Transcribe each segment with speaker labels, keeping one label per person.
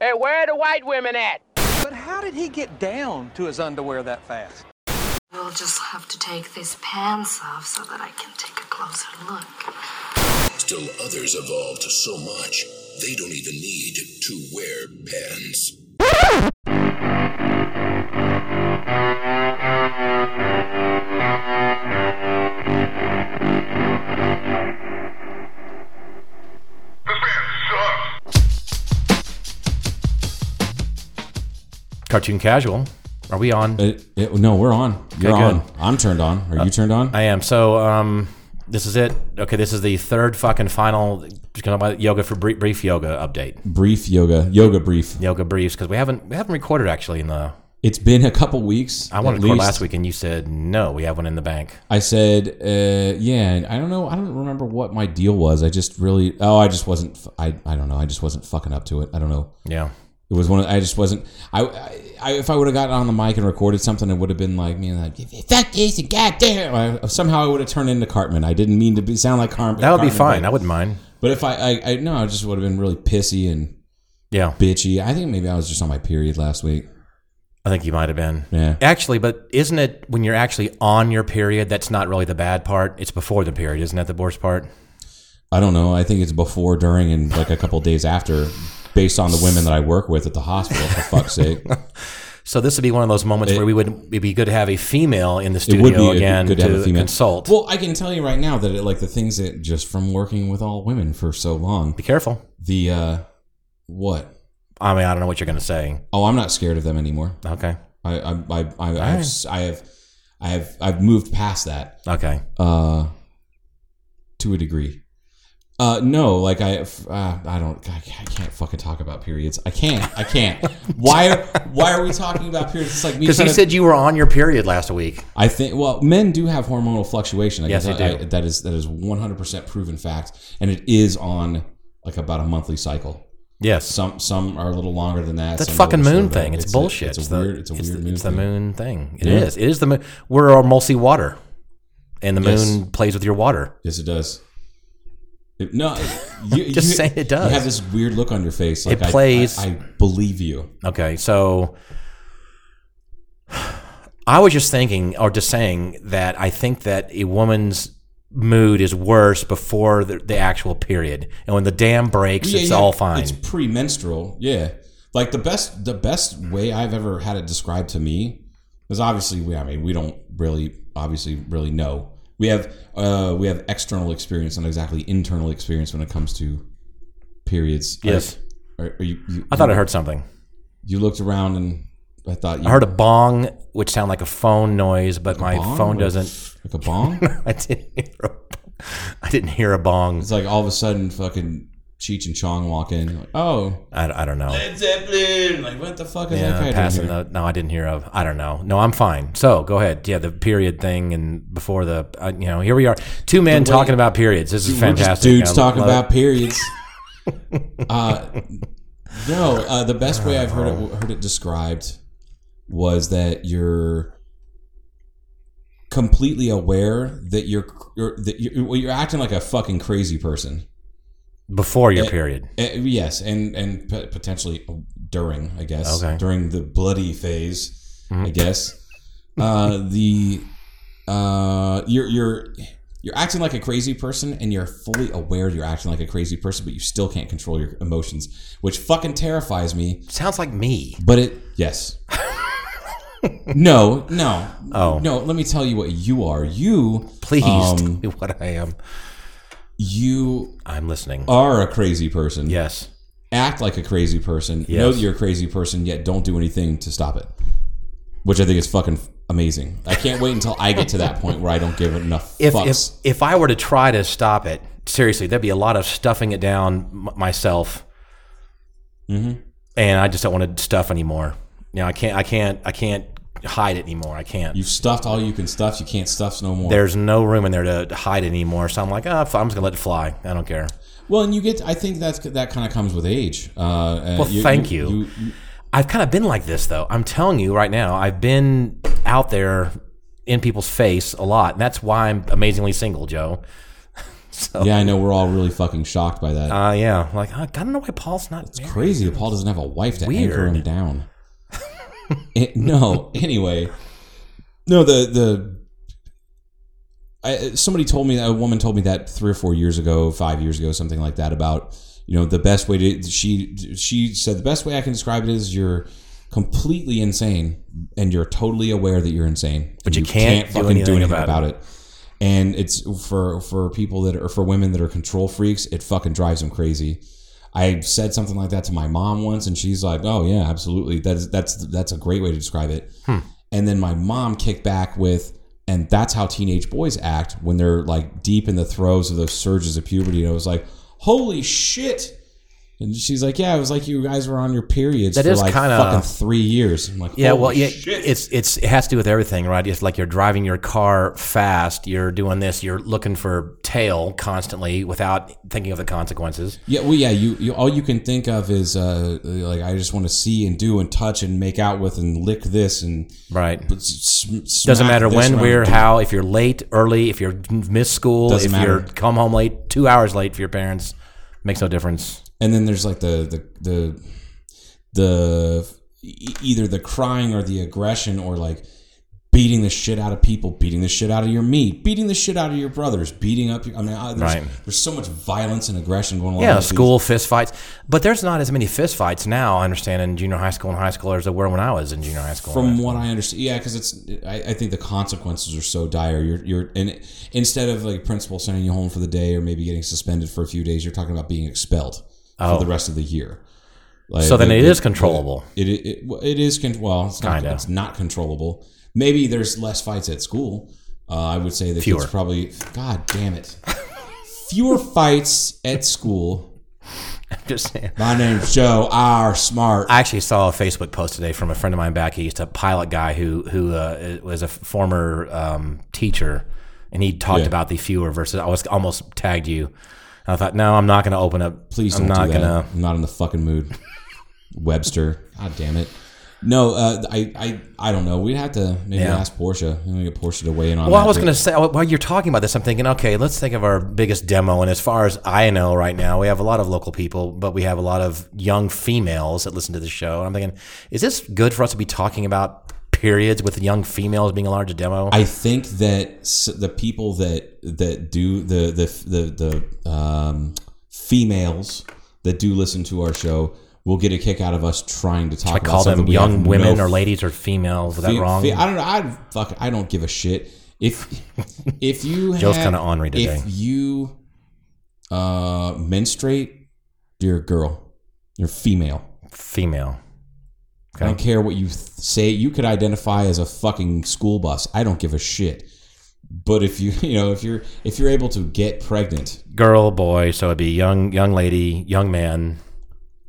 Speaker 1: Hey, where are the white women at?
Speaker 2: But how did he get down to his underwear that fast?
Speaker 3: We'll just have to take these pants off so that I can take a closer look.
Speaker 4: Still others evolved so much they don't even need to wear pants.
Speaker 5: Cartoon Casual. Are we on?
Speaker 6: It, it, Uh, no, we're on. You're
Speaker 5: Okay, good. Uh,
Speaker 6: on. I'm turned on. Are you turned on?
Speaker 5: I am. So, um, this is it. Okay, this is the third fucking final just gonna buy yoga for brief, brief yoga update.
Speaker 6: brief yoga. Yoga brief.
Speaker 5: Yoga briefs because we haven't we haven't recorded actually in the.
Speaker 6: It's been a couple weeks.
Speaker 5: I wanted
Speaker 6: at
Speaker 5: to record
Speaker 6: least.
Speaker 5: last week and you said no. We have one in the bank.
Speaker 6: I said, uh, yeah, I don't know. I don't remember what my deal was. I just really, oh, I just wasn't, f- I, I don't know. I just wasn't fucking up to it. I don't know.
Speaker 5: Yeah.
Speaker 6: It was one of, I just wasn't, I, I, I if I would have gotten on the mic and recorded something, it would have been like, man, like, fuck this and goddamn. I, somehow I would have turned into Cartman. I didn't mean to be, sound like Cartman.
Speaker 5: That would be
Speaker 6: Cartman,
Speaker 5: fine.
Speaker 6: but-
Speaker 5: I wouldn't mind.
Speaker 6: But if I, I, I, no, I just would have been really pissy and
Speaker 5: Yeah.
Speaker 6: bitchy. I think maybe I was just on my period last week.
Speaker 5: I think you might have been.
Speaker 6: Yeah.
Speaker 5: Actually, but isn't it when you're actually on your period? That's not really the bad part. It's before the period, isn't that the worst part?
Speaker 6: I don't know. I think it's before, during, and like a couple days after, based on the women that I work with at the hospital. For fuck's sake,
Speaker 5: So this would be one of those moments where we would it'd be good to have a female in the
Speaker 6: it
Speaker 5: studio
Speaker 6: would be
Speaker 5: again
Speaker 6: good to,
Speaker 5: to,
Speaker 6: have a female
Speaker 5: consult.
Speaker 6: Well, I can tell you right now that it, like the things that just from working with all women for so long,
Speaker 5: be careful.
Speaker 6: the uh what?
Speaker 5: I mean, I don't know what you're going to say.
Speaker 6: Oh, I'm not scared of them anymore.
Speaker 5: Okay.
Speaker 6: I I I, I, I have s- I have I have I've moved past that.
Speaker 5: Okay.
Speaker 6: uh to a degree uh no like i f- uh, i don't I, ca- I can't fucking talk about periods i can't i can't why are why are we talking about periods it's like me
Speaker 5: Because
Speaker 6: trying
Speaker 5: you
Speaker 6: to-
Speaker 5: said you were on your period last week.
Speaker 6: i think well men do have hormonal fluctuation I
Speaker 5: Yes,
Speaker 6: guess
Speaker 5: they
Speaker 6: I-
Speaker 5: do.
Speaker 6: I- that is that is 100% proven fact and it is on like about a monthly cycle
Speaker 5: Yes.
Speaker 6: some some are a little longer than that
Speaker 5: that
Speaker 6: some are a
Speaker 5: fucking
Speaker 6: little
Speaker 5: moon
Speaker 6: shorter.
Speaker 5: thing. It's,
Speaker 6: a-
Speaker 5: bullshit.
Speaker 6: it's a
Speaker 5: the-
Speaker 6: weird it's a
Speaker 5: it's
Speaker 6: weird
Speaker 5: the,
Speaker 6: moon
Speaker 5: it's the
Speaker 6: thing.
Speaker 5: moon thing. It is.
Speaker 6: Yeah.
Speaker 5: It is the moon. We're all mostly water, and the
Speaker 6: Yes.
Speaker 5: moon plays with your water.
Speaker 6: Yes, it does. It- no, you,
Speaker 5: Just
Speaker 6: you-
Speaker 5: saying it does.
Speaker 6: You have this weird look on your face. Like
Speaker 5: It
Speaker 6: I-
Speaker 5: plays.
Speaker 6: I, I believe you.
Speaker 5: Okay, so I was just thinking, or just saying that I think that a woman's mood is worse before the, the actual period, and when the dam breaks,
Speaker 6: Yeah,
Speaker 5: it's
Speaker 6: yeah,
Speaker 5: all fine.
Speaker 6: It's premenstrual. Yeah, like the best. The best way I've ever had it described to me is obviously. We, I mean, we don't really, obviously, really know. We have uh, we have external experience, not exactly internal experience when it comes to periods.
Speaker 5: Yes.
Speaker 6: Are, are you, you-
Speaker 5: I thought I heard something.
Speaker 6: you looked around and I thought you
Speaker 5: I heard a bong, which sounded like a phone noise, but my
Speaker 6: bong
Speaker 5: phone
Speaker 6: or-
Speaker 5: doesn't.
Speaker 6: like a bong.
Speaker 5: I didn't hear. A, I didn't hear a bong.
Speaker 6: It's like all of a sudden, fucking Cheech and Chong walk in. Like, oh,
Speaker 5: I, I don't know.
Speaker 6: Led Zeppelin. Like, what the fuck is
Speaker 5: Yeah,
Speaker 6: that guy
Speaker 5: passing
Speaker 6: doing here?
Speaker 5: the. No, I didn't hear of. I don't know. No, I'm fine. So go ahead. Yeah, the period thing and before the. Uh, you know, here we are. Two men
Speaker 6: The way-
Speaker 5: talking about periods. This is
Speaker 6: We're
Speaker 5: fantastic.
Speaker 6: just dudes
Speaker 5: I
Speaker 6: talking
Speaker 5: love it.
Speaker 6: about periods. uh, no, uh, the best way I've heard
Speaker 5: Oh.
Speaker 6: it heard it described was that you're completely aware that you're, you're that you're, well, you're acting like a fucking crazy person.
Speaker 5: before your
Speaker 6: Eh,
Speaker 5: period.
Speaker 6: Uh, yes, and and p- potentially uh, during, I guess,
Speaker 5: Okay. Mm-hmm.
Speaker 6: during the bloody phase, I guess. uh, the uh, you're you're you're acting like a crazy person, and you're fully aware you're acting like a crazy person, but you still can't control your emotions, which fucking terrifies me.
Speaker 5: Sounds like me.
Speaker 6: But it yes. no, no.
Speaker 5: Oh.
Speaker 6: No, let me tell you what you are. You
Speaker 5: Please tell
Speaker 6: um,
Speaker 5: me what I am.
Speaker 6: you
Speaker 5: I'm listening.
Speaker 6: are a crazy person.
Speaker 5: yes.
Speaker 6: act like a crazy person,
Speaker 5: Yes.
Speaker 6: know that you're a crazy person, yet don't do anything to stop it. Which I think is fucking amazing. I can't wait until I get to that point where I don't give enough
Speaker 5: If, if
Speaker 6: fucks.
Speaker 5: if I were to try to stop it, seriously, there'd be a lot of stuffing it down m- myself.
Speaker 6: Mhm.
Speaker 5: And I just don't want to stuff anymore. You know, I can't. I can't. I can't hide it anymore. I can't.
Speaker 6: You've stuffed all you can stuff. You can't stuff no more.
Speaker 5: there's no room in there to hide it anymore. So I'm like, oh, f- I'm just gonna let it fly. I don't care.
Speaker 6: well, and you get. I think that's that kind of comes with age. Uh, uh,
Speaker 5: Well, thank you. I've kind of been like this though. I'm telling you right now, I've been out there in people's face a lot, and that's why I'm amazingly single, Joe. So,
Speaker 6: Yeah, I know we're all really fucking shocked by that.
Speaker 5: uh, yeah. Like, I don't know why Paul's not married.
Speaker 6: Crazy that Paul doesn't have a wife to anchor
Speaker 5: Weird.
Speaker 6: him down. It- no, anyway, no. The the I, somebody told me a woman told me that three or four years ago, five years ago, something like that. About you know the best way to she she said the best way I can describe it is you're completely insane and you're totally aware that you're insane,
Speaker 5: But
Speaker 6: And
Speaker 5: you can't do anything about
Speaker 6: it. And it's for for people that are for women that are control freaks. It fucking drives them crazy. I said something like that to my mom once, and she's like, "Oh yeah, absolutely. That's that's that's a great way to describe it."
Speaker 5: Hmm.
Speaker 6: And then my mom kicked back with, "And that's how teenage boys act when they're like deep in the throes of those surges of puberty." And I was like, "Holy shit!" And she's like, "Yeah, it was like you guys were on your periods
Speaker 5: That
Speaker 6: for
Speaker 5: is
Speaker 6: like
Speaker 5: kinda-
Speaker 6: fucking three years." I'm like,
Speaker 5: Yeah,
Speaker 6: "Holy
Speaker 5: well, yeah,
Speaker 6: shit."
Speaker 5: it's it's it has to do with everything, right? It's like you're driving your car fast, you're doing this, you're looking for tail constantly without thinking of the consequences.
Speaker 6: Yeah, well, yeah. You, you all you can think of is uh, like I just want to see and do and touch and make out with and lick this and
Speaker 5: Right.
Speaker 6: but s- s-
Speaker 5: Doesn't
Speaker 6: smack
Speaker 5: matter
Speaker 6: this
Speaker 5: when,
Speaker 6: around.
Speaker 5: where, how. If you're late, early. If you're miss school.
Speaker 6: Doesn't
Speaker 5: if
Speaker 6: matter.
Speaker 5: you're come home late, two hours late for your parents, makes no difference.
Speaker 6: And then there's like the the the the e- either the crying or the aggression or like beating the shit out of people, beating the shit out of your meat, beating the shit out of your brothers, beating up. Your, I mean, I, there's,
Speaker 5: Right.
Speaker 6: there's so much violence and aggression going on.
Speaker 5: Yeah,
Speaker 6: with these-
Speaker 5: school fist fights, but there's not as many fist fights now. I understand in junior high school and high school as there were when I was in junior high school.
Speaker 6: From what I understand, yeah, because it's I, I think the consequences are so dire. You're you're and instead of like principal sending you home for the day or maybe getting suspended for a few days, you're talking about being expelled for the rest of the year. Like,
Speaker 5: Oh. so then
Speaker 6: the-
Speaker 5: it
Speaker 6: the-
Speaker 5: is controllable.
Speaker 6: It it, it, well, it is con- well, it's not,
Speaker 5: Kinda.
Speaker 6: it's not controllable. Maybe there's less fights at school. Uh, I would say the
Speaker 5: Fewer.
Speaker 6: kids probably. God damn it, fewer fights at school.
Speaker 5: Just saying.
Speaker 6: My name's Joe. R. Smart.
Speaker 5: I actually saw a Facebook post today from a friend of mine back east, a pilot guy who who uh, was a former um, teacher, and he talked
Speaker 6: Yeah.
Speaker 5: about the fewer versus. I was almost tagged you. And I thought, no, I'm not going to open up.
Speaker 6: Please
Speaker 5: I'm
Speaker 6: don't
Speaker 5: not
Speaker 6: do that.
Speaker 5: going to.
Speaker 6: I'm not in the fucking mood. Webster. God damn it. No, uh, I, I I don't know. We'd have to maybe
Speaker 5: Yeah.
Speaker 6: ask Portia. I'm gonna get Portia to weigh in on.
Speaker 5: Well,
Speaker 6: that,
Speaker 5: I was
Speaker 6: but-
Speaker 5: going to say oh, while you're talking about this, I'm thinking, okay, let's think of our biggest demo. And as far as I know, right now we have a lot of local people, but we have a lot of young females that listen to the show. And I'm thinking, is this good for us to be talking about periods with young females being a large demo?
Speaker 6: I think that s- the people that that do the the the, the um, females that do listen to our show will get a kick out of us trying to talk.
Speaker 5: I
Speaker 6: about
Speaker 5: call them
Speaker 6: something we
Speaker 5: young
Speaker 6: have
Speaker 5: women
Speaker 6: no
Speaker 5: or ladies or females. Is that
Speaker 6: Fe-
Speaker 5: wrong?
Speaker 6: fe- I don't know. I fuck. I don't give a shit. If if you
Speaker 5: Joe's
Speaker 6: have-
Speaker 5: kinda ornery today.
Speaker 6: If you uh, menstruate, you're a girl. You're female.
Speaker 5: Female.
Speaker 6: I don't
Speaker 5: Okay.
Speaker 6: care what you th- say. You could identify as a fucking school bus. I don't give a shit. But if you you know if you're if you're able to get pregnant,
Speaker 5: Girl, boy. So it'd be young, young lady, young man,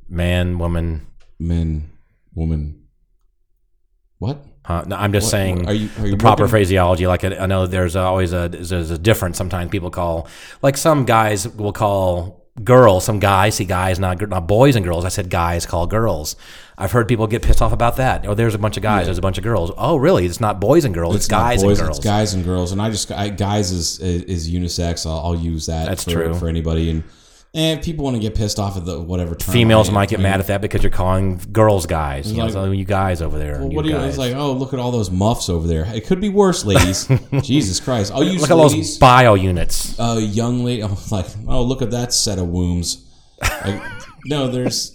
Speaker 5: man, woman.
Speaker 6: men, woman, what?
Speaker 5: Huh? No, I'm just
Speaker 6: What-
Speaker 5: saying
Speaker 6: are you- are you
Speaker 5: the proper
Speaker 6: working-
Speaker 5: phraseology. Like I I know there's always a there's a difference. Sometimes people call like some guys will call girls. Some guys see guys, not gir- not boys and girls. I said guys call girls. I've heard people get pissed off about that. Oh, there's a bunch of guys. There's a bunch of girls. Oh, really? It's not boys and girls. It's,
Speaker 6: not
Speaker 5: guys
Speaker 6: boys,
Speaker 5: and girls.
Speaker 6: It's guys and girls, and I just I, guys is is unisex. I'll, I'll use that.
Speaker 5: That's
Speaker 6: for,
Speaker 5: true.
Speaker 6: for anybody. And and if people want to get pissed off at the whatever term
Speaker 5: Females
Speaker 6: I am,
Speaker 5: might get
Speaker 6: I mean,
Speaker 5: mad at that because you're calling girls guys. You, know,
Speaker 6: Like-
Speaker 5: so you guys over there.
Speaker 6: Well,
Speaker 5: you
Speaker 6: what do you?
Speaker 5: guys.
Speaker 6: It's like, oh, look at all those muffs over there. It could be worse, ladies. Jesus Christ! I'll use
Speaker 5: Look at all those
Speaker 6: ladies.
Speaker 5: bio units.
Speaker 6: uh, young lady. I'm like, oh, look at that set of wombs. Like, no, there's.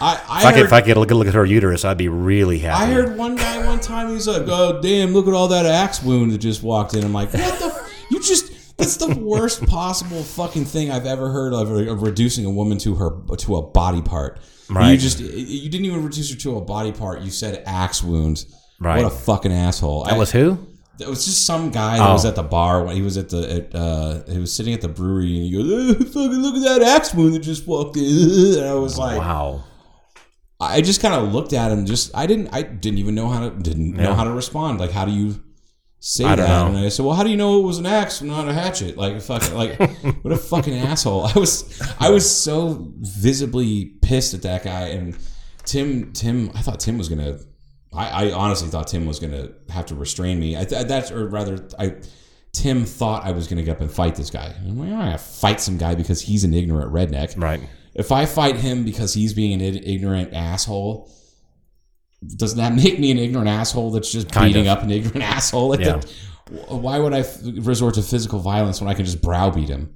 Speaker 6: I I
Speaker 5: If I, could,
Speaker 6: heard,
Speaker 5: if I could look, look at her uterus, I'd be really happy.
Speaker 6: I heard one guy one time he's like, "Oh damn, look at all that axe wound that just walked in." I'm like, "What the? f- You just that's the worst possible fucking thing I've ever heard of, of reducing a woman to her to a body part. You
Speaker 5: Right.
Speaker 6: just you didn't even reduce her to a body part. You said axe wound.
Speaker 5: Right.
Speaker 6: What a fucking asshole.
Speaker 5: that was who?
Speaker 6: It was just some guy that
Speaker 5: Oh.
Speaker 6: was at the bar when he was at the at, uh he was sitting at the brewery and he goes, "Oh, "Fucking look at that axe wound that just walked in." And I was like,
Speaker 5: Wow.
Speaker 6: I just kind of looked at him. Just I didn't. I didn't even know how to. Didn't know
Speaker 5: Yeah.
Speaker 6: how to respond. Like, how do you say
Speaker 5: I
Speaker 6: that?
Speaker 5: don't know.
Speaker 6: And I said, well, how do you know it was an axe, and not a hatchet? Like, fuck, like what a fucking asshole. I was. I was so visibly pissed at that guy. And Tim, Tim, I thought Tim was gonna. I, I honestly thought Tim was gonna have to restrain me. I th- that's or rather, I Tim thought I was going to get up and fight this guy. And I'm like, all right, I fight some guy because he's an ignorant redneck.
Speaker 5: Right.
Speaker 6: If I fight him because he's being an id- ignorant asshole, doesn't that make me an ignorant asshole that's just
Speaker 5: Kind
Speaker 6: beating
Speaker 5: of.
Speaker 6: up an ignorant asshole? Like
Speaker 5: Yeah.
Speaker 6: that- wh- why would I f- resort to physical violence when I can just browbeat him?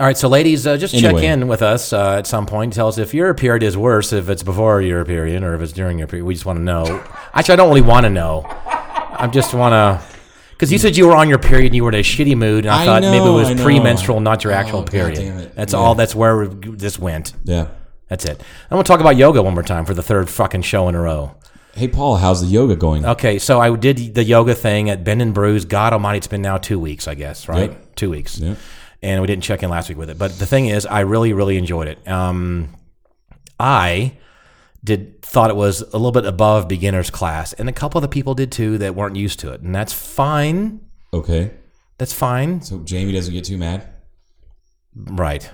Speaker 5: All right, so ladies, uh, just check
Speaker 6: Anyway.
Speaker 5: in with us uh, at some point. Tell us if your period is worse, if it's before your period, or if it's during your period. We just want to know. Actually, I don't really want to know. I just want to. Because you said you were on your period and you were in a shitty mood, and I,
Speaker 6: I
Speaker 5: thought maybe it
Speaker 6: know, I
Speaker 5: was
Speaker 6: know.
Speaker 5: premenstrual, not your actual
Speaker 6: Oh, God
Speaker 5: period.
Speaker 6: damn it.
Speaker 5: That's
Speaker 6: Yeah.
Speaker 5: all. That's where this went.
Speaker 6: Yeah.
Speaker 5: That's it. I'm going to talk about yoga one more time for the third fucking show in a row.
Speaker 6: Hey, Paul, how's the yoga going?
Speaker 5: Okay, so I did the yoga thing at Bend and Brews. God Almighty, it's been now two weeks, I guess, right?
Speaker 6: Yep.
Speaker 5: Two weeks.
Speaker 6: Yep.
Speaker 5: And we didn't check in last week with it, but the thing is, I really, really enjoyed it. Um, I did thought it was a little bit above beginners class, and a couple of the people did too that weren't used to it, and that's fine.
Speaker 6: Okay.
Speaker 5: That's fine,
Speaker 6: So Jamie doesn't get too mad
Speaker 5: right?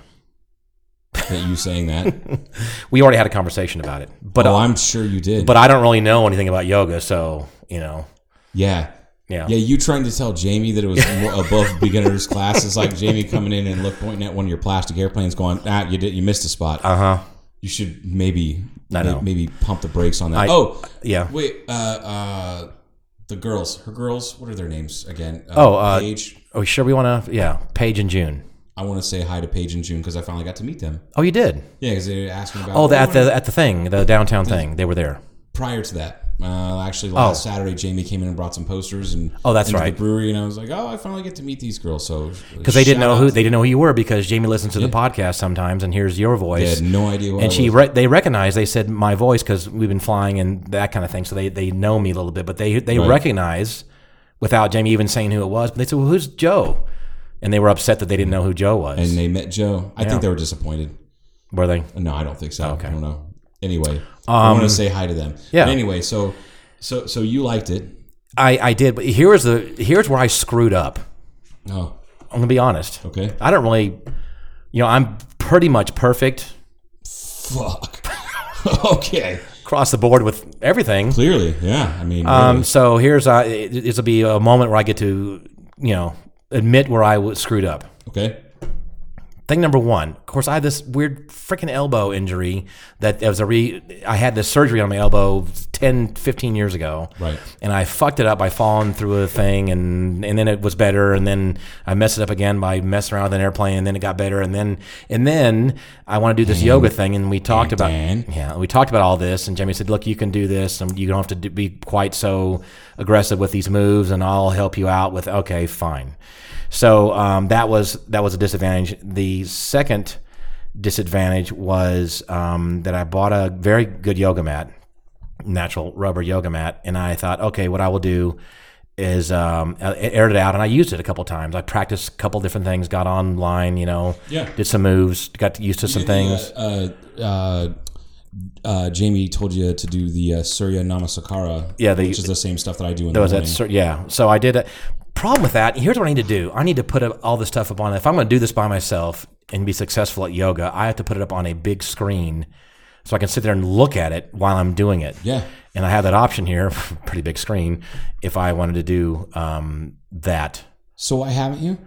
Speaker 6: at you saying that.
Speaker 5: We already had a conversation about it, but uh,
Speaker 6: oh, I'm sure you did.
Speaker 5: but I don't really know anything about yoga, so you know,
Speaker 6: yeah.
Speaker 5: yeah,
Speaker 6: Yeah, you trying to tell Jamie that it was more above beginner's class is like Jamie coming in and look pointing at one of your plastic airplanes, going, "Ah, you did, you missed a spot.
Speaker 5: uh huh,
Speaker 6: you should maybe,
Speaker 5: I know.
Speaker 6: maybe pump the brakes on that."
Speaker 5: I-
Speaker 6: oh,
Speaker 5: yeah.
Speaker 6: wait, uh, uh, the girls, her girls, what are their names again? Uh,
Speaker 5: Oh, uh,
Speaker 6: Paige.
Speaker 5: Are we sure we want to? Yeah, Paige and June.
Speaker 6: I want to say hi to Paige and June because I finally got to meet them.
Speaker 5: Oh, you did.
Speaker 6: Yeah, because they asked me about.
Speaker 5: Oh, the, at the at the thing, the downtown thing, they were there.
Speaker 6: prior to that. Uh, actually, last Saturday, Jamie came in and brought some posters and
Speaker 5: Oh, that's
Speaker 6: into
Speaker 5: right.
Speaker 6: the brewery, and I was like, oh, I finally get to meet these girls. So
Speaker 5: Because they didn't know who they didn't know who you were because Jamie listens to the podcast sometimes and hears your
Speaker 6: they
Speaker 5: voice.
Speaker 6: had no idea. What
Speaker 5: and
Speaker 6: I
Speaker 5: she
Speaker 6: was.
Speaker 5: re- they recognized they said my voice because we've been flying and that kind of thing so they, they know me a little bit but they they
Speaker 6: Right.
Speaker 5: recognize without Jamie even saying who it was but they said well who's Joe and they were upset that they didn't know who Joe was
Speaker 6: and they met Joe. I think they were disappointed.
Speaker 5: were they
Speaker 6: No, I don't think so. I don't know. Anyway, I want to say hi to them.
Speaker 5: Um, yeah.
Speaker 6: But anyway, so so so you liked it.
Speaker 5: I, I did but here's the here's where I screwed up
Speaker 6: Oh,
Speaker 5: I'm gonna be honest
Speaker 6: okay.
Speaker 5: I don't really you know I'm pretty much perfect
Speaker 6: Fuck. okay.
Speaker 5: across the board with everything
Speaker 6: Clearly, yeah. I mean,
Speaker 5: Um,
Speaker 6: really.
Speaker 5: so here's uh, it- it'll be a moment where I get to you know admit where I was screwed up.
Speaker 6: okay.
Speaker 5: Thing number one, of course, I had this weird freaking elbow injury that that was a re. I had this surgery on my elbow 10, 15 years ago,
Speaker 6: Right.
Speaker 5: And I fucked it up by falling through a thing, and and then it was better, and then I messed it up again by messing around with an airplane, and then it got better, and then and then I want to do this yoga thing, and we talked about
Speaker 6: Dan.
Speaker 5: yeah, we talked about all this, and Jamie said, "Look, you can do this, and you don't have to do, be quite so aggressive with these moves, and I'll help you out with." Okay, fine. So um, that was that was a disadvantage. The second disadvantage was um, that I bought a very good yoga mat, natural rubber yoga mat, and I thought, okay, what I will do is um, I aired it out, and I used it a couple times. I practiced a couple different things, got online, you know,
Speaker 6: Yeah.
Speaker 5: did some moves, got used to some things.
Speaker 6: Uh, uh, uh, Jamie told you to do the uh, Surya Namasakara,
Speaker 5: Yeah, the-
Speaker 6: which is the same stuff that I do in
Speaker 5: That
Speaker 6: the
Speaker 5: was
Speaker 6: morning.
Speaker 5: that. cer- Yeah. So I did. A, problem with that. Here's what I need to do. I need to put up all this stuff up on. If I'm going to do this by myself and be successful at yoga, I have to put it up on a big screen so I can sit there and look at it while I'm doing it.
Speaker 6: yeah,
Speaker 5: And I have that option here, pretty big screen, if I wanted to do um, that.
Speaker 6: so why haven't you?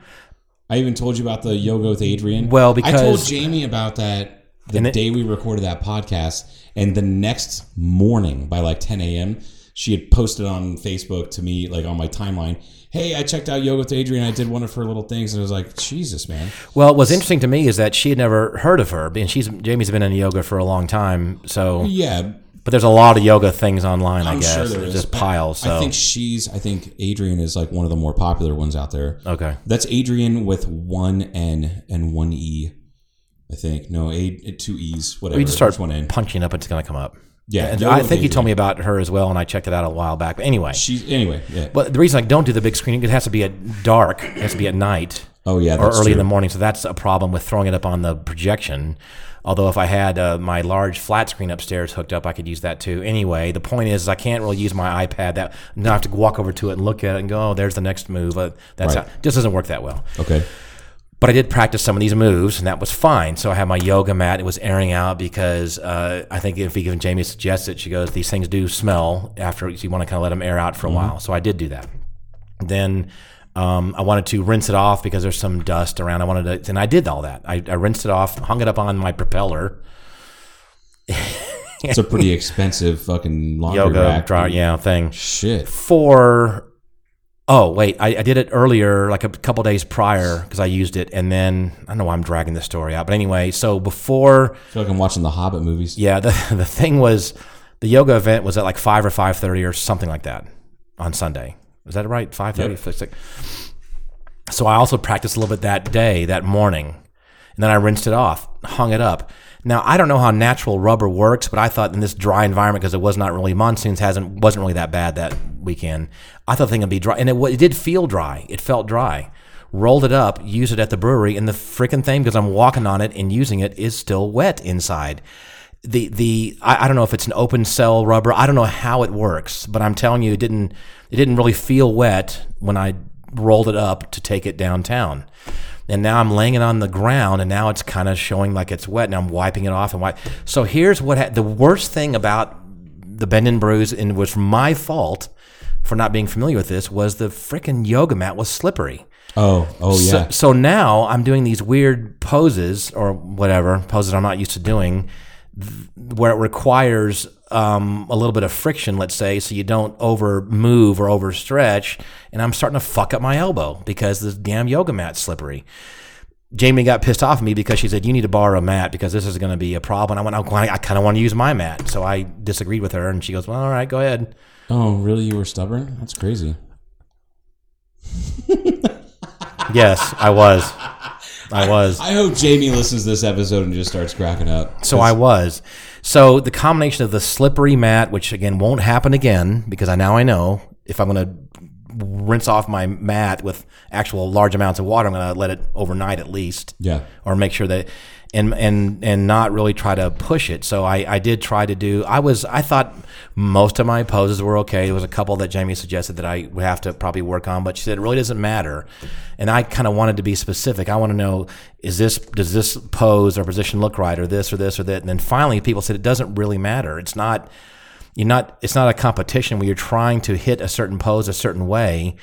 Speaker 6: I even told you about the yoga with Adrian.
Speaker 5: Well,
Speaker 6: I told
Speaker 5: because-
Speaker 6: Jamie about that the
Speaker 5: And it-
Speaker 6: day we recorded that podcast, and the next morning by like 10 a.m., she had posted on Facebook to me, like on my timeline. Hey, I checked out yoga with Adrian. I did one of her little things, and it was like, Jesus, man.
Speaker 5: Well, what's interesting to me is that she had never heard of her, and she's Jamie's been in yoga for a long time. So,
Speaker 6: Yeah,
Speaker 5: but there's a lot of yoga things online. i
Speaker 6: I'm
Speaker 5: guess
Speaker 6: sure there
Speaker 5: It's
Speaker 6: is.
Speaker 5: just
Speaker 6: I-
Speaker 5: piles. So
Speaker 6: I think she's. I think Adrian is like one of the more popular ones out there.
Speaker 5: okay,
Speaker 6: That's Adrian with one N and one E. I think no, a two E's. Whatever.
Speaker 5: we just start
Speaker 6: There's one N.
Speaker 5: punching up. It's going to come up.
Speaker 6: Yeah,
Speaker 5: And
Speaker 6: Yoga
Speaker 5: I
Speaker 6: with
Speaker 5: think you told
Speaker 6: Adrian.
Speaker 5: me about her as well, and I checked it out a while back. But anyway,
Speaker 6: She's anyway. Yeah.
Speaker 5: but the reason I don't do the big screen, it has to be at dark, it has to be at night
Speaker 6: oh yeah.
Speaker 5: or
Speaker 6: That's
Speaker 5: early in
Speaker 6: true.
Speaker 5: the morning. So that's a problem with throwing it up on the projection. Although if I had uh, my large flat screen upstairs hooked up, I could use that too. Anyway, the point is, I can't really use my iPad. That now I have to walk over to it and look at it and go, "Oh, there's the next move." Uh, that's
Speaker 6: Right.
Speaker 5: how, just doesn't work that well.
Speaker 6: Okay.
Speaker 5: But I did practice some of these moves, and that was fine. So I had my yoga mat. It was airing out because uh, I think if even Jamie suggests it, she goes, "These things do smell after so you want to kind of let them air out for a while." So I did do that. Then Um, I wanted to rinse it off because there's some dust around. I wanted to, and I did all that. I, I rinsed it off, hung it up on my propeller,
Speaker 6: It's a pretty expensive fucking laundry
Speaker 5: yoga
Speaker 6: rack.
Speaker 5: dryer, yeah, thing.
Speaker 6: Shit.
Speaker 5: for oh wait I, I did it earlier like a couple days prior because i used it and then i don't know why i'm dragging this story out but anyway so before
Speaker 6: I feel like I'm watching the Hobbit movies.
Speaker 5: yeah the, the thing was the yoga event was at like 5 or 5.30 or something like that on sunday is that right 5.30
Speaker 6: Yep.
Speaker 5: six- six. so i also practiced a little bit that day that morning and then i rinsed it off hung it up now i don't know how natural rubber works but i thought in this dry environment because it was not really monsoons hasn't wasn't really that bad that weekend i thought the thing would be dry and it, wa- it did feel dry it felt dry rolled it up used it at the brewery and the freaking thing because i'm walking on it and using it is still wet inside the the I, I don't know if it's an open cell rubber. I don't know how it works, but I'm telling you, it didn't it didn't really feel wet when I rolled it up to take it downtown. And now I'm laying it on the ground, and now it's kind of showing like it's wet, and I'm wiping it off and wipe. So here's what ha- the worst thing about the bend and bruise, and was my fault for not being familiar with this, was the freaking yoga mat was slippery.
Speaker 6: Oh, oh yeah.
Speaker 5: So, so now I'm doing these weird poses or whatever poses I'm not used to doing, th- where it requires um, a little bit of friction, let's say, so you don't over move or overstretch. And I'm starting to fuck up my elbow because this damn yoga mat's slippery. Jamie got pissed off at me because she said, "You need to borrow a mat because this is going to be a problem." And I went, "Oh, "I, I kind of want to use my mat," so I disagreed with her, and she goes, "Well, all right, go ahead."
Speaker 6: oh, really? You were stubborn? That's crazy.
Speaker 5: yes, I was, I was.
Speaker 6: I hope Jamie listens to this episode and just starts cracking up.
Speaker 5: So I was. So the combination of the slippery mat, which again won't happen again because I now I know if I'm going to rinse off my mat with actual large amounts of water, I'm going to let it overnight at least
Speaker 6: Yeah.
Speaker 5: or make sure that and and and not really try to push it. So I I did try to do. I was I thought most of my poses were okay. There was a couple that Jamie suggested that I would have to probably work on, but she said it really doesn't matter. And I kind of wanted to be specific. I want to know is this does this pose or position look right or this or this or that. And then finally people said it doesn't really matter. It's not you're not it's not a competition where you're trying to hit a certain pose a certain way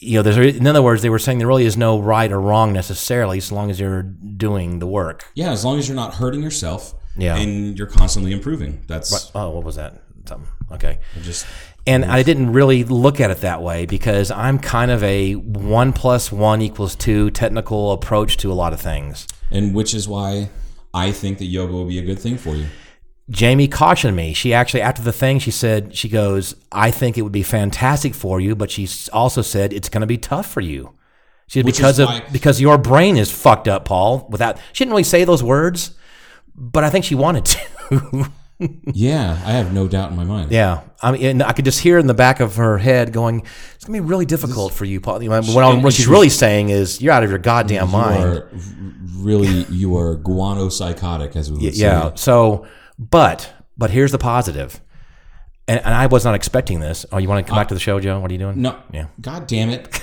Speaker 5: you know, there's in other words, they were saying there really is no right or wrong necessarily, as long as you're doing the work.
Speaker 6: Yeah, as long as you're not hurting yourself
Speaker 5: Yeah.
Speaker 6: and you're constantly improving. That's
Speaker 5: Oh, what was that? Something. Okay.
Speaker 6: just
Speaker 5: And I didn't really look at it that way because I'm kind of a one plus one equals two technical approach to a lot of things.
Speaker 6: and which is why I think that yoga will be a good thing for you.
Speaker 5: Jamie cautioned me. She actually, after the thing, she said, she goes, I think it would be fantastic for you, but she s- also said it's going to be tough for you. She said,
Speaker 6: Which is
Speaker 5: because of,
Speaker 6: why-
Speaker 5: because your brain is fucked up, Paul, without, she didn't really say those words, but I think she wanted to.
Speaker 6: Yeah, I have no doubt in my mind.
Speaker 5: yeah. I mean, and I could just hear in the back of her head going, it's going to be really difficult for you, Paul. You know, What, I'm- what she's really saying is you're out of your goddamn
Speaker 6: You
Speaker 5: mind.
Speaker 6: are really you are guano psychotic as we would
Speaker 5: yeah.
Speaker 6: say.
Speaker 5: So, but but here's the positive, and, and I was not expecting this. Oh, you want to come back to the show, Joe? What are you doing?
Speaker 6: No.
Speaker 5: Yeah.
Speaker 6: God damn it.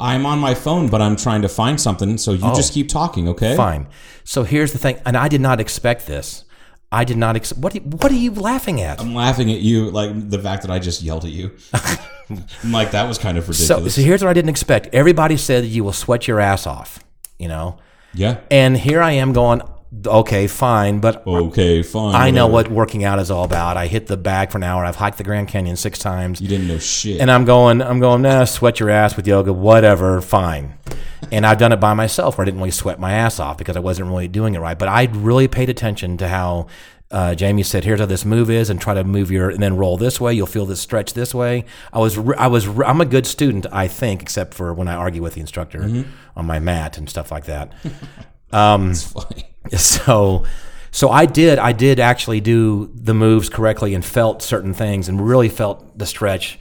Speaker 6: I'm on my phone, but I'm trying to find something, so you just keep talking, okay?
Speaker 5: Oh. Fine. So here's the thing, and I did not expect this. I did not. Ex- what? do- What are you laughing at?
Speaker 6: I'm laughing at you, like the fact that I just yelled at you. I'm like, that was kind of
Speaker 5: so,
Speaker 6: ridiculous.
Speaker 5: so here's what I didn't expect. Everybody said that you will sweat your ass off. You know,
Speaker 6: yeah.
Speaker 5: and here I am going. Okay, fine, but
Speaker 6: Okay, fine.
Speaker 5: I know
Speaker 6: whatever.
Speaker 5: what working out is all about. I hit the bag for an hour. I've hiked the Grand Canyon six times.
Speaker 6: You didn't know shit.
Speaker 5: and I'm going, I'm going, nah, sweat your ass with yoga, whatever, fine. And I've done it by myself where I didn't really sweat my ass off because I wasn't really doing it right. But I really paid attention to how uh, Jamie said, here's how this move is, and try to move your, and then roll this way. You'll feel this stretch this way. I was, re- I was, re- I'm a good student, I think, except for when I argue with the instructor on my mat and stuff like that.
Speaker 6: it's funny.
Speaker 5: so so I did I did actually do the moves correctly and felt certain things and really felt the stretch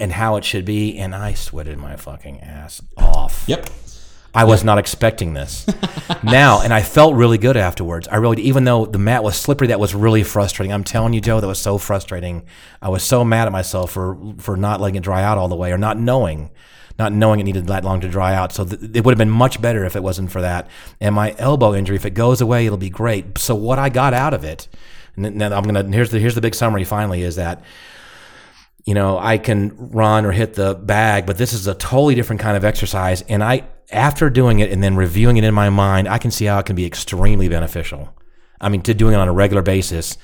Speaker 5: and how it should be and I sweated my fucking ass off.
Speaker 6: Yep.
Speaker 5: I was not expecting this. now, and I felt really good afterwards. I really, even though the mat was slippery, that was really frustrating. I'm telling you, Joe, that was so frustrating. I was so mad at myself for for not letting it dry out all the way, or not knowing, not knowing it needed that long to dry out. So th- it would have been much better if it wasn't for that. And my elbow injury, if it goes away, it'll be great. So what I got out of it, and then- now I'm gonna here's the here's the big summary. Finally, is that you know, I can run or hit the bag, but this is a totally different kind of exercise. And I, after doing it and then reviewing it in my mind, I can see how it can be extremely beneficial. I mean, to doing it on a regular basis.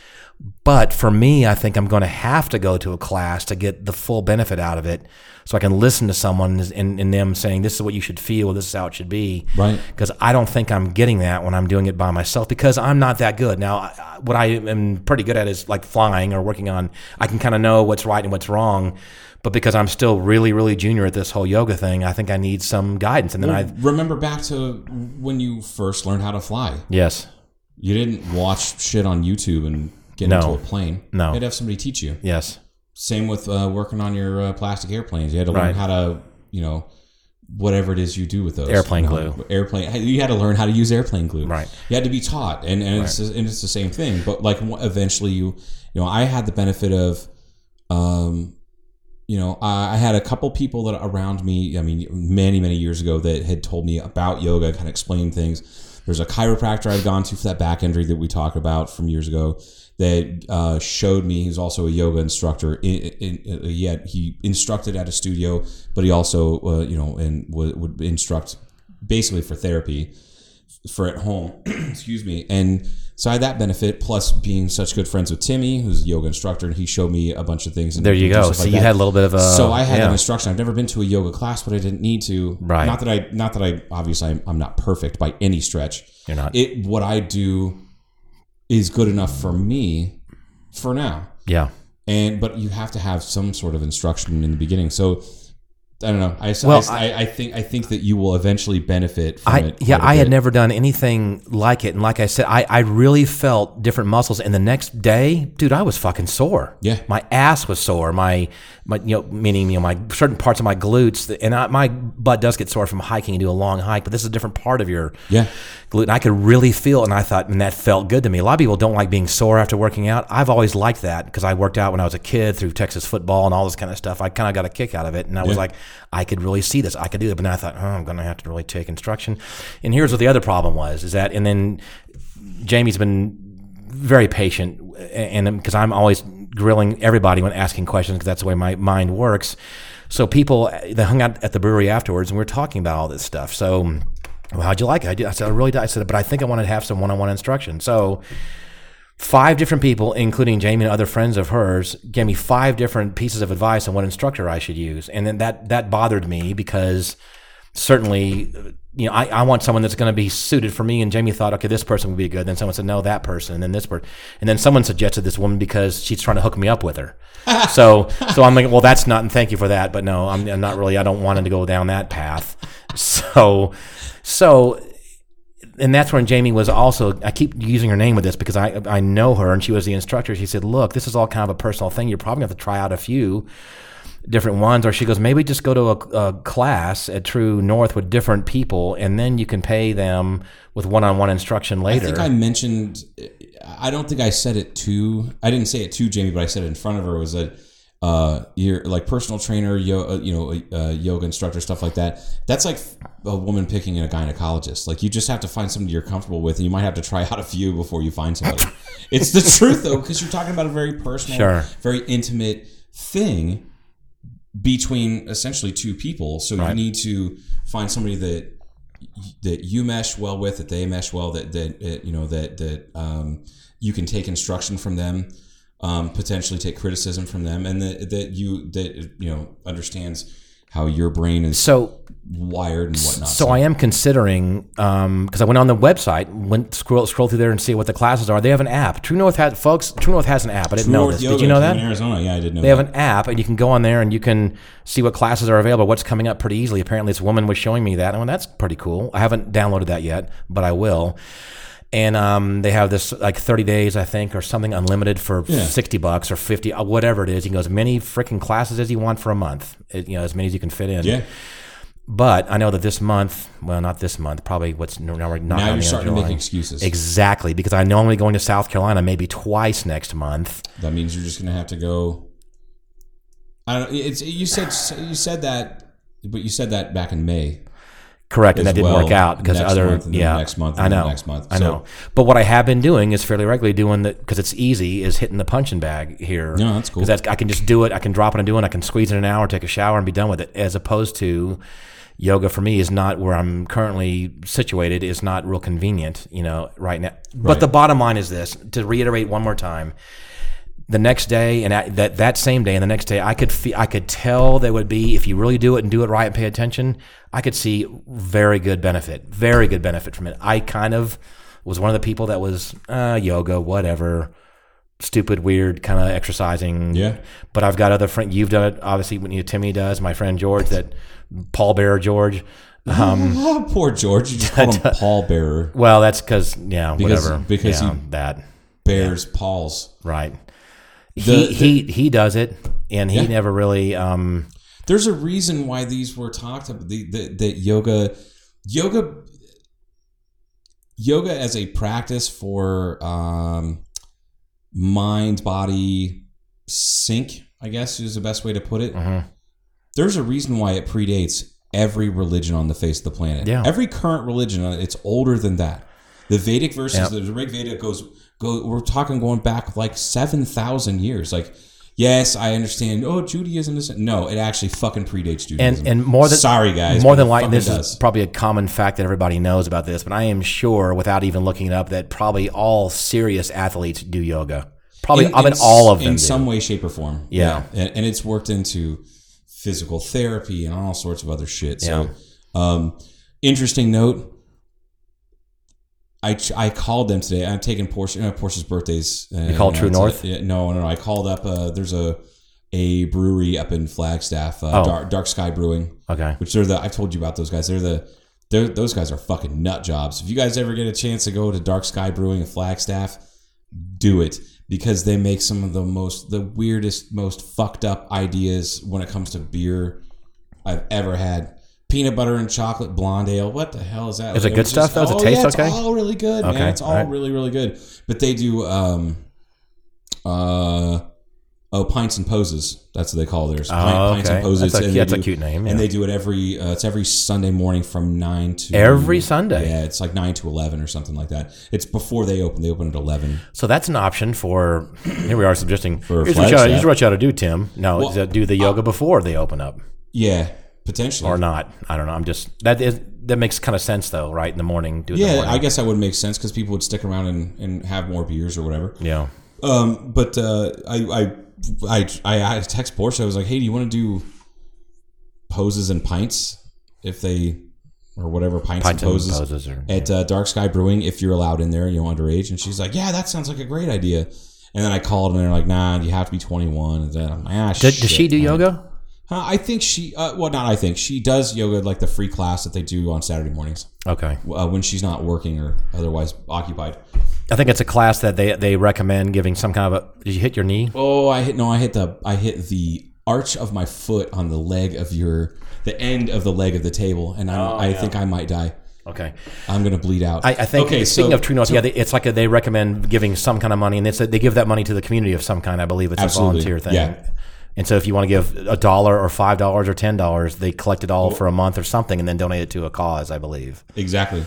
Speaker 5: But for me, I think I'm going to have to go to a class to get the full benefit out of it so I can listen to someone and, and them saying, this is what you should feel, this is how it should be.
Speaker 6: Right.
Speaker 5: Because I don't think I'm getting that when I'm doing it by myself because I'm not that good. Now, I- I- what I am pretty good at is like flying or working on, I can kind of know what's right and what's wrong. But because I'm still really, really junior at this whole yoga thing, I think I need some guidance. And then I,
Speaker 6: Remember back to when you first learned how to fly.
Speaker 5: yes.
Speaker 6: You didn't watch shit on YouTube and get
Speaker 5: No.
Speaker 6: into a plane.
Speaker 5: No.
Speaker 6: You'd have somebody teach you.
Speaker 5: Yes.
Speaker 6: Same with uh, working on your uh, plastic airplanes. You had to learn
Speaker 5: Right.
Speaker 6: how to, you know, whatever it is you do with those
Speaker 5: Airplane
Speaker 6: You
Speaker 5: glue.
Speaker 6: Airplane. You had to learn how to use airplane glue.
Speaker 5: Right.
Speaker 6: You had to be taught, and and, it's, and it's the same thing. But like wh- eventually, you you know, I had the benefit of, um, you know, I, I had a couple people that around me. I mean, many many years ago that had told me about yoga, kind of explained things. There's a chiropractor I'd gone to for that back injury that we talked about from years ago that uh, showed me. He's also a yoga instructor. In, in, in- uh, yet he instructed at a studio, but he also, uh, you know, and would, would instruct basically for therapy for at home. Excuse me. And so I had that benefit, plus being such good friends with Timmy, who's a yoga instructor, and he showed me a bunch of things. And
Speaker 5: There you
Speaker 6: different
Speaker 5: go.
Speaker 6: stuff
Speaker 5: So
Speaker 6: like
Speaker 5: you
Speaker 6: that.
Speaker 5: had a little bit of a.
Speaker 6: So I had
Speaker 5: Uh, yeah.
Speaker 6: an instruction. I've never been to a yoga class, but I didn't need to.
Speaker 5: Right.
Speaker 6: Not that I. Not that I. Obviously, I'm, I'm not perfect by any stretch.
Speaker 5: You're not.
Speaker 6: It. What I do is good enough for me for now
Speaker 5: yeah.
Speaker 6: and but you have to have some sort of instruction in the beginning so i don't know i, I-
Speaker 5: Well,
Speaker 6: I, I, think i think that you will eventually benefit from
Speaker 5: I,
Speaker 6: it
Speaker 5: yeah,
Speaker 6: quite a
Speaker 5: I had
Speaker 6: bit.
Speaker 5: never done anything like it. And like I said, I, I really felt different muscles. And the next day, dude, I was fucking sore.
Speaker 6: Yeah.
Speaker 5: My ass was sore. My, my, you know, meaning, you know, my certain parts of my glutes. that- And I, my butt does get sore from hiking and do a long hike, but this is a different part of your
Speaker 6: Yeah.
Speaker 5: glute. And I could really feel, and I thought, and that felt good to me. A lot of people don't like being sore after working out. I've always liked that because I worked out when I was a kid through Texas football and all this kind of stuff. I kind of got a kick out of it. And I was
Speaker 6: Yeah.
Speaker 5: like, I could really see this. I could do it. But now I thought, oh, I'm going to have to really take instruction. And here's what the other problem was is that, and then Jamie's been very patient, and because I'm always grilling everybody when asking questions, because that's the way my mind works. So people they hung out at the brewery afterwards, and we were talking about all this stuff. So, well, how'd you like it? I, did, I said I really did. I said, but I think I want to have some one-on-one instruction. So five different people, including Jamie and other friends of hers, gave me five different pieces of advice on what instructor I should use, and then that that bothered me because certainly, you know, I, I want someone that's going to be suited for me. And Jamie thought, okay, this person would be good. Then someone said, no, that person, and then this person, and then someone suggested this woman because she's trying to hook me up with her. so so I'm like, well, that's not, and thank you for that, but no, I'm, I'm not really. I don't want to go down that path. So so and that's when Jamie was also. I keep using her name with this because I I know her, and she was the instructor. She said, "Look, this is all kind of a personal thing. You're probably going to have to try out a few different ones." Or she goes, "Maybe just go to a, a class at True North with different people, and then you can pay them with one-on-one instruction
Speaker 6: i
Speaker 5: later."
Speaker 6: think i mentioned i don't think i said it to i didn't say it to jamie but i said it in front of her was that uh you're like personal trainer yo, uh, you know uh, yoga instructor stuff like that that's like a woman picking a gynecologist like you just have to find somebody you're comfortable with and you might have to try out a few before you find somebody it's the truth though because you're talking about a very personal
Speaker 5: Sure.
Speaker 6: very intimate thing between essentially two people. So you need to find somebody that that you mesh well with, that they mesh well, that that that, you know that that um, you can take instruction from them, um, potentially take criticism from them, and that that you that you know understands how your brain is
Speaker 5: so
Speaker 6: wired and whatnot.
Speaker 5: So I am considering because I went on the website, went scroll scroll through there and see what the classes are. They have an app. True North has folks. True North has an app. I didn't know
Speaker 6: North
Speaker 5: this.
Speaker 6: Yoga
Speaker 5: Did you know
Speaker 6: came
Speaker 5: that?
Speaker 6: in Arizona? Yeah, I did know.
Speaker 5: They have
Speaker 6: that.
Speaker 5: an app, and you can go on there and you can see what classes are available, what's coming up pretty easily. Apparently, this woman was showing me that, and I went, that's pretty cool. I haven't downloaded that yet, but I will. And um, they have this like 30 days, I think, or something unlimited for 60 bucks or 50, uh, whatever it is. You can go as many freaking classes as you want for a month, It- you know, as many as you can fit in.
Speaker 6: yeah.
Speaker 5: But I know that this month, well, not this month, probably what's now we're not
Speaker 6: Now
Speaker 5: on
Speaker 6: you're
Speaker 5: the end of
Speaker 6: starting to make
Speaker 5: July.
Speaker 6: excuses.
Speaker 5: Exactly, because I know I'm going to going to South Carolina maybe twice next month.
Speaker 6: That means you're just gonna have to go. I don't. It's you said you said that, but you said that back in May.
Speaker 5: Correct, and
Speaker 6: as
Speaker 5: that didn't
Speaker 6: well,
Speaker 5: work out because
Speaker 6: next
Speaker 5: other
Speaker 6: month and then
Speaker 5: yeah
Speaker 6: next month
Speaker 5: I
Speaker 6: and then
Speaker 5: know
Speaker 6: next month.
Speaker 5: I
Speaker 6: So-
Speaker 5: know, but what I have been doing is fairly regularly doing that because it's easy is hitting the punching bag here.
Speaker 6: Yeah, that's cool.
Speaker 5: 'Cause I can just do it. I can drop it and do it. I can squeeze in an hour, take a shower, and be done with it. As opposed to yoga for me is not where I'm currently situated. Is not real convenient, you know, right now. But the bottom line is this: to reiterate one more time, the next day and at that that same day and the next day I could fe- I could tell there would be if you really do it and do it right and pay attention I could see very good benefit very good benefit from it I kind of was one of the people that was uh, yoga whatever stupid weird kind of exercising
Speaker 6: Yeah.
Speaker 5: but I've got other friends you've done it obviously when you Timmy does my friend George that Paul Bearer George Um,
Speaker 6: Oh, poor George. You just called him pallbearer.
Speaker 5: well that's cause yeah
Speaker 6: Because-
Speaker 5: whatever
Speaker 6: because
Speaker 5: yeah,
Speaker 6: you-
Speaker 5: that
Speaker 6: Bears, Pauls.
Speaker 5: right
Speaker 6: The-
Speaker 5: he, he he does it and he
Speaker 6: Yeah.
Speaker 5: never really um
Speaker 6: There's a reason why these were talked about. The, the, that yoga, yoga, yoga as a practice for um, mind body sync. I guess is the best way to put it.
Speaker 5: mhm.
Speaker 6: There's a reason why it predates every religion on the face of the planet.
Speaker 5: Yeah.
Speaker 6: Every current religion, uh, it's older than that. The Vedic versus
Speaker 5: Yeah.
Speaker 6: the Rig Veda goes go. We're talking going back like seven thousand years. Like, yes, I understand. Oh, Judaism is no. It actually fucking predates Judaism.
Speaker 5: and and more than
Speaker 6: sorry guys,
Speaker 5: more
Speaker 6: but
Speaker 5: than
Speaker 6: it
Speaker 5: likely
Speaker 6: fucking
Speaker 5: this is
Speaker 6: does.
Speaker 5: probably a common fact that everybody knows about this, but I am sure without even looking it up that probably all serious athletes do yoga. Probably I bet
Speaker 6: s-
Speaker 5: all of them.
Speaker 6: in
Speaker 5: do.
Speaker 6: some way, shape, or form.
Speaker 5: Yeah.
Speaker 6: and, and it's worked into physical therapy and all sorts of other shit. So, um, interesting note. I, ch- I called them today. I'm taking Porsche. Uh, Porsche's birthdays. Uh,
Speaker 5: You called True
Speaker 6: it's a-
Speaker 5: North?
Speaker 6: yeah, no, no, no. I called up. Uh, there's a a brewery up in Flagstaff. Uh,
Speaker 5: Oh.
Speaker 6: Dark, Dark Sky Brewing
Speaker 5: okay.
Speaker 6: which they're the I've told you about those guys. They're the they're, those guys are fucking nut jobs. If you guys ever get a chance to go to Dark Sky Brewing in Flagstaff, do it because they make some of the most the weirdest, most fucked up ideas when it comes to beer I've ever had. Peanut butter and chocolate blonde ale. What the hell is that?
Speaker 5: Is it good
Speaker 6: was
Speaker 5: stuff, though? Does it
Speaker 6: oh,
Speaker 5: taste
Speaker 6: yeah, it's
Speaker 5: okay?
Speaker 6: all really good,
Speaker 5: Okay,
Speaker 6: man. It's all
Speaker 5: all right.
Speaker 6: really really good. But they do um uh oh pints and poses. That's what they call theirs. Pint-
Speaker 5: Oh,
Speaker 6: Pints and
Speaker 5: okay.
Speaker 6: poses.
Speaker 5: That's a-
Speaker 6: and they
Speaker 5: that's a
Speaker 6: do-
Speaker 5: cute name, yeah.
Speaker 6: And they do it every uh, it's every Sunday morning from nine to
Speaker 5: Every Sunday.
Speaker 6: Yeah, it's like nine to eleven or something like that. It's before they open. They open at eleven.
Speaker 5: So that's an option for here we are suggesting here's,
Speaker 6: For
Speaker 5: what you
Speaker 6: Flagstaff.
Speaker 5: ought, here's what you ought to do, Tim. No,
Speaker 6: Well, uh,
Speaker 5: is that do the yoga before they open up.
Speaker 6: Yeah, potentially.
Speaker 5: Or not. I don't know. I'm just that is that makes kind of sense though, right? In the morning, do it in the
Speaker 6: yeah,
Speaker 5: morning.
Speaker 6: I guess that would make sense because people would stick around and, and have more beers or whatever.
Speaker 5: yeah.
Speaker 6: Um, but uh, I, I, I, I, I text Porsche. I was like, "Hey, do you want to do poses and pints if they or whatever pints,
Speaker 5: Pints
Speaker 6: and
Speaker 5: and
Speaker 6: poses,
Speaker 5: poses or-
Speaker 6: at uh, Dark Sky Brewing if you're allowed in there, you know, underage?" And she's like, "Yeah, that sounds like a great idea." And then I called and they're like, "Nah, you have to be 21." And then I'm like, "Ah,
Speaker 5: Did,
Speaker 6: shit,
Speaker 5: does she do
Speaker 6: man."
Speaker 5: yoga?
Speaker 6: Uh, I think she. Uh, well, not I think she does yoga like the free class that they do on Saturday mornings
Speaker 5: Okay.
Speaker 6: uh, when she's not working or otherwise occupied.
Speaker 5: I think it's a class that they, they recommend giving some kind of a. Did you hit your knee?
Speaker 6: Oh, I hit no, I hit the I hit the arch of my foot on the leg of your the end of the leg of the table, and I'm, I think I might die.
Speaker 5: Okay.
Speaker 6: I'm gonna bleed out.
Speaker 5: I, I think
Speaker 6: Okay,
Speaker 5: speaking
Speaker 6: so-
Speaker 5: of True North, yeah, they, it's like a, they recommend giving some kind of money, and it's a, they give that money to the community of some kind. I believe it's a
Speaker 6: Absolutely,
Speaker 5: volunteer thing.
Speaker 6: yeah.
Speaker 5: And so, if you want to give a dollar or five dollars or ten dollars, they collect it all for a month or something, and then donate it to a cause, I believe,
Speaker 6: exactly.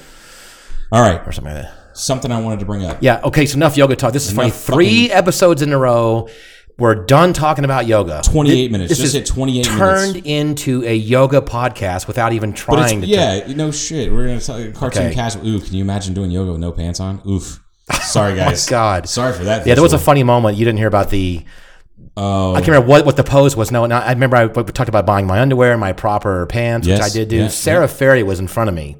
Speaker 6: All right,
Speaker 5: or something like that.
Speaker 6: something I wanted to bring up.
Speaker 5: Yeah. Okay. So enough yoga talk. This is funny.
Speaker 6: Enough
Speaker 5: Three episodes in a row, we're done talking about yoga.
Speaker 6: 28 minutes.
Speaker 5: This
Speaker 6: Just
Speaker 5: is
Speaker 6: hit 28
Speaker 5: turned
Speaker 6: minutes.
Speaker 5: into a yoga podcast without even
Speaker 6: But
Speaker 5: trying
Speaker 6: it's,
Speaker 5: to.
Speaker 6: yeah, no shit. We're gonna talk cartoon
Speaker 5: Okay.
Speaker 6: casual. Ooh, can you imagine doing yoga with no pants on? Oof. Sorry, guys.
Speaker 5: Oh God.
Speaker 6: Sorry for that.
Speaker 5: Yeah, there was a
Speaker 6: visual.
Speaker 5: funny moment you didn't hear about the.
Speaker 6: Oh.
Speaker 5: I can't remember what, what the pose was. No, no, I remember I we talked about buying my underwear and my proper pants,
Speaker 6: Yes,
Speaker 5: which I did do.
Speaker 6: yeah,
Speaker 5: Sarah Ferry was in front of me,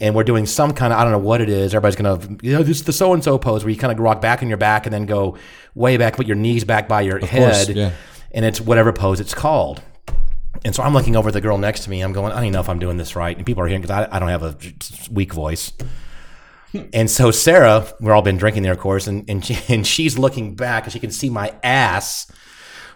Speaker 5: and we're doing some kind of I don't know what it is. Everybody's gonna you know this is the so and so pose where you kind of rock back on your back and then go way back, put your knees back by your
Speaker 6: course,
Speaker 5: head,
Speaker 6: yeah.
Speaker 5: and it's whatever pose it's called. And so I'm looking over at the girl next to me. I'm going, I don't even know if I'm doing this right. And people are hearing because I, I don't have a weak voice. And so Sarah, we're all been drinking there, of course, and and, she, and she's looking back and she can see my ass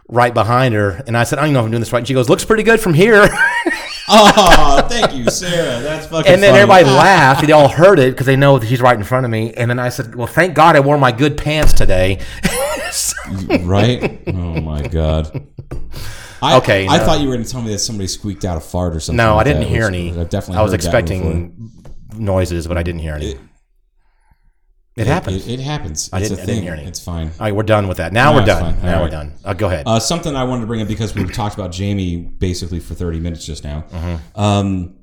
Speaker 5: right behind her. And I said, I don't even know if I'm doing this right. And she goes, looks pretty good from here.
Speaker 6: Oh, thank you, Sarah. That's fucking.
Speaker 5: and then
Speaker 6: funny.
Speaker 5: everybody laughed. They all heard it because they know that she's right in front of me. And then I said, well, thank God I wore my good pants today.
Speaker 6: right? Oh my god. I,
Speaker 5: okay.
Speaker 6: I
Speaker 5: no.
Speaker 6: thought you were going to tell me that somebody squeaked out a fart or something.
Speaker 5: No, I
Speaker 6: like
Speaker 5: didn't
Speaker 6: that,
Speaker 5: hear
Speaker 6: which
Speaker 5: any.
Speaker 6: I've definitely.
Speaker 5: I was
Speaker 6: heard that before.
Speaker 5: expecting noises, but I didn't hear any. It, happens.
Speaker 6: It, it happens.
Speaker 5: I
Speaker 6: it's
Speaker 5: didn't-
Speaker 6: a
Speaker 5: I
Speaker 6: thing.
Speaker 5: didn't hear any.
Speaker 6: It's fine.
Speaker 5: All right, we're done with that. Now
Speaker 6: No,
Speaker 5: we're
Speaker 6: it's
Speaker 5: done.
Speaker 6: fine.
Speaker 5: Now
Speaker 6: All
Speaker 5: we're
Speaker 6: right.
Speaker 5: done. Uh, go ahead.
Speaker 6: Uh, something I wanted to bring up because we've talked about Jamie basically for 30 minutes just now. Um,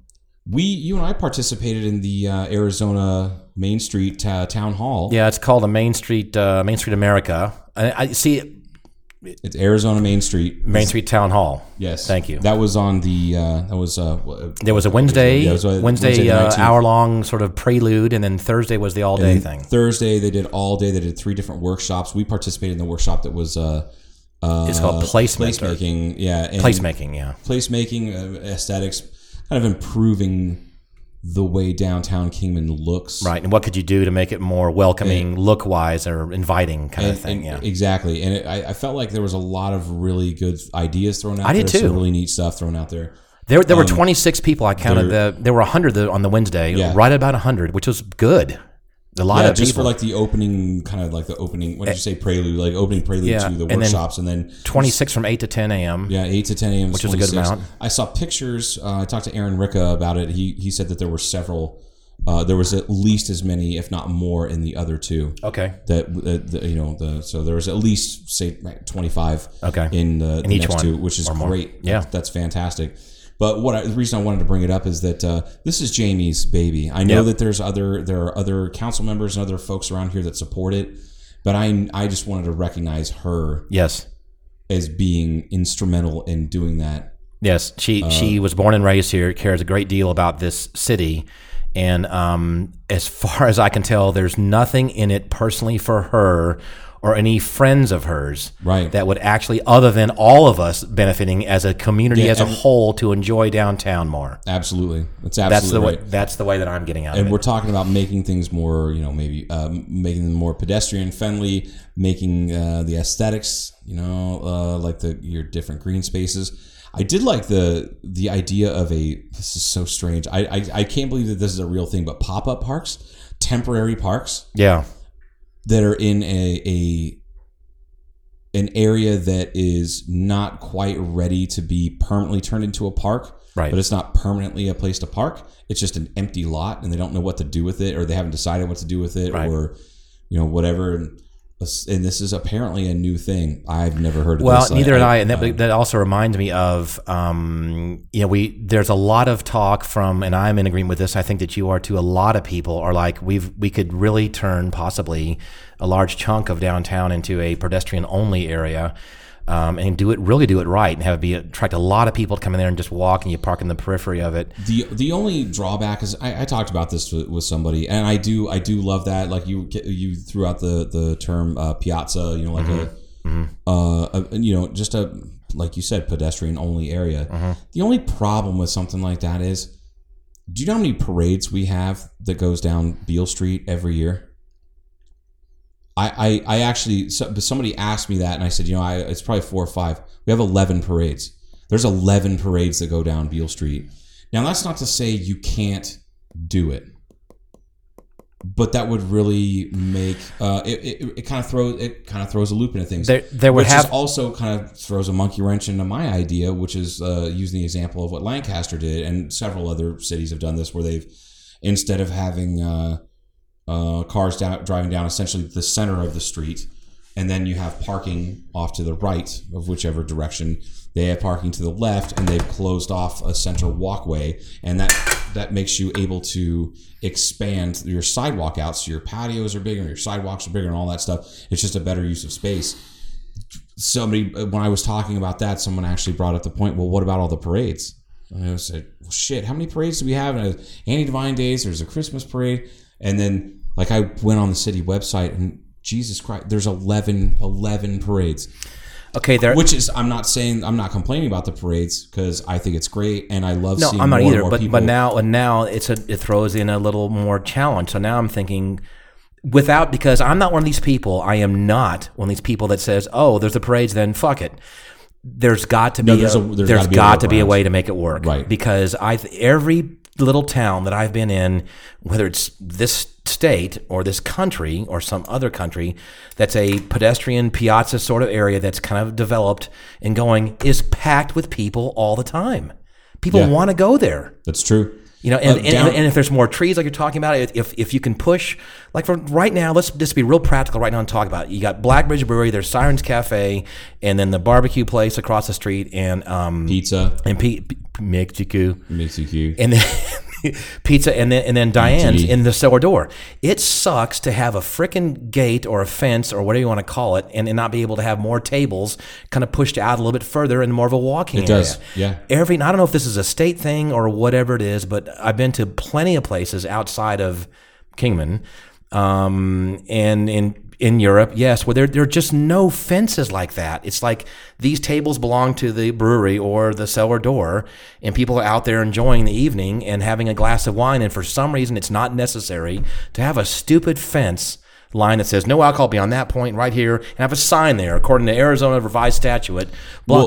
Speaker 6: we, you and I participated in the uh, Arizona Main Street uh, Town Hall.
Speaker 5: yeah, it's called a Main Street uh, Main Street America. I, I see
Speaker 6: It's Arizona Main Street.
Speaker 5: Main Street Town Hall.
Speaker 6: Yes.
Speaker 5: Thank you.
Speaker 6: That was on the, uh, that was, uh, wh-
Speaker 5: There was a Wednesday,
Speaker 6: Yeah, it was a-
Speaker 5: Wednesday,
Speaker 6: Wednesday the
Speaker 5: uh,
Speaker 6: 19th.
Speaker 5: hour long sort of prelude, and then Thursday was the all day
Speaker 6: And
Speaker 5: thing.
Speaker 6: Thursday, they did all day. They did three different workshops. We participated in the workshop that was, uh, uh,
Speaker 5: It's called placement or-
Speaker 6: placemaking. Yeah. and-
Speaker 5: Placemaking, yeah.
Speaker 6: placemaking, uh, aesthetics, kind of improving the way downtown Kingman looks.
Speaker 5: Right. And what could you do to make it more welcoming, look wise, or inviting kind
Speaker 6: And,
Speaker 5: of thing?
Speaker 6: and-
Speaker 5: yeah.
Speaker 6: Exactly. And it, I, I felt like there was a lot of really good ideas thrown out
Speaker 5: I
Speaker 6: there.
Speaker 5: did too.
Speaker 6: Some really neat stuff thrown out there.
Speaker 5: There, there were
Speaker 6: um,
Speaker 5: 26 people. I counted the. There were 100 the, on the Wednesday,
Speaker 6: Yeah.
Speaker 5: right about 100, which was good. A lot
Speaker 6: yeah,
Speaker 5: of
Speaker 6: just
Speaker 5: people. Eh,
Speaker 6: for like the opening, kind of like the opening, what did you say, prelude, like opening prelude
Speaker 5: Yeah,
Speaker 6: to the
Speaker 5: and then
Speaker 6: workshops. and then
Speaker 5: 26 from 8 to 10 a.m.
Speaker 6: Yeah, eight to ten a.m.
Speaker 5: Which is a good
Speaker 6: 26.
Speaker 5: amount.
Speaker 6: I saw pictures. Uh, I talked to Aaron Ricca about it. He he said that there were several. Uh, there was at least as many, if not more, in the other two.
Speaker 5: Okay.
Speaker 6: That uh, the, you know the so there was at least say like, twenty five.
Speaker 5: Okay.
Speaker 6: In the, the
Speaker 5: each
Speaker 6: next
Speaker 5: one,
Speaker 6: two, which is
Speaker 5: or more.
Speaker 6: great.
Speaker 5: Yeah.
Speaker 6: That- that's fantastic. But what I, the reason I wanted to bring it up is that uh, this is Jamie's baby. I know
Speaker 5: Yep.
Speaker 6: that there's other there are other council members and other folks around here that support it, but I I just wanted to recognize her
Speaker 5: Yes.
Speaker 6: as being instrumental in doing that
Speaker 5: Yes, she
Speaker 6: Um,
Speaker 5: she was born and raised here. Cares a great deal about this city, and um, as far as I can tell, there's nothing in it personally for her or any friends of hers
Speaker 6: Right.
Speaker 5: that would actually, other than all of us benefiting as a community
Speaker 6: Yeah,
Speaker 5: as a
Speaker 6: and-
Speaker 5: whole, to enjoy downtown more.
Speaker 6: Absolutely, that's
Speaker 5: That's
Speaker 6: absolutely
Speaker 5: the way.
Speaker 6: right.
Speaker 5: That's the way that I'm getting out
Speaker 6: And
Speaker 5: of
Speaker 6: we're
Speaker 5: it.
Speaker 6: talking about making things more, you know, maybe um, making them more pedestrian friendly, making uh, the aesthetics, you know, uh, like the your different green spaces. I did like the the idea of a. This is so strange. I I, I can't believe that this is a real thing. But pop up parks, temporary parks
Speaker 5: Yeah,
Speaker 6: that are in a a an area that is not quite ready to be permanently turned into a park
Speaker 5: Right.
Speaker 6: but it's not permanently a place to park it's just an empty lot and they don't know what to do with it or they haven't decided what to do with it
Speaker 5: Right.
Speaker 6: or you know whatever and this- and this is apparently a new thing i've never heard of
Speaker 5: Well,
Speaker 6: this. um,
Speaker 5: neither did I, and that, that also reminds me of um, you know we there's a lot of talk from, and I'm in agreement with this. I think that you are too. A lot of people are like we've we could really turn possibly a large chunk of downtown into a pedestrian only area. Um, and do it really do it right and have it be attract a lot of people to come in there and just walk and you park in the periphery of it.
Speaker 6: the the only drawback is I, I talked about this with, with somebody, and I do I do love that. Like you you threw out the the term uh, piazza, you know, like a, uh, a you know just a like you said pedestrian only area. The only problem with something like that is, do you know how many parades we have that goes down Beale Street every year? I, I, I actually so, but somebody asked me that and I said you know I, it's probably four or five we have 11 parades there's 11 parades that go down Beale Street now that's not to say you can't do it but that would really make uh, it, it, it kind of throws it kind of throws a loop into things
Speaker 5: There- there would
Speaker 6: which
Speaker 5: have-
Speaker 6: is also kind of throws a monkey wrench into my idea which is uh, using the example of what Lancaster did and several other cities have done this where they've instead of having uh, uh, cars down, driving down essentially the center of the street, and then you have parking off to the right of whichever direction. They have parking to the left, and they've closed off a center walkway, and that that makes you able to expand your sidewalk out, so your patios are bigger, your sidewalks are bigger, and all that stuff. It's just a better use of space. Somebody, when I was talking about that, someone actually brought up the point. Well, what about all the parades? And I was like, well, shit, how many parades do we have? And it was Annie Divine Days, there's a Christmas parade. And then, like, I went on the city website and Jesus Christ, there's 11, 11 parades.
Speaker 5: Okay, there.
Speaker 6: Which is, I'm not saying, I'm not complaining about the parades because I think it's great and I love
Speaker 5: No,
Speaker 6: seeing
Speaker 5: I'm not
Speaker 6: more and
Speaker 5: either.
Speaker 6: more
Speaker 5: But
Speaker 6: people.
Speaker 5: but now and now it's a it throws in a little more challenge. So now I'm thinking without because I'm not one of these people. I am not one of these people that says, "Oh, there's the parades, then fuck it." There's got to be
Speaker 6: there's
Speaker 5: a,
Speaker 6: a- there's
Speaker 5: there's
Speaker 6: gotta be a
Speaker 5: got to be a
Speaker 6: workaround.
Speaker 5: way to make it work,
Speaker 6: Right.
Speaker 5: Because I every little town that I've been in, whether it's this state or this country or some other country that's a pedestrian piazza sort of area that's kind of developed and going is packed with people all the time. People
Speaker 6: Yeah.
Speaker 5: want to go there.
Speaker 6: That's true.
Speaker 5: You know, and,
Speaker 6: Uh,
Speaker 5: and,
Speaker 6: down-
Speaker 5: and if there's more trees like you're talking about, if- if if you can push, like for right now, let's just be real practical right now and talk about. It. You got Blackbridge Brewery, there's Sirens Cafe, and then the barbecue place across the street, and um
Speaker 6: Pizza
Speaker 5: and P- P- Mexico,
Speaker 6: makes you cute.
Speaker 5: and then pizza, and then and then Diane's
Speaker 6: MTV.
Speaker 5: in the cellar door. It sucks to have a frickin' gate or a fence or whatever you want to call it, and, and not be able to have more tables kind of pushed out a little bit further and more of a walking.
Speaker 6: It does,
Speaker 5: area.
Speaker 6: yeah.
Speaker 5: Every and I don't know if this is a state thing or whatever it is, but I've been to plenty of places outside of Kingman, um, and in in Europe, yes, where there there are just no fences like that. It's like these tables belong to the brewery or the cellar door, and people are out there enjoying the evening and having a glass of wine. And for some reason, it's not necessary to have a stupid fence line that says no alcohol beyond that point right here and have a sign there according to arizona revised statute well,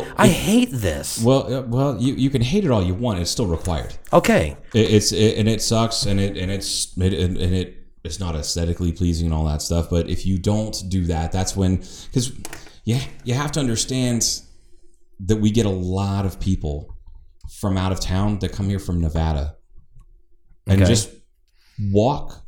Speaker 6: Well,
Speaker 5: i hate this
Speaker 6: Well, uh, well, you, you can hate it all you want. It's still required.
Speaker 5: okay
Speaker 6: It, it's it, and it sucks, and it and it's it, and, and it it's not aesthetically pleasing and all that stuff. But if you don't do that, that's when because yeah, you have to understand that we get a lot of people from out of town that come here from Nevada and
Speaker 5: Okay.
Speaker 6: just walk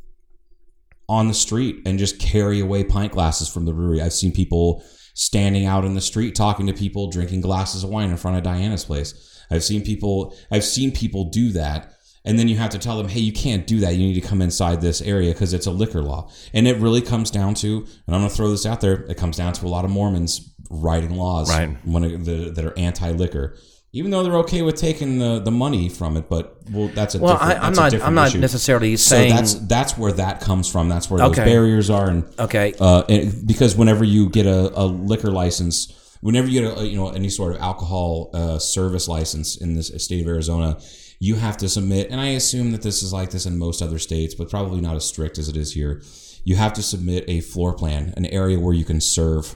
Speaker 6: on the street and just carry away pint glasses from the brewery. I've seen people standing out in the street talking to people, drinking glasses of wine in front of Diana's place. I've seen people I've seen people do that. And then you have to tell them, hey, you can't do that. You need to come inside this area because it's a liquor law. And it really comes down to, and I'm going to throw this out there, it comes down to a lot of Mormons writing laws
Speaker 5: Right.
Speaker 6: when it, the, that are anti liquor, even though they're okay with taking the, the money from it. But well, that's a
Speaker 5: Well,
Speaker 6: different,
Speaker 5: I, I'm
Speaker 6: that's a
Speaker 5: not.
Speaker 6: different
Speaker 5: I'm not
Speaker 6: issue.
Speaker 5: necessarily
Speaker 6: So
Speaker 5: saying.
Speaker 6: that's that's where that comes from. That's where those
Speaker 5: Okay.
Speaker 6: barriers are, and
Speaker 5: okay.
Speaker 6: uh, and because whenever you get a, a liquor license, whenever you get a, you know any sort of alcohol uh, service license in this state of Arizona, you have to submit. And I assume that this is like this in most other states, but probably not as strict as it is here. You have to submit a floor plan, an area where you can serve,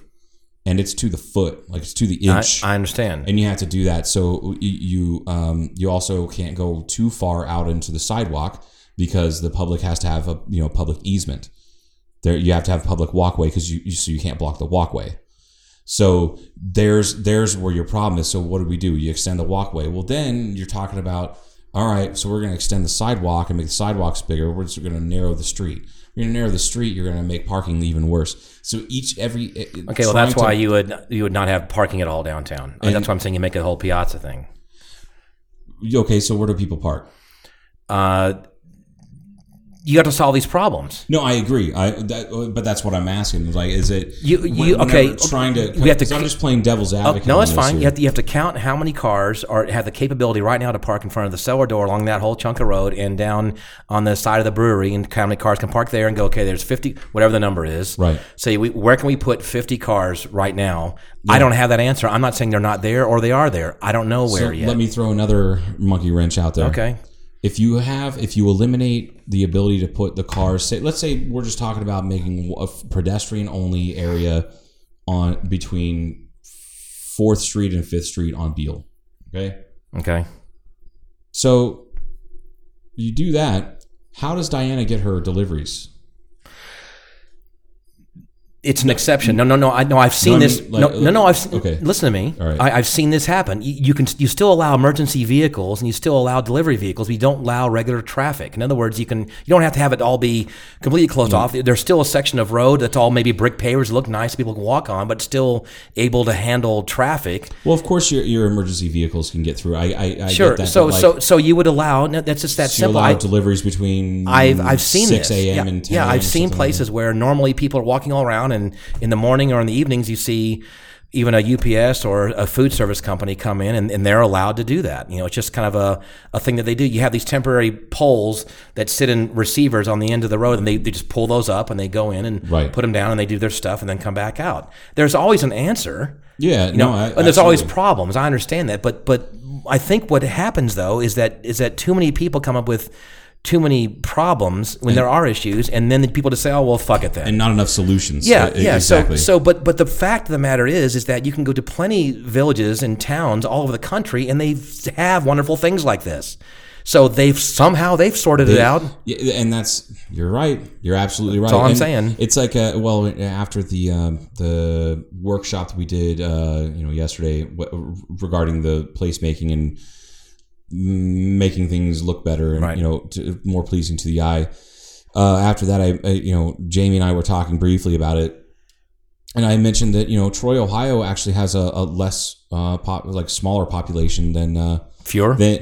Speaker 6: and it's to the foot, like it's to the
Speaker 5: I,
Speaker 6: inch
Speaker 5: I understand.
Speaker 6: and you have to do that. So y- you um, you also can't go too far out into the sidewalk because the public has to have a you know public easement. There you have to have public walkway because you, you so you can't block the walkway. So there's there's where your problem is. So what do we do? You extend the walkway. Well, then you're talking about all right. So we're going to extend the sidewalk and make the sidewalks bigger. We're just going to narrow the street. You're going to narrow the street. You're going to make parking even worse. So each every eh,
Speaker 5: Okay. Well, that's why you would you would not have parking at all downtown. I mean,
Speaker 6: And-
Speaker 5: that's why I'm saying you make a whole piazza thing.
Speaker 6: okay. So where do people park?
Speaker 5: Uh, you got to solve these problems.
Speaker 6: No, I agree. I that, uh, but that's what I'm asking. Like, is it
Speaker 5: You-
Speaker 6: when-
Speaker 5: you-
Speaker 6: whenever
Speaker 5: okay,
Speaker 6: Trying to
Speaker 5: we have to
Speaker 6: 'cause I'm
Speaker 5: c-
Speaker 6: just playing devil's
Speaker 5: Oh,
Speaker 6: advocate.
Speaker 5: no,
Speaker 6: on
Speaker 5: it's
Speaker 6: this
Speaker 5: fine.
Speaker 6: here.
Speaker 5: You have, to, you have to count how many cars are have the capability right now to park in front of the cellar door along that whole chunk of road and down on the side of the brewery, and how many cars can park there and go. Okay, there's 50, whatever the number is.
Speaker 6: Right.
Speaker 5: Say, we, where can we put 50 cars right now? I don't have that answer. I'm not saying they're not there or they are there. I don't know
Speaker 6: So
Speaker 5: where yet.
Speaker 6: Let me throw another monkey wrench out there.
Speaker 5: okay.
Speaker 6: If you have, if you eliminate the ability to put the cars, say, let's say we're just talking about making a pedestrian only area on between Fourth Street and Fifth Street on Beale. Okay.
Speaker 5: Okay.
Speaker 6: So you do that. How does Diana get her deliveries?
Speaker 5: It's an exception. No, no, no. I no. I've seen
Speaker 6: No, I
Speaker 5: this.
Speaker 6: mean, like,
Speaker 5: no, no, no. I've seen,
Speaker 6: okay.
Speaker 5: Listen to me.
Speaker 6: All right.
Speaker 5: I, I've seen this happen. You, you can you still allow emergency vehicles and you still allow delivery vehicles. But you don't allow regular traffic. In other words, you can you don't have to have it all be completely closed off.
Speaker 6: Mm-hmm.
Speaker 5: There's still a section of road that's all maybe brick pavers, look nice, people can walk on, but still able to handle traffic.
Speaker 6: Well, of course, your, your emergency vehicles can get through. I, I, I
Speaker 5: Sure.
Speaker 6: Get that,
Speaker 5: so
Speaker 6: but, like,
Speaker 5: so so you would allow. No, that's just that
Speaker 6: so you
Speaker 5: simple.
Speaker 6: allow
Speaker 5: I-
Speaker 6: deliveries between
Speaker 5: I've I've seen
Speaker 6: six
Speaker 5: this.
Speaker 6: a.m.
Speaker 5: yeah,
Speaker 6: and 10
Speaker 5: yeah,
Speaker 6: a.m. or
Speaker 5: I've seen
Speaker 6: something like
Speaker 5: places where normally people are walking all around, and in the morning or in the evenings, you see even a UPS or a food service company come in, and, and they're allowed to do that. You know, it's just kind of a, a thing that they do. You have these temporary poles that sit in receivers on the end of the road, and they, they just pull those up and they go in and
Speaker 6: Right.
Speaker 5: put them down, and they do their stuff, and then come back out. There's always an answer.
Speaker 6: that. Yeah,
Speaker 5: You know,
Speaker 6: no, I,
Speaker 5: and there's always
Speaker 6: absolutely.
Speaker 5: problems. I understand that, but but I think what happens though is that is that too many people come up with too many problems when there are issues, and then the people just say, "Oh well, fuck it then."
Speaker 6: and not enough solutions.
Speaker 5: yeah,
Speaker 6: E- e-
Speaker 5: yeah.
Speaker 6: exactly.
Speaker 5: So, so, but, but the fact of the matter is, is that you can go to plenty villages and towns all over the country, and they have wonderful things like this. So they've somehow they've sorted it out.
Speaker 6: Yeah, and that's you're right. You're absolutely right.
Speaker 5: all I'm
Speaker 6: And
Speaker 5: saying.
Speaker 6: It's like a well after the um, the workshop that we did, uh, you know, yesterday w- regarding the placemaking and making things look better and
Speaker 5: Right.
Speaker 6: you know to, more pleasing to the eye. Uh, after that, I, I you know Jamie and I were talking briefly about it, and I mentioned that you know Troy, Ohio actually has a, a less uh, pop like smaller population than. Uh,
Speaker 5: Fuhrer.
Speaker 6: they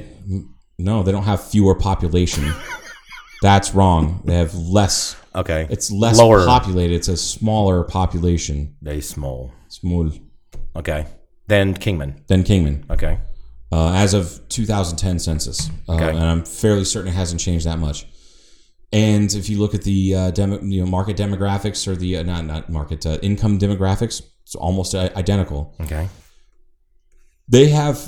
Speaker 6: no, they don't have fewer population. That's wrong. They have less.
Speaker 5: okay.
Speaker 6: It's less
Speaker 5: Lower.
Speaker 6: populated. It's a smaller population,
Speaker 5: they small.
Speaker 6: small
Speaker 5: Okay. Then Kingman.
Speaker 6: than Kingman.
Speaker 5: Okay.
Speaker 6: Uh, as of 2010 census, uh,
Speaker 5: Okay.
Speaker 6: and I'm fairly certain it hasn't changed that much. And if you look at the uh, demo, you know, market demographics or the uh, not not market uh, income demographics, it's almost i- identical.
Speaker 5: Okay.
Speaker 6: they have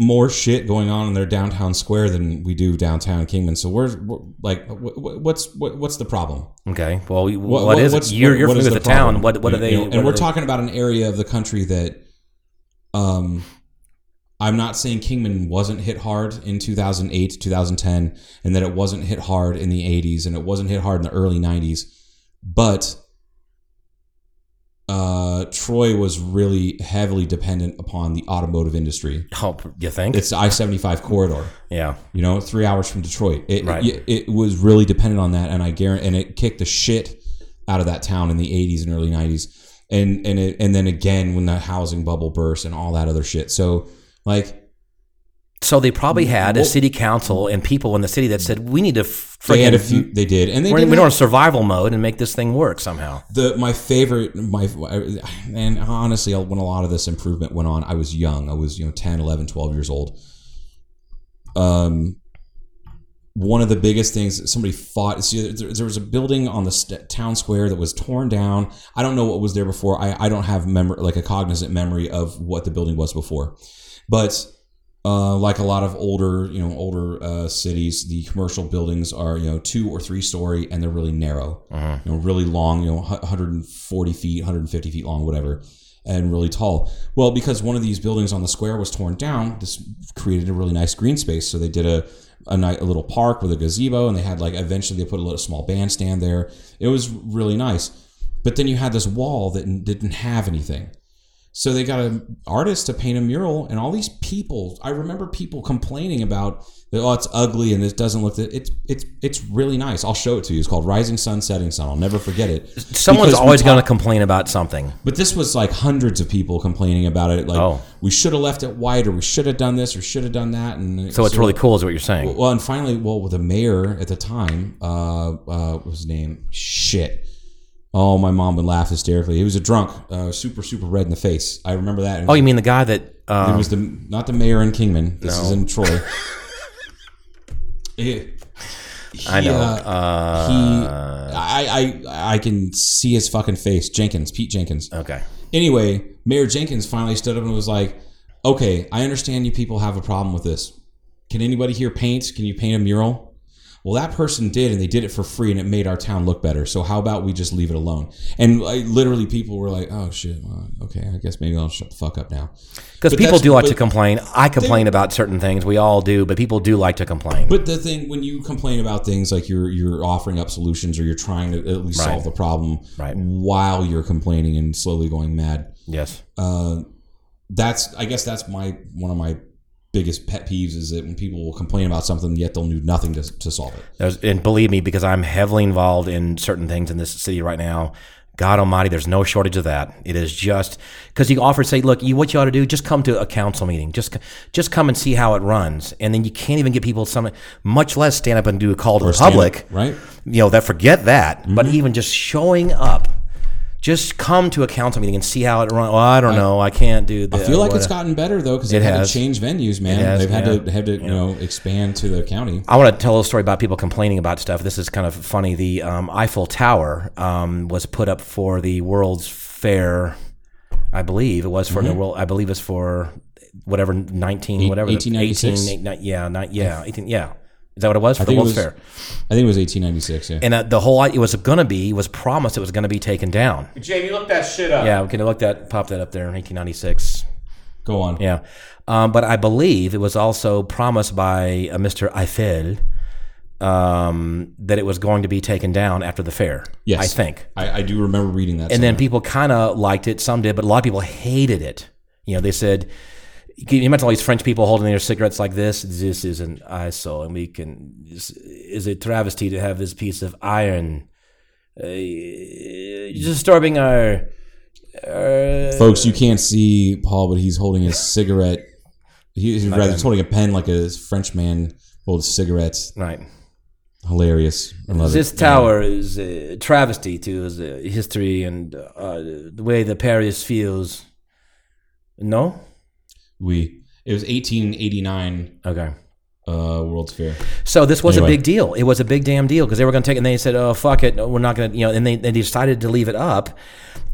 Speaker 6: more shit going on in their downtown square than we do downtown Kingman. So we're, we're like, wh- wh- what's what, what's the problem?
Speaker 5: Okay. Well, what,
Speaker 6: What-
Speaker 5: what is
Speaker 6: what's-
Speaker 5: it? You're, you're
Speaker 6: what is
Speaker 5: familiar with the
Speaker 6: problem?
Speaker 5: town. What what are
Speaker 6: You
Speaker 5: they?
Speaker 6: know,
Speaker 5: what
Speaker 6: and we're
Speaker 5: are they-
Speaker 6: talking about an area of the country that, um, I'm not saying Kingman wasn't hit hard in 2008, 2010, and that it wasn't hit hard in the 80s, and it wasn't hit hard in the early 90s, but uh, Troy was really heavily dependent upon the automotive industry.
Speaker 5: Oh, you think?
Speaker 6: It's the I seventy five corridor.
Speaker 5: yeah.
Speaker 6: You know, three hours from Detroit. It,
Speaker 5: Right.
Speaker 6: it, it was really dependent on that, and I guarantee, and it kicked the shit out of that town in the eighties and early nineties, and and it, and then again when the housing bubble burst and all that other shit. So like
Speaker 5: So they probably had a
Speaker 6: Well-
Speaker 5: city council and people in the city that said, "We need to friggin'
Speaker 6: they had a few, they did, and they
Speaker 5: we're,
Speaker 6: did
Speaker 5: in- we're
Speaker 6: have-
Speaker 5: in survival mode and make this thing work somehow."
Speaker 6: the my favorite my and honestly when a lot of this improvement went on i was young i was you know 10 11 12 years old um one of the biggest things that somebody fought see there, there was a building on the st- town square that was torn down i don't know what was there before i i don't have memory like a cognizant memory of what the building was before but uh, like a lot of older, you know, older uh, cities, the commercial buildings are you know two or three story, and they're really narrow, you know, really long, you know, hu- 140 feet, 150 feet long, whatever, and really tall. Well, because one of these buildings on the square was torn down, this created a really nice green space. So they did a a, ni- a little park with a gazebo, and they had like eventually they put a little small bandstand there. It was really nice, but then you had this wall that n- didn't have anything. So they got an artist to paint a mural, and all these people. I remember people complaining about, oh, it's ugly and this doesn't look. That, it's it's it's really nice. I'll show it to you. It's called Rising Sun, Setting Sun. I'll never forget it.
Speaker 5: Someone's
Speaker 6: Because we
Speaker 5: always going to
Speaker 6: talked-
Speaker 5: complain about something.
Speaker 6: But this was like hundreds of people complaining about it. Like
Speaker 5: Oh.
Speaker 6: we should have left it white, or we should have done this, or should have done that. And
Speaker 5: So it's really cool, is what you're saying.
Speaker 6: well, and finally, well, the mayor at the time, uh, uh, what was his name? Shit. Oh, my mom would laugh hysterically. He was a drunk, uh, super, super red in the face. I remember that.
Speaker 5: oh, you mean the guy that?
Speaker 6: It
Speaker 5: Uh,
Speaker 6: was the not the mayor in Kingman. This is in Troy. He-
Speaker 5: I know.
Speaker 6: He, uh,
Speaker 5: Uh,
Speaker 6: he, I, I, I can see his fucking face. Jenkins, Pete Jenkins.
Speaker 5: okay.
Speaker 6: Anyway, Mayor Jenkins finally stood up and was like, "Okay, I understand you people have a problem with this. Can anybody here paint? Can you paint a mural?" Well, that person did, and they did it for free, and it made our town look better. So how about we just leave it alone? And like, literally, people were like, "Oh shit, well, okay, I guess maybe I'll shut the fuck up now."
Speaker 5: Because
Speaker 6: But
Speaker 5: people
Speaker 6: that's-
Speaker 5: do like
Speaker 6: but-
Speaker 5: to complain. I complain about certain things. We all do, but people do like to complain.
Speaker 6: But the thing when you complain about things like you're you're offering up solutions or you're trying to at least
Speaker 5: Right.
Speaker 6: solve the problem
Speaker 5: Right.
Speaker 6: while you're complaining and slowly going mad.
Speaker 5: yes.
Speaker 6: Uh, that's I guess that's my one of my biggest pet peeves is that when people will complain about something yet they'll do nothing to, to solve it.
Speaker 5: There's, and believe me, because I'm heavily involved in certain things in this city right now. God Almighty, there's no shortage of that. It is just because you offer to say, look, you what you ought to do, just come to a council meeting, just c- just come and see how it runs, and then you can't even get people some, much less stand up and do a call to the
Speaker 6: Stand up, Mm-hmm.
Speaker 5: public,
Speaker 6: right?
Speaker 5: you know that forget that but even just showing up just come to a council meeting and see how it runs well i don't know i can't do that
Speaker 6: I feel like
Speaker 5: What-
Speaker 6: it's gotten better though because
Speaker 5: It
Speaker 6: they've had
Speaker 5: has.
Speaker 6: to change venues, man.
Speaker 5: It has,
Speaker 6: they've had
Speaker 5: yeah.
Speaker 6: to had to you know expand to the county.
Speaker 5: I want to tell a story about people complaining about stuff. This is kind of funny. The um, Eiffel Tower um, was put up for the World's Fair, I believe it was for the world. I believe it's for whatever nineteen,
Speaker 6: Mm-hmm. Eight-
Speaker 5: whatever
Speaker 6: 1896?
Speaker 5: eighteen, eight, nine- yeah, nine, yeah, eighteen, yeah. Is that what it was for the
Speaker 6: think it
Speaker 5: World's
Speaker 6: was-
Speaker 5: Fair?
Speaker 6: I think it was 1896. Yeah.
Speaker 5: And uh, the whole it was going to be was promised it was going to be taken down.
Speaker 1: Jamie, look that shit up.
Speaker 5: Yeah, we can look that pop that up there in eighteen ninety six.
Speaker 6: Go on.
Speaker 5: Yeah. Um, but I believe it was also promised by uh, Mr. Eiffel um, that it was going to be taken down after the fair.
Speaker 6: Yes.
Speaker 5: I think.
Speaker 6: I, I do remember reading that.
Speaker 5: And then people kind of liked it. Some did, but a lot of people hated it. You know, they said, you can imagine all these French people holding their cigarettes like this. This is an ISO, and we can. This is a travesty to have this piece of iron uh, disturbing our. our
Speaker 6: folks, you can't see Paul, but he's holding his cigarette. He, he's rather he's holding a pen like a Frenchman holds cigarettes.
Speaker 5: right.
Speaker 6: Hilarious. I love
Speaker 5: This
Speaker 6: it.
Speaker 5: tower is a travesty to the history and uh, the way the Paris feels. No?
Speaker 6: We. It was 1889
Speaker 5: Okay.
Speaker 6: uh, World's Fair.
Speaker 5: So this was a
Speaker 6: Anyway.
Speaker 5: big deal. It was a big damn deal because they were going to take it and they said, "Oh fuck it, no, we're not going to," you know, and they, they decided to leave it up.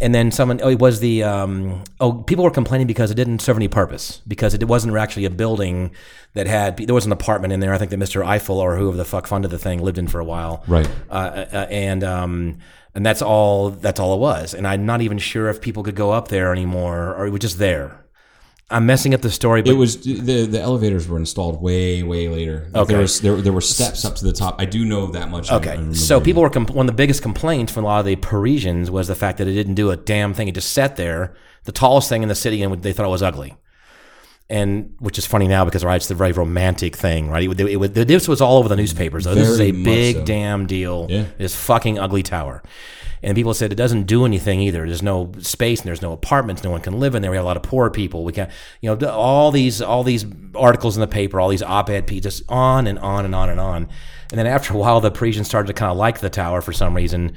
Speaker 5: And then someone, oh, it was the um, oh, people were complaining because it didn't serve any purpose because it wasn't actually a building that had there was an apartment in there. I think that Mr. Eiffel or whoever the fuck funded the thing lived in for a while,
Speaker 6: Right.
Speaker 5: Uh, uh, and um, and that's all that's all it was. And I'm not even sure if people could go up there anymore or it was just there. I'm messing up the story, but
Speaker 6: It was the the elevators were installed way way later. Like,
Speaker 5: Okay.
Speaker 6: There was there, there were steps up to the top. I do know that much. I- I
Speaker 5: Okay,
Speaker 6: remember
Speaker 5: so
Speaker 6: reading.
Speaker 5: people were compl- one of the biggest complaints from a lot of the Parisians was the fact that it didn't do a damn thing. It just sat there, the tallest thing in the city, and they thought it was ugly. And which is funny now because right, it's the very romantic thing, right? It, would- it, would- this was all over the newspapers. Though. This is
Speaker 6: Very
Speaker 5: a
Speaker 6: much
Speaker 5: big
Speaker 6: so.
Speaker 5: damn deal.
Speaker 6: Yeah.
Speaker 5: This fucking ugly tower, and people said it doesn't do anything either. There's no space, and there's no apartments. No one can live in there. We have a lot of poor people. We can't, you know, all these all these articles in the paper, all these op-ed pieces, just on and on and on and on. And then after a while, the Parisians started to kind of like the tower for some reason.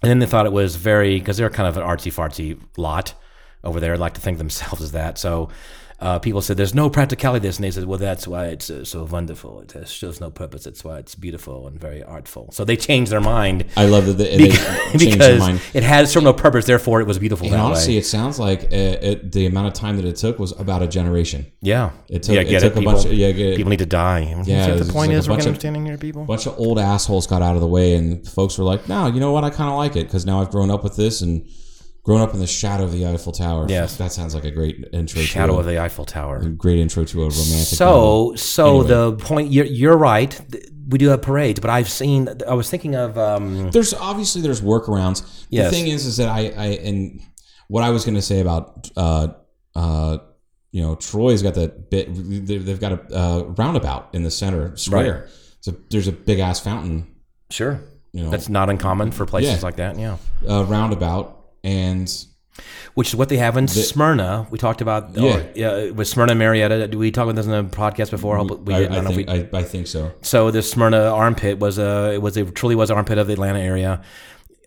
Speaker 5: And then they thought it was very because they're kind of an artsy fartsy lot over there. Like to think themselves as that. So uh, people said there's no practicality to this, and they said, well, that's why it's uh, so wonderful. It has, shows no purpose. That's why it's beautiful and very artful. So they changed their mind
Speaker 6: I love that they, they
Speaker 5: because,
Speaker 6: changed their mind.
Speaker 5: it had served no purpose. Therefore, it was beautiful.
Speaker 6: And
Speaker 5: that
Speaker 6: honestly,
Speaker 5: way.
Speaker 6: it sounds like uh it, the amount of time that it took was about a generation.
Speaker 5: yeah,
Speaker 6: It took-
Speaker 5: yeah,
Speaker 6: it
Speaker 5: get
Speaker 6: took a
Speaker 5: people,
Speaker 6: bunch of- yeah, get it.
Speaker 5: people need to die.
Speaker 6: Yeah,
Speaker 5: See what
Speaker 6: it's
Speaker 5: the
Speaker 6: just
Speaker 5: point
Speaker 6: like a
Speaker 5: is we're
Speaker 6: bunch
Speaker 5: kind
Speaker 6: of-
Speaker 5: of standing here, people.
Speaker 6: A bunch of old assholes got out of the way, and folks were like, "No, you know what? I kind of like it because now I've grown up with this and grown up in the shadow of the Eiffel Tower."
Speaker 5: Yes.
Speaker 6: that sounds like a great intro.
Speaker 5: Shadow
Speaker 6: to a,
Speaker 5: of the Eiffel Tower.
Speaker 6: great intro to a romantic.
Speaker 5: So,
Speaker 6: novel.
Speaker 5: so the point you're, you're right. Th- We do have parades, but I've seen. I was thinking of. Um,
Speaker 6: there's obviously there's workarounds.
Speaker 5: Yes.
Speaker 6: The thing is, is that I, I and what I was going to say about uh uh you know Troy's got that bit they- they've got a uh, roundabout in the center square. So there's a big ass fountain,
Speaker 5: sure,
Speaker 6: you know,
Speaker 5: that's not uncommon for places
Speaker 6: Yeah.
Speaker 5: like that. Yeah,
Speaker 6: uh, roundabout, and
Speaker 5: which is what they have in Smyrna. We talked about.
Speaker 6: Yeah.
Speaker 5: or, yeah, with Smyrna and Marietta. Did we talk about this in the podcast before? I hope we
Speaker 6: Mm-hmm. I,
Speaker 5: did. I
Speaker 6: I,
Speaker 5: don't know if we-
Speaker 6: think, I, I think so.
Speaker 5: so the Smyrna armpit was a. It was a truly was an armpit of the Atlanta area.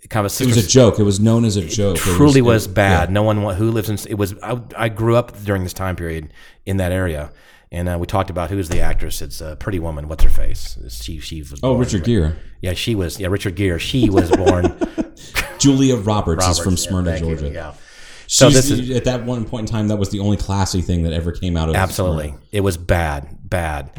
Speaker 5: Kind of a
Speaker 6: It
Speaker 5: sister
Speaker 6: was a joke. It was known as a joke. It
Speaker 5: truly
Speaker 6: it-
Speaker 5: was bad. No one wa- who lives in it was. I, I grew up during this time period in that area, and uh, we talked about who's the actress. It's a Pretty Woman. What's her face? She she was.
Speaker 6: Oh,
Speaker 5: born-
Speaker 6: Richard Gere,
Speaker 5: Yeah, she was. Yeah, Richard Gere. She was born.
Speaker 6: Julia Roberts, is from
Speaker 5: Roberts, yeah,
Speaker 6: Smyrna,
Speaker 5: thank you,
Speaker 6: Georgia.
Speaker 5: Yeah. So
Speaker 6: So
Speaker 5: this is
Speaker 6: at that one point in time, that was the only classy thing that ever came out of
Speaker 5: absolutely.
Speaker 6: Smyrna.
Speaker 5: It was bad, bad.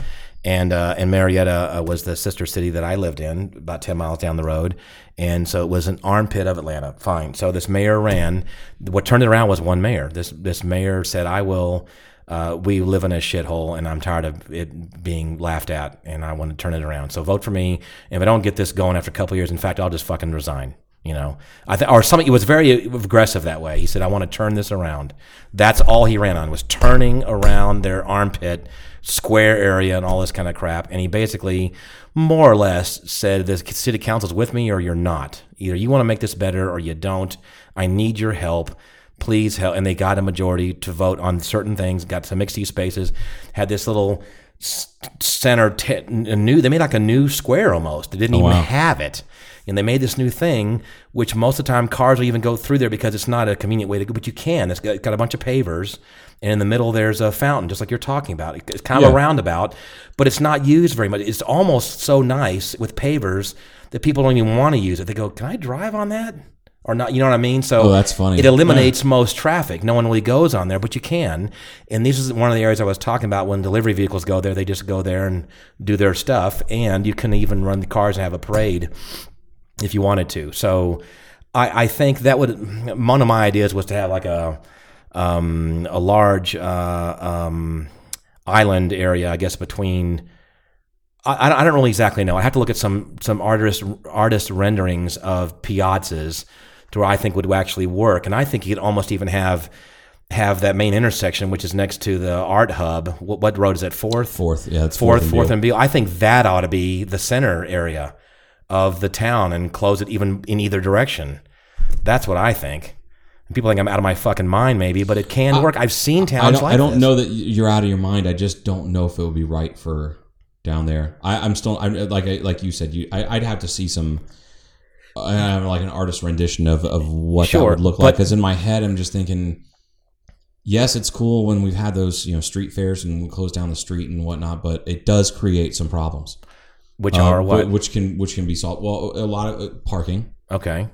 Speaker 5: And, uh, and Marietta uh, was the sister city that I lived in, about 10 miles down the road. And so it was an armpit of Atlanta. Fine. So this mayor ran. What turned it around was one mayor. This, this mayor said, I will, uh, we live in a shithole and I'm tired of it being laughed at and I want to turn it around. So vote for me. And if I don't get this going after a couple years, in fact, I'll just fucking resign. You know, I th- or something. It was very aggressive that way. He said, "I want to turn this around." That's all he ran on was turning around their armpit square area and all this kind of crap. And he basically, more or less, said, "The city council's with me, or you're not. Either you want to make this better, or you don't. I need your help." Please help, and they got a majority to vote on certain things. Got some mixed use spaces. Had this little s- center t- a new. They made like a new square almost. They didn't even
Speaker 6: Oh, wow.
Speaker 5: have it. And they made this new thing, which most of the time cars will even go through there because it's not a convenient way to go, but you can. It's got, got a bunch of pavers, and in the middle there's a fountain, just like you're talking about. It- It's kind of a
Speaker 6: Yeah.
Speaker 5: roundabout, but it's not used very much. It's almost so nice with pavers that people don't even want to use it. They go, "Can I drive on that?" Or not, you know what I mean? So
Speaker 6: Oh, that's funny.
Speaker 5: It eliminates most traffic. No one really goes on there, but you can. And this is one of the areas I was talking about when delivery vehicles go there. They just go there and do their stuff, and you can even run the cars and have a parade if you wanted to. So I, I think that would one of my ideas was to have like a um, a large uh, um, island area, I guess, between. I, I don't really exactly know. I have to look at some some artist artist renderings of piazzas to where I think would actually work, and I think you could almost even have have that main intersection, which is next to the art hub. What, what road is that? Fourth,
Speaker 6: Fourth, yeah, it's
Speaker 5: fourth,
Speaker 6: fourth and
Speaker 5: fourth,
Speaker 6: Beale.
Speaker 5: and Beale. I think that ought to be the center area of the town and close it even in either direction. That's what I think. And People think I'm out of my fucking mind, maybe, but it can work. I've seen towns
Speaker 6: I don't,
Speaker 5: like
Speaker 6: I don't
Speaker 5: this.
Speaker 6: know that y- you're out of your mind. I just don't know if it would be right for down there. I, I'm still, I'm uh, like, I, like you said, you, I, I'd have to see some, I don't know, like an artist rendition of, of what that
Speaker 5: Sure,
Speaker 6: would look like.
Speaker 5: but-
Speaker 6: Because in my head, I'm just thinking, yes, it's cool when we've had those, you know, street fairs and we close down the street and whatnot, but it does create some problems.
Speaker 5: which
Speaker 6: Uh,
Speaker 5: are what.
Speaker 6: but- Which can, which can be solved. Well, a lot of uh, parking.
Speaker 5: okay,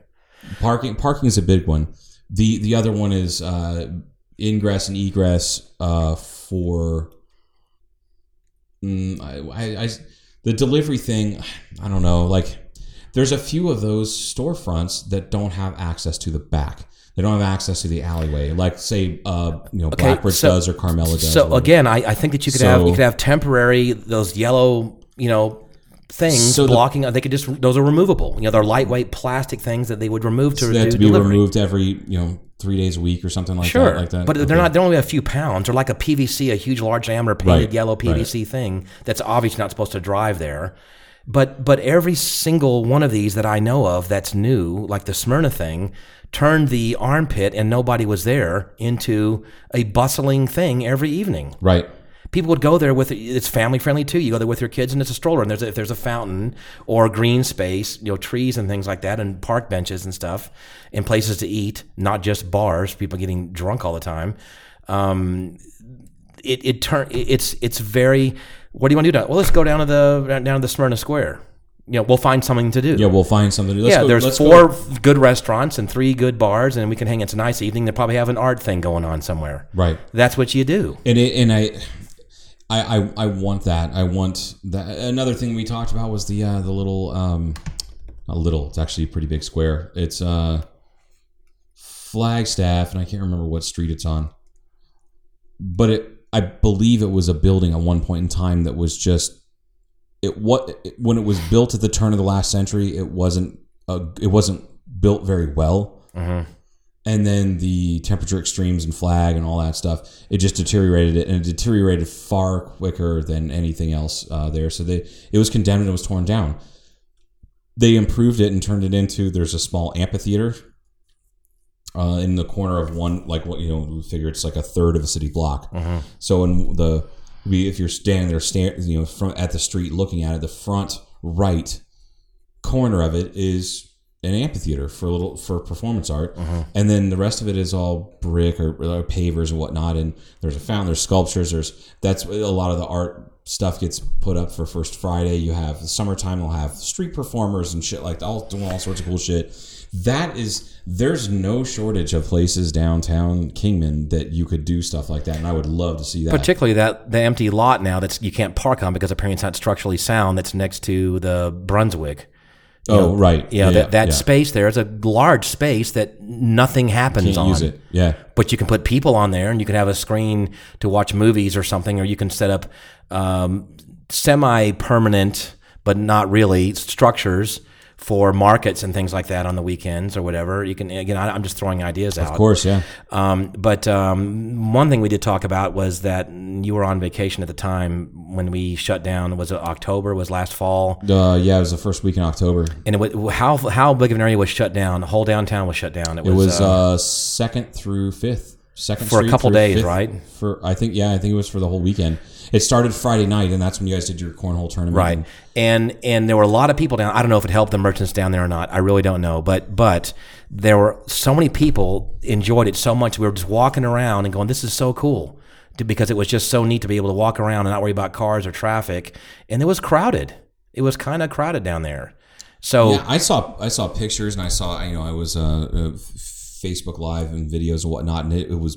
Speaker 6: Parking parking is a big one. The the other one is uh, ingress and egress uh, for mm, I, I, I, the delivery thing. I don't know. Like there's a few of those storefronts that don't have access to the back. They don't have access to the alleyway, like say uh, you know Blackbridge
Speaker 5: so-
Speaker 6: does or Carmella does. or
Speaker 5: so
Speaker 6: whatever.
Speaker 5: again, I, I think that you could have you
Speaker 6: So-
Speaker 5: could have temporary those yellow, you know. Things
Speaker 6: So the-
Speaker 5: blocking, they could just those are removable. You know, they're lightweight plastic things that they would remove to,
Speaker 6: they have
Speaker 5: do
Speaker 6: to be
Speaker 5: delivery.
Speaker 6: removed every you know three days a week or something like
Speaker 5: Sure,
Speaker 6: that. Like that.
Speaker 5: but
Speaker 6: Okay.
Speaker 5: they're not. They're only a few pounds. They're like a PVC, a huge, large diameter painted
Speaker 6: Right,
Speaker 5: yellow
Speaker 6: right.
Speaker 5: PVC thing that's obviously not supposed to drive there. But but every single one of these that I know of that's new, like the Smyrna thing, turned the armpit and nobody was there into a bustling thing every evening.
Speaker 6: right.
Speaker 5: People would go there with it's family friendly too. You go there with your kids and it's a stroller and there's a, if there's a fountain or green space, you know, trees and things like that and park benches and stuff and places to eat, not just bars. People getting drunk all the time. Um, it it turn it- it's it's very. What do you want to do? Down? Well, let's go down to the down to the Smyrna Square. You know, we'll find something to do.
Speaker 6: Yeah, we'll find something. Let's
Speaker 5: yeah,
Speaker 6: go-
Speaker 5: there's
Speaker 6: let's go-
Speaker 5: four good restaurants and three good bars, and we can hang. It's a nice evening. They probably have an art thing going on somewhere.
Speaker 6: Right.
Speaker 5: That's what you do.
Speaker 6: and it, and I, I, I, I want that. I want that. Another thing we talked about was the uh, the little, um, not little. It's actually a pretty big square. It's uh, Flagstaff, and I can't remember what street it's on. But it, I believe it was a building at one point in time that was just it. What it, when it was built at the turn of the last century, it wasn't. Uh, it wasn't built very well
Speaker 5: Mm-hmm.
Speaker 6: and then the temperature extremes and flag and all that stuff it just deteriorated it and it deteriorated far quicker than anything else uh, there so they it was condemned and was torn down they improved it and turned it into there's a small amphitheater uh, in the corner of one like what you know we figure it's like a third of a city block so in the we if you're standing there stand you know from at the street looking at it the front right corner of it is an amphitheater for a little for performance art, and then the rest of it is all brick or, or pavers and whatnot. And there's a fountain, there's sculptures, there's that's a lot of the art stuff gets put up for First Friday. You have summertime, they'll have street performers and shit like that, all doing all sorts of cool shit. That is there's no shortage of places downtown Kingman that you could do stuff like that, and I would love to see that.
Speaker 5: particularly that the empty lot now that's you can't park on because apparently it's not structurally sound that's next to the brunswick
Speaker 6: oh right,
Speaker 5: yeah, that, that
Speaker 6: yeah.
Speaker 5: space there is a large space that nothing happens
Speaker 6: Can't
Speaker 5: on
Speaker 6: use it. Yeah,
Speaker 5: but you can put people on there and you can have a screen to watch movies or something or you can set up um, semi-permanent but not really structures for markets and things like that on the weekends or whatever you can again I, i'm just throwing ideas out
Speaker 6: of course, yeah.
Speaker 5: um, but um, one thing we did talk about was that you were on vacation at the time when we shut down. Was it October? Was last fall?
Speaker 6: Uh, yeah, it was the first week in October.
Speaker 5: And it was, how how big of an area was shut down? The whole downtown was shut down. It was,
Speaker 6: It was
Speaker 5: uh,
Speaker 6: uh, second through fifth. Second
Speaker 5: For a
Speaker 6: Street
Speaker 5: couple
Speaker 6: through
Speaker 5: days,
Speaker 6: Fifth
Speaker 5: right?
Speaker 6: For I think yeah, I think it was for the whole weekend. It started Friday night, and that's when you guys did your cornhole tournament.
Speaker 5: right. And and there were a lot of people down. I don't know if it helped the merchants down there or not. I really don't know. But but there were so many people enjoyed it so much. We were just walking around and going, "This is so cool." to- Because it was just so neat to be able to walk around and not worry about cars or traffic, and it was crowded. It was kind of crowded down there, so
Speaker 6: Yeah, I saw I saw pictures, and I saw you know I was uh, uh, Facebook Live and videos and whatnot, and it, it was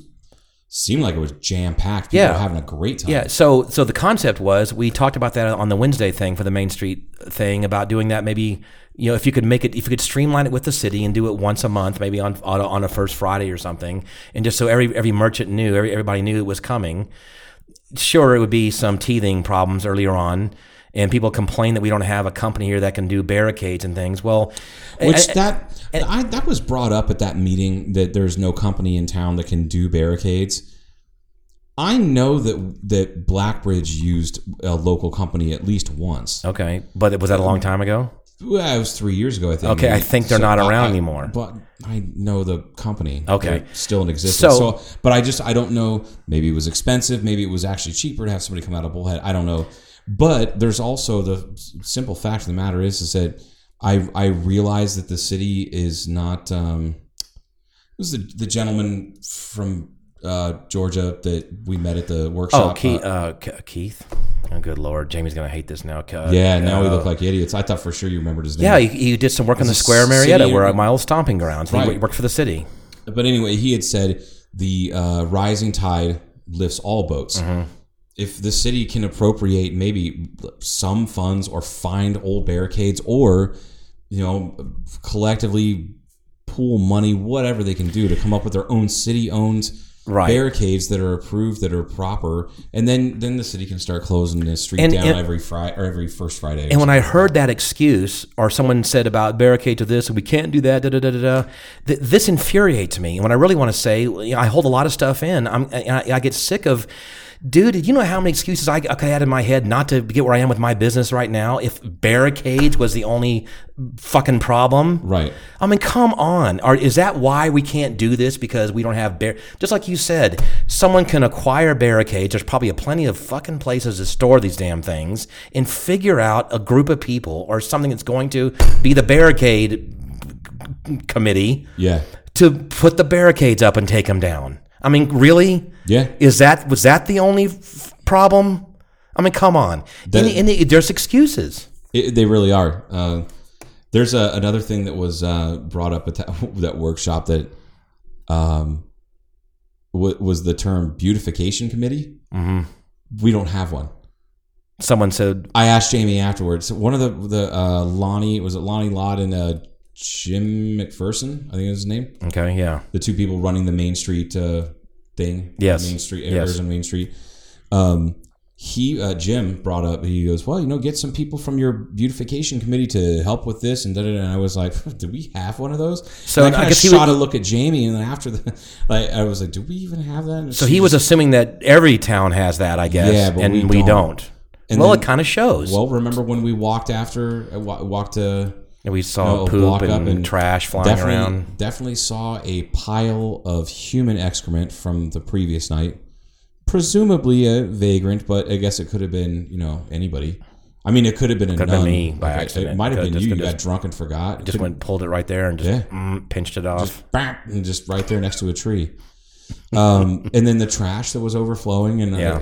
Speaker 6: seemed like it was jam packed. People
Speaker 5: Yeah.
Speaker 6: were having a great time.
Speaker 5: Yeah. So so the concept was we talked about that on the Wednesday thing for the Main Street thing about doing that maybe you know if you could make it if you could streamline it with the city and do it once a month maybe on on a, on a first Friday or something and just so every every merchant knew every, everybody knew it was coming. Sure, it would be some teething problems earlier on. And people complain that we don't have a company here that can do barricades and things. Well,
Speaker 6: Which
Speaker 5: I- I-
Speaker 6: that I, that was brought up at that meeting that there's no company in town that can do barricades. I know that that Blackbridge used a local company at least once.
Speaker 5: okay, but was that a long time ago?
Speaker 6: Well, it was three years ago, I think.
Speaker 5: Okay, I think they're not around anymore.
Speaker 6: But I know the company.
Speaker 5: Okay.
Speaker 6: They're still in existence.
Speaker 5: So-
Speaker 6: So, but I just I don't know. Maybe it was expensive. Maybe it was actually cheaper to have somebody come out of Bullhead. I don't know. But there's also the s- simple fact of the matter is is that I I realize that the city is not. Um, who's the the gentleman from uh, Georgia that we met at the workshop?
Speaker 5: Oh, Keith. Uh, K- Keith. Oh, good lord, Jamie's gonna hate this now. K-
Speaker 6: yeah, now we
Speaker 5: uh,
Speaker 6: look like idiots. I thought for sure you remembered his name.
Speaker 5: Yeah, you, you did some work on the
Speaker 6: a
Speaker 5: Square of Marietta,
Speaker 6: city-
Speaker 5: where uh, my old stomping grounds. He
Speaker 6: Right.
Speaker 5: worked for the city.
Speaker 6: But anyway, he had said the uh, rising tide lifts all boats.
Speaker 5: Mm-hmm.
Speaker 6: If the city can appropriate maybe some funds or find old barricades or, you know, collectively pool money, whatever they can do to come up with their own city owned
Speaker 5: Right.
Speaker 6: barricades that are approved, that are proper, and then then the city can start closing the street
Speaker 5: And-
Speaker 6: down
Speaker 5: and-
Speaker 6: every Friday or every first Friday. or
Speaker 5: And when I heard that excuse, or someone said about barricade to this, and we can't do that, da da da da da, th- this infuriates me. And what I really want to say, you know, I hold a lot of stuff in. I'm, and I, I get sick of, dude. Did you know how many excuses I, I had in my head not to get where I am with my business right now? If barricades was the only fucking problem,
Speaker 6: Right.
Speaker 5: I mean, come on. Are, is that why we can't do this? Because we don't have bar- just like you said, someone can acquire barricades. There's probably a plenty of fucking places to store these damn things and figure out a group of people or something that's going to be the barricade committee
Speaker 6: Yeah.
Speaker 5: to put the barricades up and take them down. I mean, really?
Speaker 6: Yeah.
Speaker 5: Is that was that the only f- problem? I mean, come on.
Speaker 6: That-
Speaker 5: and, and there's excuses.
Speaker 6: It, they really are. Uh, there's a, another thing that was uh, brought up at that, that workshop that um, w- was the term beautification committee. We don't have one.
Speaker 5: Someone said,
Speaker 6: I asked Jamie afterwards. One of the the uh, Lonnie was it Lonnie Lott and uh, Jim McPherson? I think is his name.
Speaker 5: "Okay, yeah,
Speaker 6: The two people running the Main Street uh, thing.
Speaker 5: Yes.
Speaker 6: Main Street
Speaker 5: Yes.
Speaker 6: Arizona Main Street. Um, he uh, Jim brought up. He goes, "Well, you know, get some people from your beautification committee to help with this." And da da. da." And I was like, "Did we have one of those?"
Speaker 5: So
Speaker 6: So and I
Speaker 5: I
Speaker 6: kind of
Speaker 5: guess he
Speaker 6: shot
Speaker 5: would-
Speaker 6: a look at Jamie, and then after the, like, I was like, "Do we even have that?" And
Speaker 5: So
Speaker 6: she
Speaker 5: he was
Speaker 6: just-
Speaker 5: assuming that every town has that, I guess.
Speaker 6: Yeah, but
Speaker 5: and we
Speaker 6: we
Speaker 5: don't.
Speaker 6: don't. And
Speaker 5: well,
Speaker 6: then-
Speaker 5: it kind of shows.
Speaker 6: well. Remember when we walked after uh, wa- walked to
Speaker 5: And we saw
Speaker 6: know,
Speaker 5: poop
Speaker 6: walk
Speaker 5: and,
Speaker 6: up and
Speaker 5: trash flying
Speaker 6: definitely
Speaker 5: around.
Speaker 6: definitely saw a pile of human excrement from the previous night presumably a vagrant but i guess it could have been you know anybody i mean it could have been a
Speaker 5: Could have been
Speaker 6: nun
Speaker 5: me by
Speaker 6: Like,
Speaker 5: accident.
Speaker 6: it might
Speaker 5: Could have
Speaker 6: have been
Speaker 5: just-
Speaker 6: you you
Speaker 5: could
Speaker 6: got
Speaker 5: just-
Speaker 6: drunk and forgot
Speaker 5: Just
Speaker 6: Could-
Speaker 5: went pulled it right there and just
Speaker 6: Yeah.
Speaker 5: mm, pinched it off.
Speaker 6: bam, and just right there next to a tree um, and then the trash that was overflowing and uh,
Speaker 5: Yeah.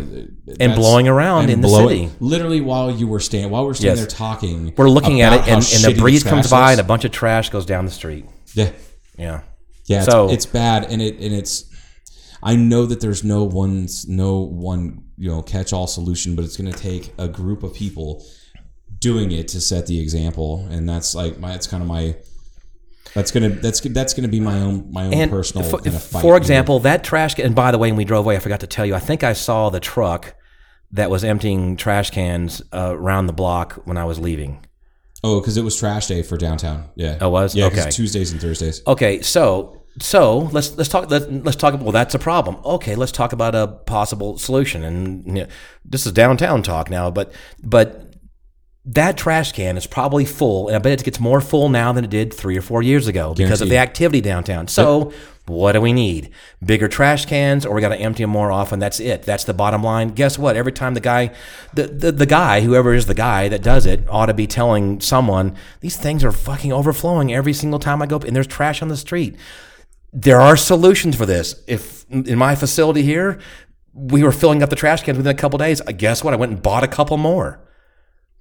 Speaker 6: that's-
Speaker 5: blowing around in the
Speaker 6: blow-
Speaker 5: city.
Speaker 6: literally while you were standing while we're standing
Speaker 5: Yes.
Speaker 6: there talking
Speaker 5: We're looking at
Speaker 6: about
Speaker 5: it,
Speaker 6: how
Speaker 5: and, and
Speaker 6: shitty
Speaker 5: the breeze comes
Speaker 6: trash
Speaker 5: by,
Speaker 6: is.
Speaker 5: and a bunch of trash goes down the street.
Speaker 6: yeah
Speaker 5: Yeah.
Speaker 6: Yeah, it's,
Speaker 5: So-
Speaker 6: it's bad, and it and it's. I know that there's no one's no one you know catch all solution, but it's going to take a group of people doing it to set the example, and that's like my that's kind of my that's gonna that's that's gonna be my own my own
Speaker 5: And
Speaker 6: personal
Speaker 5: for,
Speaker 6: kind of fight.
Speaker 5: for example, that trash can. And by the way, when we drove away, I forgot to tell you. I think I saw the truck that was emptying trash cans uh, around the block when I was leaving.
Speaker 6: oh, because it was trash day for downtown. Yeah,
Speaker 5: Oh, was?
Speaker 6: yeah 'cause
Speaker 5: Okay.
Speaker 6: Tuesdays and Thursdays.
Speaker 5: Okay, so so let's let's talk let's, let's talk. Well, that's a problem. Okay, let's talk about a possible solution. And you know, this is downtown talk now, but but that trash can is probably full, and I bet it gets more full now than it did three or four years ago because of the activity downtown. So. What do we need? Bigger trash cans, or we got to empty them more often. That's it. That's the bottom line. Guess what? Every time the guy, the, the the guy, whoever is the guy that does it, ought to be telling someone these things are fucking overflowing every single time I go up, and there's trash on the street there are solutions for this. If in my facility here, we were filling up the trash cans within a couple days. I guess what? I went and bought a couple more.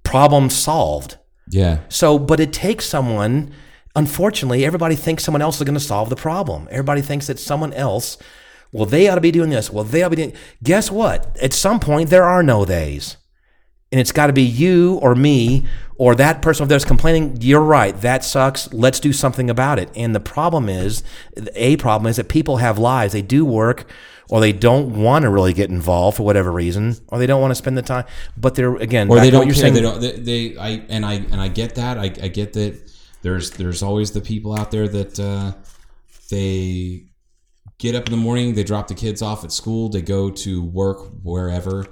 Speaker 5: Problem solved.
Speaker 6: Yeah,
Speaker 5: So, but it takes someone. Unfortunately, everybody thinks someone else is going to solve the problem. Everybody thinks that someone else Well, they ought to be doing this. Well, they ought to be doing. Guess what? At some point, there are no theys. And it's got to be you or me or that person that's complaining. You're right. That sucks. Let's do something about it. And the problem is a problem is that people have lives. They do work or they don't want to really get involved for whatever reason or they don't want to spend the time. But they're, again,
Speaker 6: or
Speaker 5: back
Speaker 6: they
Speaker 5: to what
Speaker 6: don't
Speaker 5: you're
Speaker 6: care.
Speaker 5: saying,
Speaker 6: They don't. They, they. I and I and I get that. I, I get that. There's there's always the people out there that uh, they get up in the morning. They drop the kids off at school. They go to work wherever.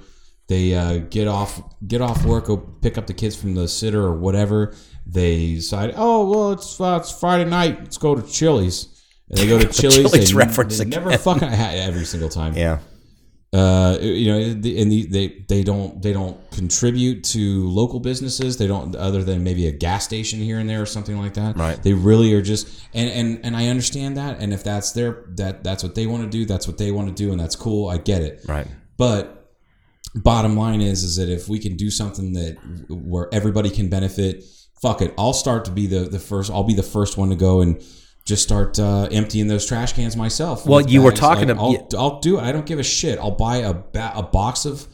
Speaker 6: They uh, get off get off work. Go pick up the kids from the sitter or whatever. They decide. Oh well, it's uh, it's Friday night. Let's go to Chili's. And they go to Chili's.
Speaker 5: Chili's
Speaker 6: they,
Speaker 5: reference
Speaker 6: they never fucking every single time
Speaker 5: yeah.
Speaker 6: uh, you know, the, and the, they they don't they don't contribute to local businesses. They don't other than maybe a gas station here and there or something like that.
Speaker 5: Right.
Speaker 6: They really are just and and and I understand that. And if that's their that that's what they want to do, that's what they want to do, and that's cool. I get it.
Speaker 5: Right.
Speaker 6: But bottom line is is that if we can do something that where everybody can benefit, fuck it. I'll start to be the the first. I'll be the first one to go and just start uh, emptying those trash cans myself.
Speaker 5: Well,
Speaker 6: With
Speaker 5: you were
Speaker 6: bags.
Speaker 5: talking
Speaker 6: Like,
Speaker 5: ab-
Speaker 6: I'll, I'll do it. I don't give a shit. I'll buy a ba- a box of.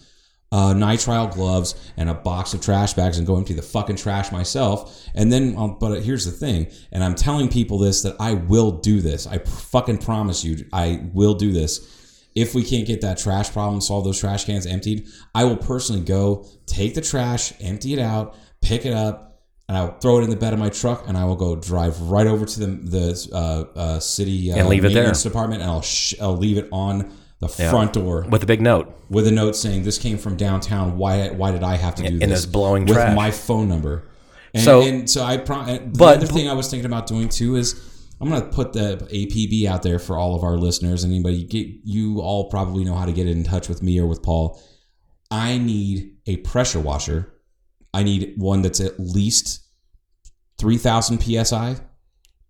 Speaker 6: Uh, nitrile gloves and a box of trash bags and go empty the fucking trash myself and then um, but here's the thing and i'm telling people this that i will do this i fucking promise you i will do this if we can't get that trash problem solved, those trash cans emptied, I will personally go take the trash, empty it out, pick it up, and I will throw it in the bed of my truck, and I will go drive right over to the the uh, uh, city uh,
Speaker 5: And leave it there.
Speaker 6: maintenance department, and I'll sh- I'll leave it on the front door
Speaker 5: With a big note.
Speaker 6: with a note saying this came from downtown. Why why did I have to do
Speaker 5: And
Speaker 6: this?
Speaker 5: it's blowing
Speaker 6: with
Speaker 5: trash.
Speaker 6: my phone number. And
Speaker 5: So-
Speaker 6: so and so I pro- and the
Speaker 5: But-
Speaker 6: other thing I was thinking about doing too is. I'm gonna put the APB out there for all of our listeners. Anybody, get you all probably know how to get in touch with me or with Paul. I need a pressure washer. I need one that's at least 3000 psi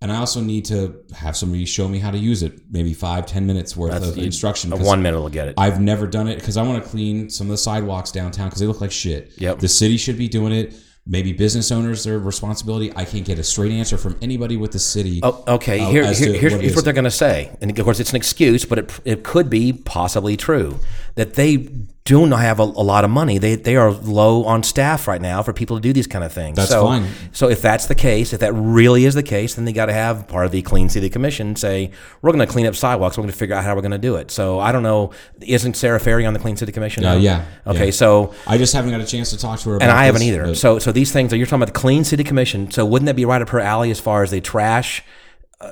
Speaker 6: and i also need to have somebody show me how to use it maybe five ten minutes worth of instruction
Speaker 5: A
Speaker 6: 'cause
Speaker 5: one minute will get it.
Speaker 6: i've never done it because i want to clean some of the sidewalks downtown because they look like shit
Speaker 5: Yep.
Speaker 6: the city should be doing it maybe business owners their responsibility i can't get a straight answer from anybody with the city
Speaker 5: Oh, okay.
Speaker 6: uh,
Speaker 5: Here,
Speaker 6: as
Speaker 5: here-
Speaker 6: to
Speaker 5: here's,
Speaker 6: what it
Speaker 5: here's
Speaker 6: is.
Speaker 5: what they're going to say, and of course, it's an excuse, but it, it could be possibly true that they do not have a, a lot of money. They they are low on staff right now for people to do these kind of things.
Speaker 6: That's
Speaker 5: so,
Speaker 6: fine.
Speaker 5: So if that's the case, if that really is the case, then they got to have part of the Clean City Commission say we're going to clean up sidewalks. We're going to figure out how we're going to do it. So I don't know. Isn't Sarah Ferry on the Clean City Commission?
Speaker 6: Uh,
Speaker 5: now?
Speaker 6: yeah,
Speaker 5: Okay.
Speaker 6: yeah.
Speaker 5: So
Speaker 6: i just haven't got a chance to talk to her about
Speaker 5: and I haven't
Speaker 6: this,
Speaker 5: either.
Speaker 6: but-
Speaker 5: So, so these things are you're talking about the clean city commission. So, wouldn't that be right up her alley as far as they trash uh,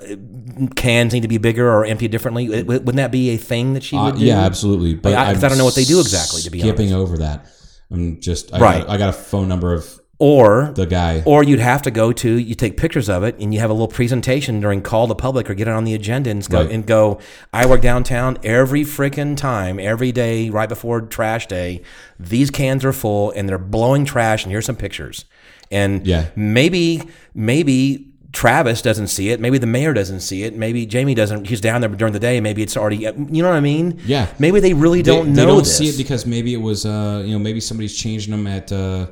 Speaker 5: cans need to be bigger or emptied differently? It- Wouldn't that be a thing that she
Speaker 6: Uh,
Speaker 5: would do?
Speaker 6: yeah, absolutely. But
Speaker 5: I- 'cause I
Speaker 6: I'm
Speaker 5: don't know what they do exactly, to be
Speaker 6: skipping over that. I'm just I
Speaker 5: Right.
Speaker 6: Got, I got a phone number of
Speaker 5: Or
Speaker 6: the guy.
Speaker 5: Or you'd have to go to you take pictures of it and you have a little presentation during call to public or get it on the agenda and go
Speaker 6: Right.
Speaker 5: and go. I work downtown every freaking time, every day, right before trash day. These cans are full and they're blowing trash. And here's some pictures. And
Speaker 6: Yeah.
Speaker 5: maybe maybe Travis doesn't see it. Maybe the mayor doesn't see it. Maybe Jamie doesn't. He's down there during the day. Maybe it's already. You know what I mean?
Speaker 6: Yeah.
Speaker 5: Maybe they really don't
Speaker 6: they
Speaker 5: know
Speaker 6: don't
Speaker 5: this.
Speaker 6: see it because maybe it was uh you know maybe somebody's changing them at uh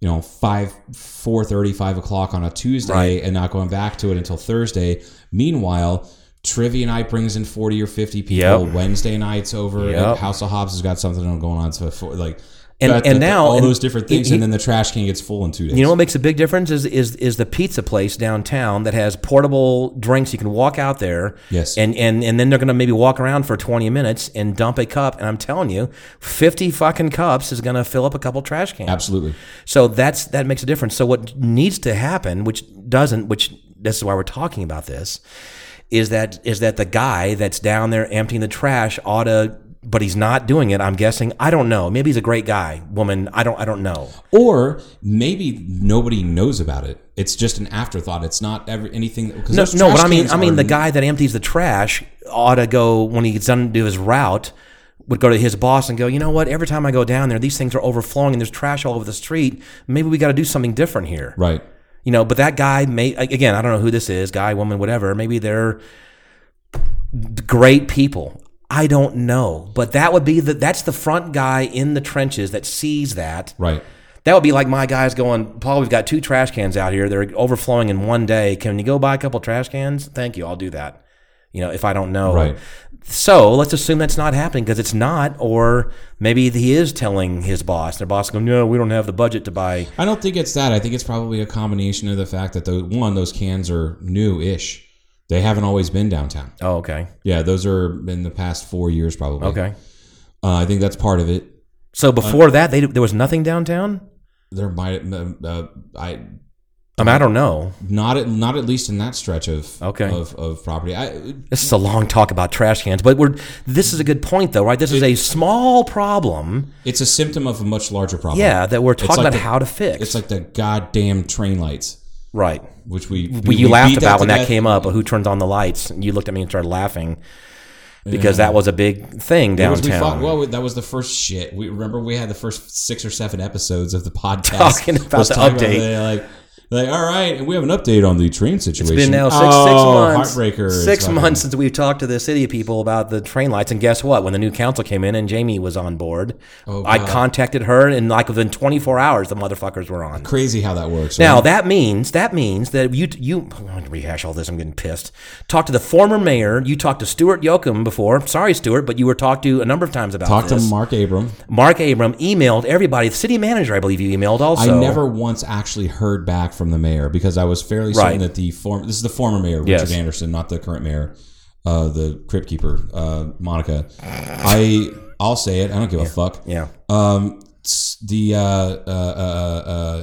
Speaker 6: you know five four thirty five o'clock on a Tuesday
Speaker 5: Right.
Speaker 6: and not going back to it until Thursday. Meanwhile. Trivia night brings in forty or fifty people.
Speaker 5: Yep.
Speaker 6: Wednesday nights over.
Speaker 5: Yep.
Speaker 6: And House of Hobbs has got something going on. So for, like,
Speaker 5: And-
Speaker 6: that-
Speaker 5: and
Speaker 6: that-
Speaker 5: now-
Speaker 6: all
Speaker 5: and
Speaker 6: those different
Speaker 5: he-
Speaker 6: things,
Speaker 5: he-
Speaker 6: and then the trash can gets full in two days.
Speaker 5: You know what makes a big difference is is is the pizza place downtown that has portable drinks. You can walk out there,
Speaker 6: Yes.
Speaker 5: and and and then they're going to maybe walk around for twenty minutes and dump a cup. And I'm telling you, fifty fucking cups is going to fill up a couple trash cans.
Speaker 6: Absolutely.
Speaker 5: So that's that makes a difference. So what needs to happen, which doesn't, which this is why we're talking about this, is that is that the guy that's down there emptying the trash ought to. But he's not doing it. I'm guessing. I don't know. Maybe he's a great guy, woman. I don't. I don't know.
Speaker 6: or maybe nobody knows about it. It's just an afterthought. It's not every, anything. Cause
Speaker 5: No,
Speaker 6: those
Speaker 5: no,
Speaker 6: trash
Speaker 5: but I mean,
Speaker 6: cans
Speaker 5: I mean,
Speaker 6: are-
Speaker 5: the guy that empties the trash ought to go when he gets done do his route. Would go to his boss and go, you know what? Every time I go down there, these things are overflowing and there's trash all over the street. Maybe we got to do something different here,
Speaker 6: right?
Speaker 5: you know. But that guy may again, I don't know who this is, guy, woman, whatever. Maybe they're great people. I don't know, but that would be the that's the front guy in the trenches that sees that
Speaker 6: Right.
Speaker 5: that would be like my guys going, Paul, we've got two trash cans out here. They're overflowing in one day. Can you go buy a couple trash cans? Thank you. I'll do that. You know, if I don't know.
Speaker 6: Right.
Speaker 5: So let's assume that's not happening because it's not, or maybe he is telling his boss. Their boss going, no, we don't have the budget to buy.
Speaker 6: I don't think it's that. I think it's probably a combination of the fact that the one those cans are new-ish. They haven't always been downtown.
Speaker 5: Oh, okay,
Speaker 6: Yeah, those are in the past four years probably.
Speaker 5: okay.
Speaker 6: uh, I think that's part of it.
Speaker 5: So before that, they, there was nothing downtown.
Speaker 6: There might uh, I
Speaker 5: I mean, I don't know.
Speaker 6: not at, not at least in that stretch of
Speaker 5: Okay.
Speaker 6: of, of property. I
Speaker 5: This is a long talk about trash cans, but we're this is a good point though, right? This is a small problem,
Speaker 6: it's a symptom of a much larger problem.
Speaker 5: yeah, that we're talking
Speaker 6: like
Speaker 5: about
Speaker 6: the-
Speaker 5: how to fix.
Speaker 6: it's like the goddamn train lights,
Speaker 5: right.
Speaker 6: which we
Speaker 5: We, you laughed
Speaker 6: beat
Speaker 5: about
Speaker 6: to
Speaker 5: when that
Speaker 6: death.
Speaker 5: came up, who turns on the lights? And you looked at me and started laughing because that was a big thing
Speaker 6: It was- we fought-
Speaker 5: downtown.
Speaker 6: well, that was the first shit. We remember we had the first six or seven episodes of the podcast
Speaker 5: Talking about
Speaker 6: was
Speaker 5: the update.
Speaker 6: the, like. Like, all right, and we have an update on the train situation.
Speaker 5: it's been now six,
Speaker 6: Oh,
Speaker 5: six
Speaker 6: Heartbreaker.
Speaker 5: months.
Speaker 6: is
Speaker 5: Six
Speaker 6: fucking-
Speaker 5: months since we've talked to the city people about the train lights, and guess what? When the new council came in and Jamie was on board,
Speaker 6: Oh,
Speaker 5: I contacted her, and like within 24 hours, the motherfuckers were on.
Speaker 6: Crazy how that works.
Speaker 5: Now
Speaker 6: right?
Speaker 5: that means that means that you you I'm going to rehash all this. I'm getting pissed. Talk to the former mayor. You talked to Stuart Yoakum before. Sorry, Stuart, but you were talked to a number of times about
Speaker 6: talk to
Speaker 5: this.
Speaker 6: Mark Abram.
Speaker 5: Mark Abram emailed everybody. The city manager, I believe, you emailed also.
Speaker 6: I never once actually heard back from the mayor because I was fairly certain
Speaker 5: Right.
Speaker 6: that the former this is the former mayor Richard
Speaker 5: Yes.
Speaker 6: Anderson, not the current mayor, uh, the crypt keeper uh, Monica. I I'll say it. I don't give a fuck.
Speaker 5: Yeah.
Speaker 6: Um, s- the uh, uh, uh,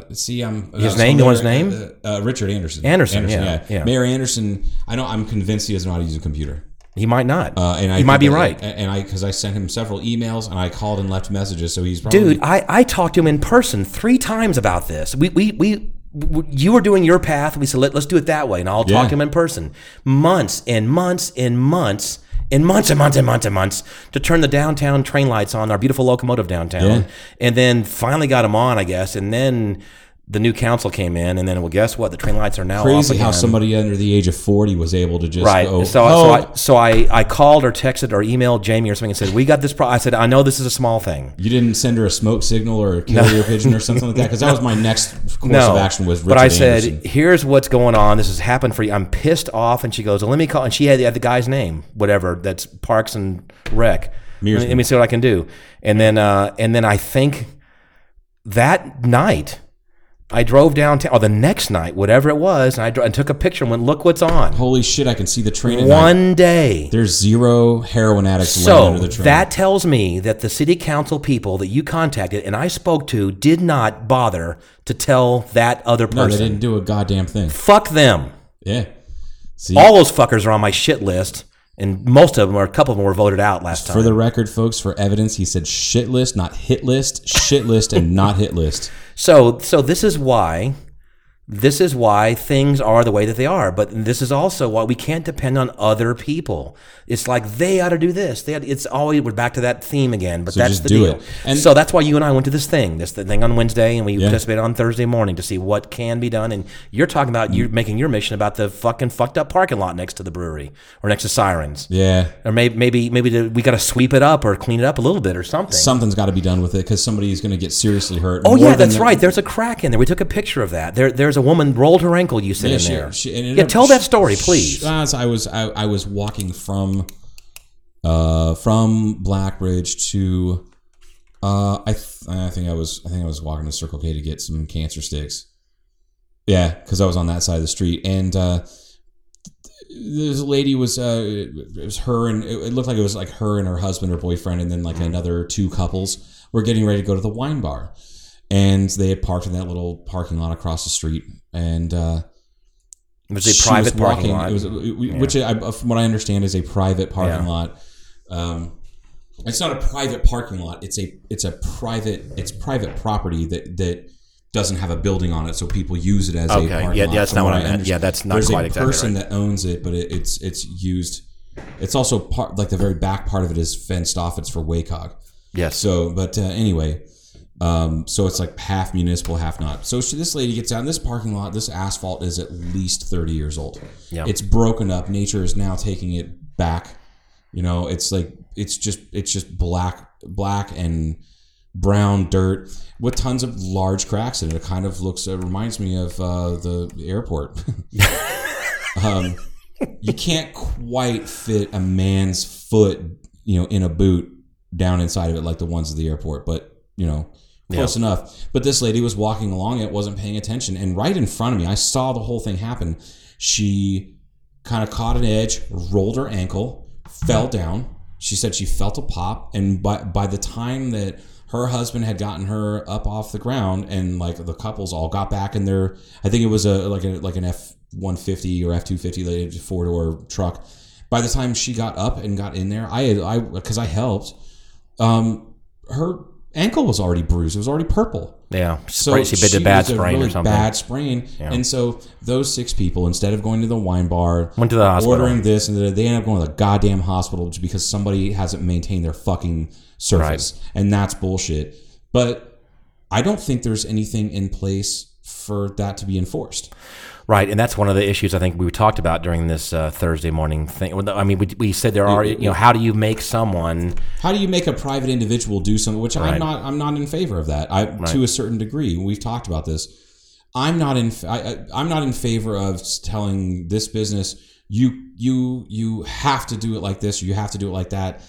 Speaker 6: uh, see, I'm
Speaker 5: His
Speaker 6: uh,
Speaker 5: name? You want his
Speaker 6: uh,
Speaker 5: name?
Speaker 6: Uh, uh, Richard Anderson.
Speaker 5: Anderson, yeah, yeah.
Speaker 6: Mayor Anderson. I know. I'm convinced he doesn't know how to use a computer.
Speaker 5: He might not.
Speaker 6: Uh, and I
Speaker 5: he might be
Speaker 6: and-
Speaker 5: right.
Speaker 6: And I because I sent him several emails and I called and left messages, so he's probably
Speaker 5: Dude, I, I talked to him in person three times about this. We we we. w- You were doing your path. We said, Let, let's do it that way. And I'll talk
Speaker 6: Yeah.
Speaker 5: to him in person. Months and months and months and months and months and months and months to turn the downtown train lights on, our beautiful locomotive downtown.
Speaker 6: Yeah.
Speaker 5: And then finally got them on, I guess. And then the new council came in. And then, well, guess what? The train lights are now off
Speaker 6: crazy how
Speaker 5: again.
Speaker 6: somebody under the age of 40 was able to just
Speaker 5: Right.
Speaker 6: go,
Speaker 5: so,
Speaker 6: oh,
Speaker 5: so, I, so I, I called or texted or emailed Jamie or something and said, We got this problem. I said, I know this is a small thing.
Speaker 6: you didn't send her a smoke signal or a carrier pigeon or something like that because that was my next course of action was Richard
Speaker 5: but I said,
Speaker 6: Anderson.
Speaker 5: "Here's what's going on. This has happened for you. I'm pissed off." And she goes, well, "Let me call." And she had, had the guy's name, whatever. That's Parks and Rec. Let me, let me see what I can do. And then, uh, and then I think that night I drove downtown, or the next night, whatever it was, and I, dro- and took a picture and went, "Look what's on."
Speaker 6: holy shit I can see the train at night.
Speaker 5: One day.
Speaker 6: there's zero heroin addicts laying
Speaker 5: So
Speaker 6: under the train
Speaker 5: that tells me that the city council people that you contacted and I spoke to did not bother to tell that other person.
Speaker 6: no they didn't do a goddamn thing
Speaker 5: Fuck them.
Speaker 6: yeah see
Speaker 5: All those fuckers are on my shit list, and most of them, or a couple of them, were voted out last time.
Speaker 6: for the record folks for evidence he said shit list not hit list shit list and not hit list
Speaker 5: so, so this is why, this is why things are the way that they are. But this is also why we can't depend on other people. It's like they ought to do this. They, ought to- it's always we're back to that theme again. But
Speaker 6: So
Speaker 5: that's
Speaker 6: just
Speaker 5: the
Speaker 6: do
Speaker 5: deal.
Speaker 6: it. And-
Speaker 5: so that's why you and I went to this thing, this thing on Wednesday, and we participated on Thursday morning to see what can be done. And you're talking about
Speaker 6: Mm.
Speaker 5: you're making your mission about the fucking fucked up parking lot next to the brewery or next to Sirens.
Speaker 6: yeah
Speaker 5: or maybe maybe maybe the, we got to sweep it up or clean it up a little bit or something.
Speaker 6: something's got to be done with it because somebody is going to get seriously hurt
Speaker 5: oh
Speaker 6: more
Speaker 5: yeah,
Speaker 6: than
Speaker 5: that's
Speaker 6: the-
Speaker 5: right. There's a crack in there. We took a picture of that. There there's a woman rolled her ankle. You said
Speaker 6: Yeah,
Speaker 5: in
Speaker 6: she-
Speaker 5: there.
Speaker 6: she- and it
Speaker 5: yeah,
Speaker 6: ended
Speaker 5: tell
Speaker 6: up- uh,
Speaker 5: that story, please.
Speaker 6: As I was, I, I was walking from, uh, from Blackbridge to, uh, I, th- I think I was, I think I was walking to Circle K to get some cancer sticks. Yeah, because I was on that side of the street, and uh, this lady was, uh, it was her, and it, it looked like it was like her and her husband or boyfriend, and then like
Speaker 5: Mm-hmm.
Speaker 6: another two couples were getting ready to go to the wine bar. And they had parked in that little parking lot across the street, and uh,
Speaker 5: It was a
Speaker 6: she
Speaker 5: private
Speaker 6: was
Speaker 5: parking
Speaker 6: walking-
Speaker 5: lot.
Speaker 6: It was, Which, I, uh, from what I understand, is a private parking lot. Um, it's not a private parking lot. It's a it's a private it's private property that that doesn't have a building on it, so people use it as
Speaker 5: Okay,
Speaker 6: a parking
Speaker 5: yeah,
Speaker 6: lot.
Speaker 5: that's
Speaker 6: from
Speaker 5: not what I
Speaker 6: I
Speaker 5: meant.
Speaker 6: understand.
Speaker 5: Yeah, that's not
Speaker 6: There's
Speaker 5: quite
Speaker 6: a
Speaker 5: exactly
Speaker 6: person that owns it, but it, it's it's used. It's also part like the very back part of it is fenced off. It's for Waycog.
Speaker 5: yes.
Speaker 6: So, but uh, anyway, um, so it's like half municipal, half not. So she, this lady gets out in this parking lot. This asphalt is at least thirty years old.
Speaker 5: Yeah.
Speaker 6: it's broken up. Nature is now taking it back. You know, it's like it's just it's just black, black and brown dirt with tons of large cracks in it. It uh, kind of looks. It reminds me of uh, the airport. um, you can't quite fit a man's foot, you know, in a boot down inside of it like the ones at the airport, but you know, close enough. But this lady was walking along it, wasn't paying attention, and right in front of me, I saw the whole thing happen. She kind of caught an edge, rolled her ankle, fell down. She said she felt a pop, and by by the time that her husband had gotten her up off the ground, and like the couples all got back in their, I think it was a like a like an F one fifty or F two fifty four door truck. By the time she got up and got in there, I had I because I helped. Um, her ankle was already bruised; it was already purple.
Speaker 5: Yeah, Spray- she bit a bad
Speaker 6: was a
Speaker 5: sprain
Speaker 6: really
Speaker 5: or something.
Speaker 6: Bad sprain. And so those six people, instead of going to the wine bar,
Speaker 5: Went to the hospital.
Speaker 6: ordering this, and they end up going to the goddamn hospital just because somebody hasn't maintained their fucking surface, and that's bullshit. But I don't think there's anything in place for that to be enforced.
Speaker 5: Right, and that's one of the issues I think we talked about during this uh, Thursday morning thing. Well, I mean, we, we said there are, you know, how do you make someone?
Speaker 6: How do you make a private individual do something? Which
Speaker 5: Right.
Speaker 6: I'm not. I'm not in favor of that. I to a certain degree. We've talked about this. I'm not in. I, I, I'm not in favor of telling this business you you you have to do it like this. You have to do it like that.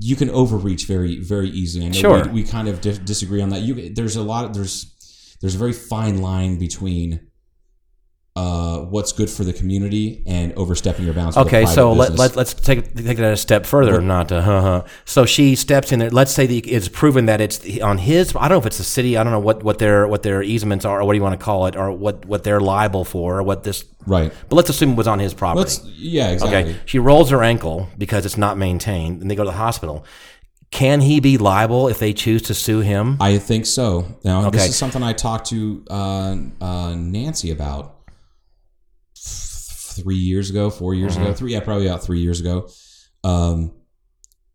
Speaker 6: You can overreach very very easily. I know
Speaker 5: Sure.
Speaker 6: we, we kind of di- disagree on that. You there's a lot. Of, there's there's a very fine line between. Uh, what's good for the community and overstepping your bounds? with a
Speaker 5: Okay,
Speaker 6: private
Speaker 5: so let,
Speaker 6: business.
Speaker 5: let, let's take take that a step further. Not to, huh, huh. So she steps in there. Let's say the, it's proven that it's on his. I don't know if it's the city. I don't know what, what their what their easements are, or what do you want to call it, or what, what they're liable for, or what this.
Speaker 6: right.
Speaker 5: But let's assume it was on his property.
Speaker 6: Let's yeah exactly.
Speaker 5: Okay. She rolls her ankle because it's not maintained, and they go to the hospital. Can he be liable if they choose to sue him?
Speaker 6: I think so. Now, this
Speaker 5: Okay.
Speaker 6: is something I talked to uh, uh, Nancy about th- three years ago, four years
Speaker 5: Mm-hmm.
Speaker 6: ago, three, yeah, probably about three years ago. Um,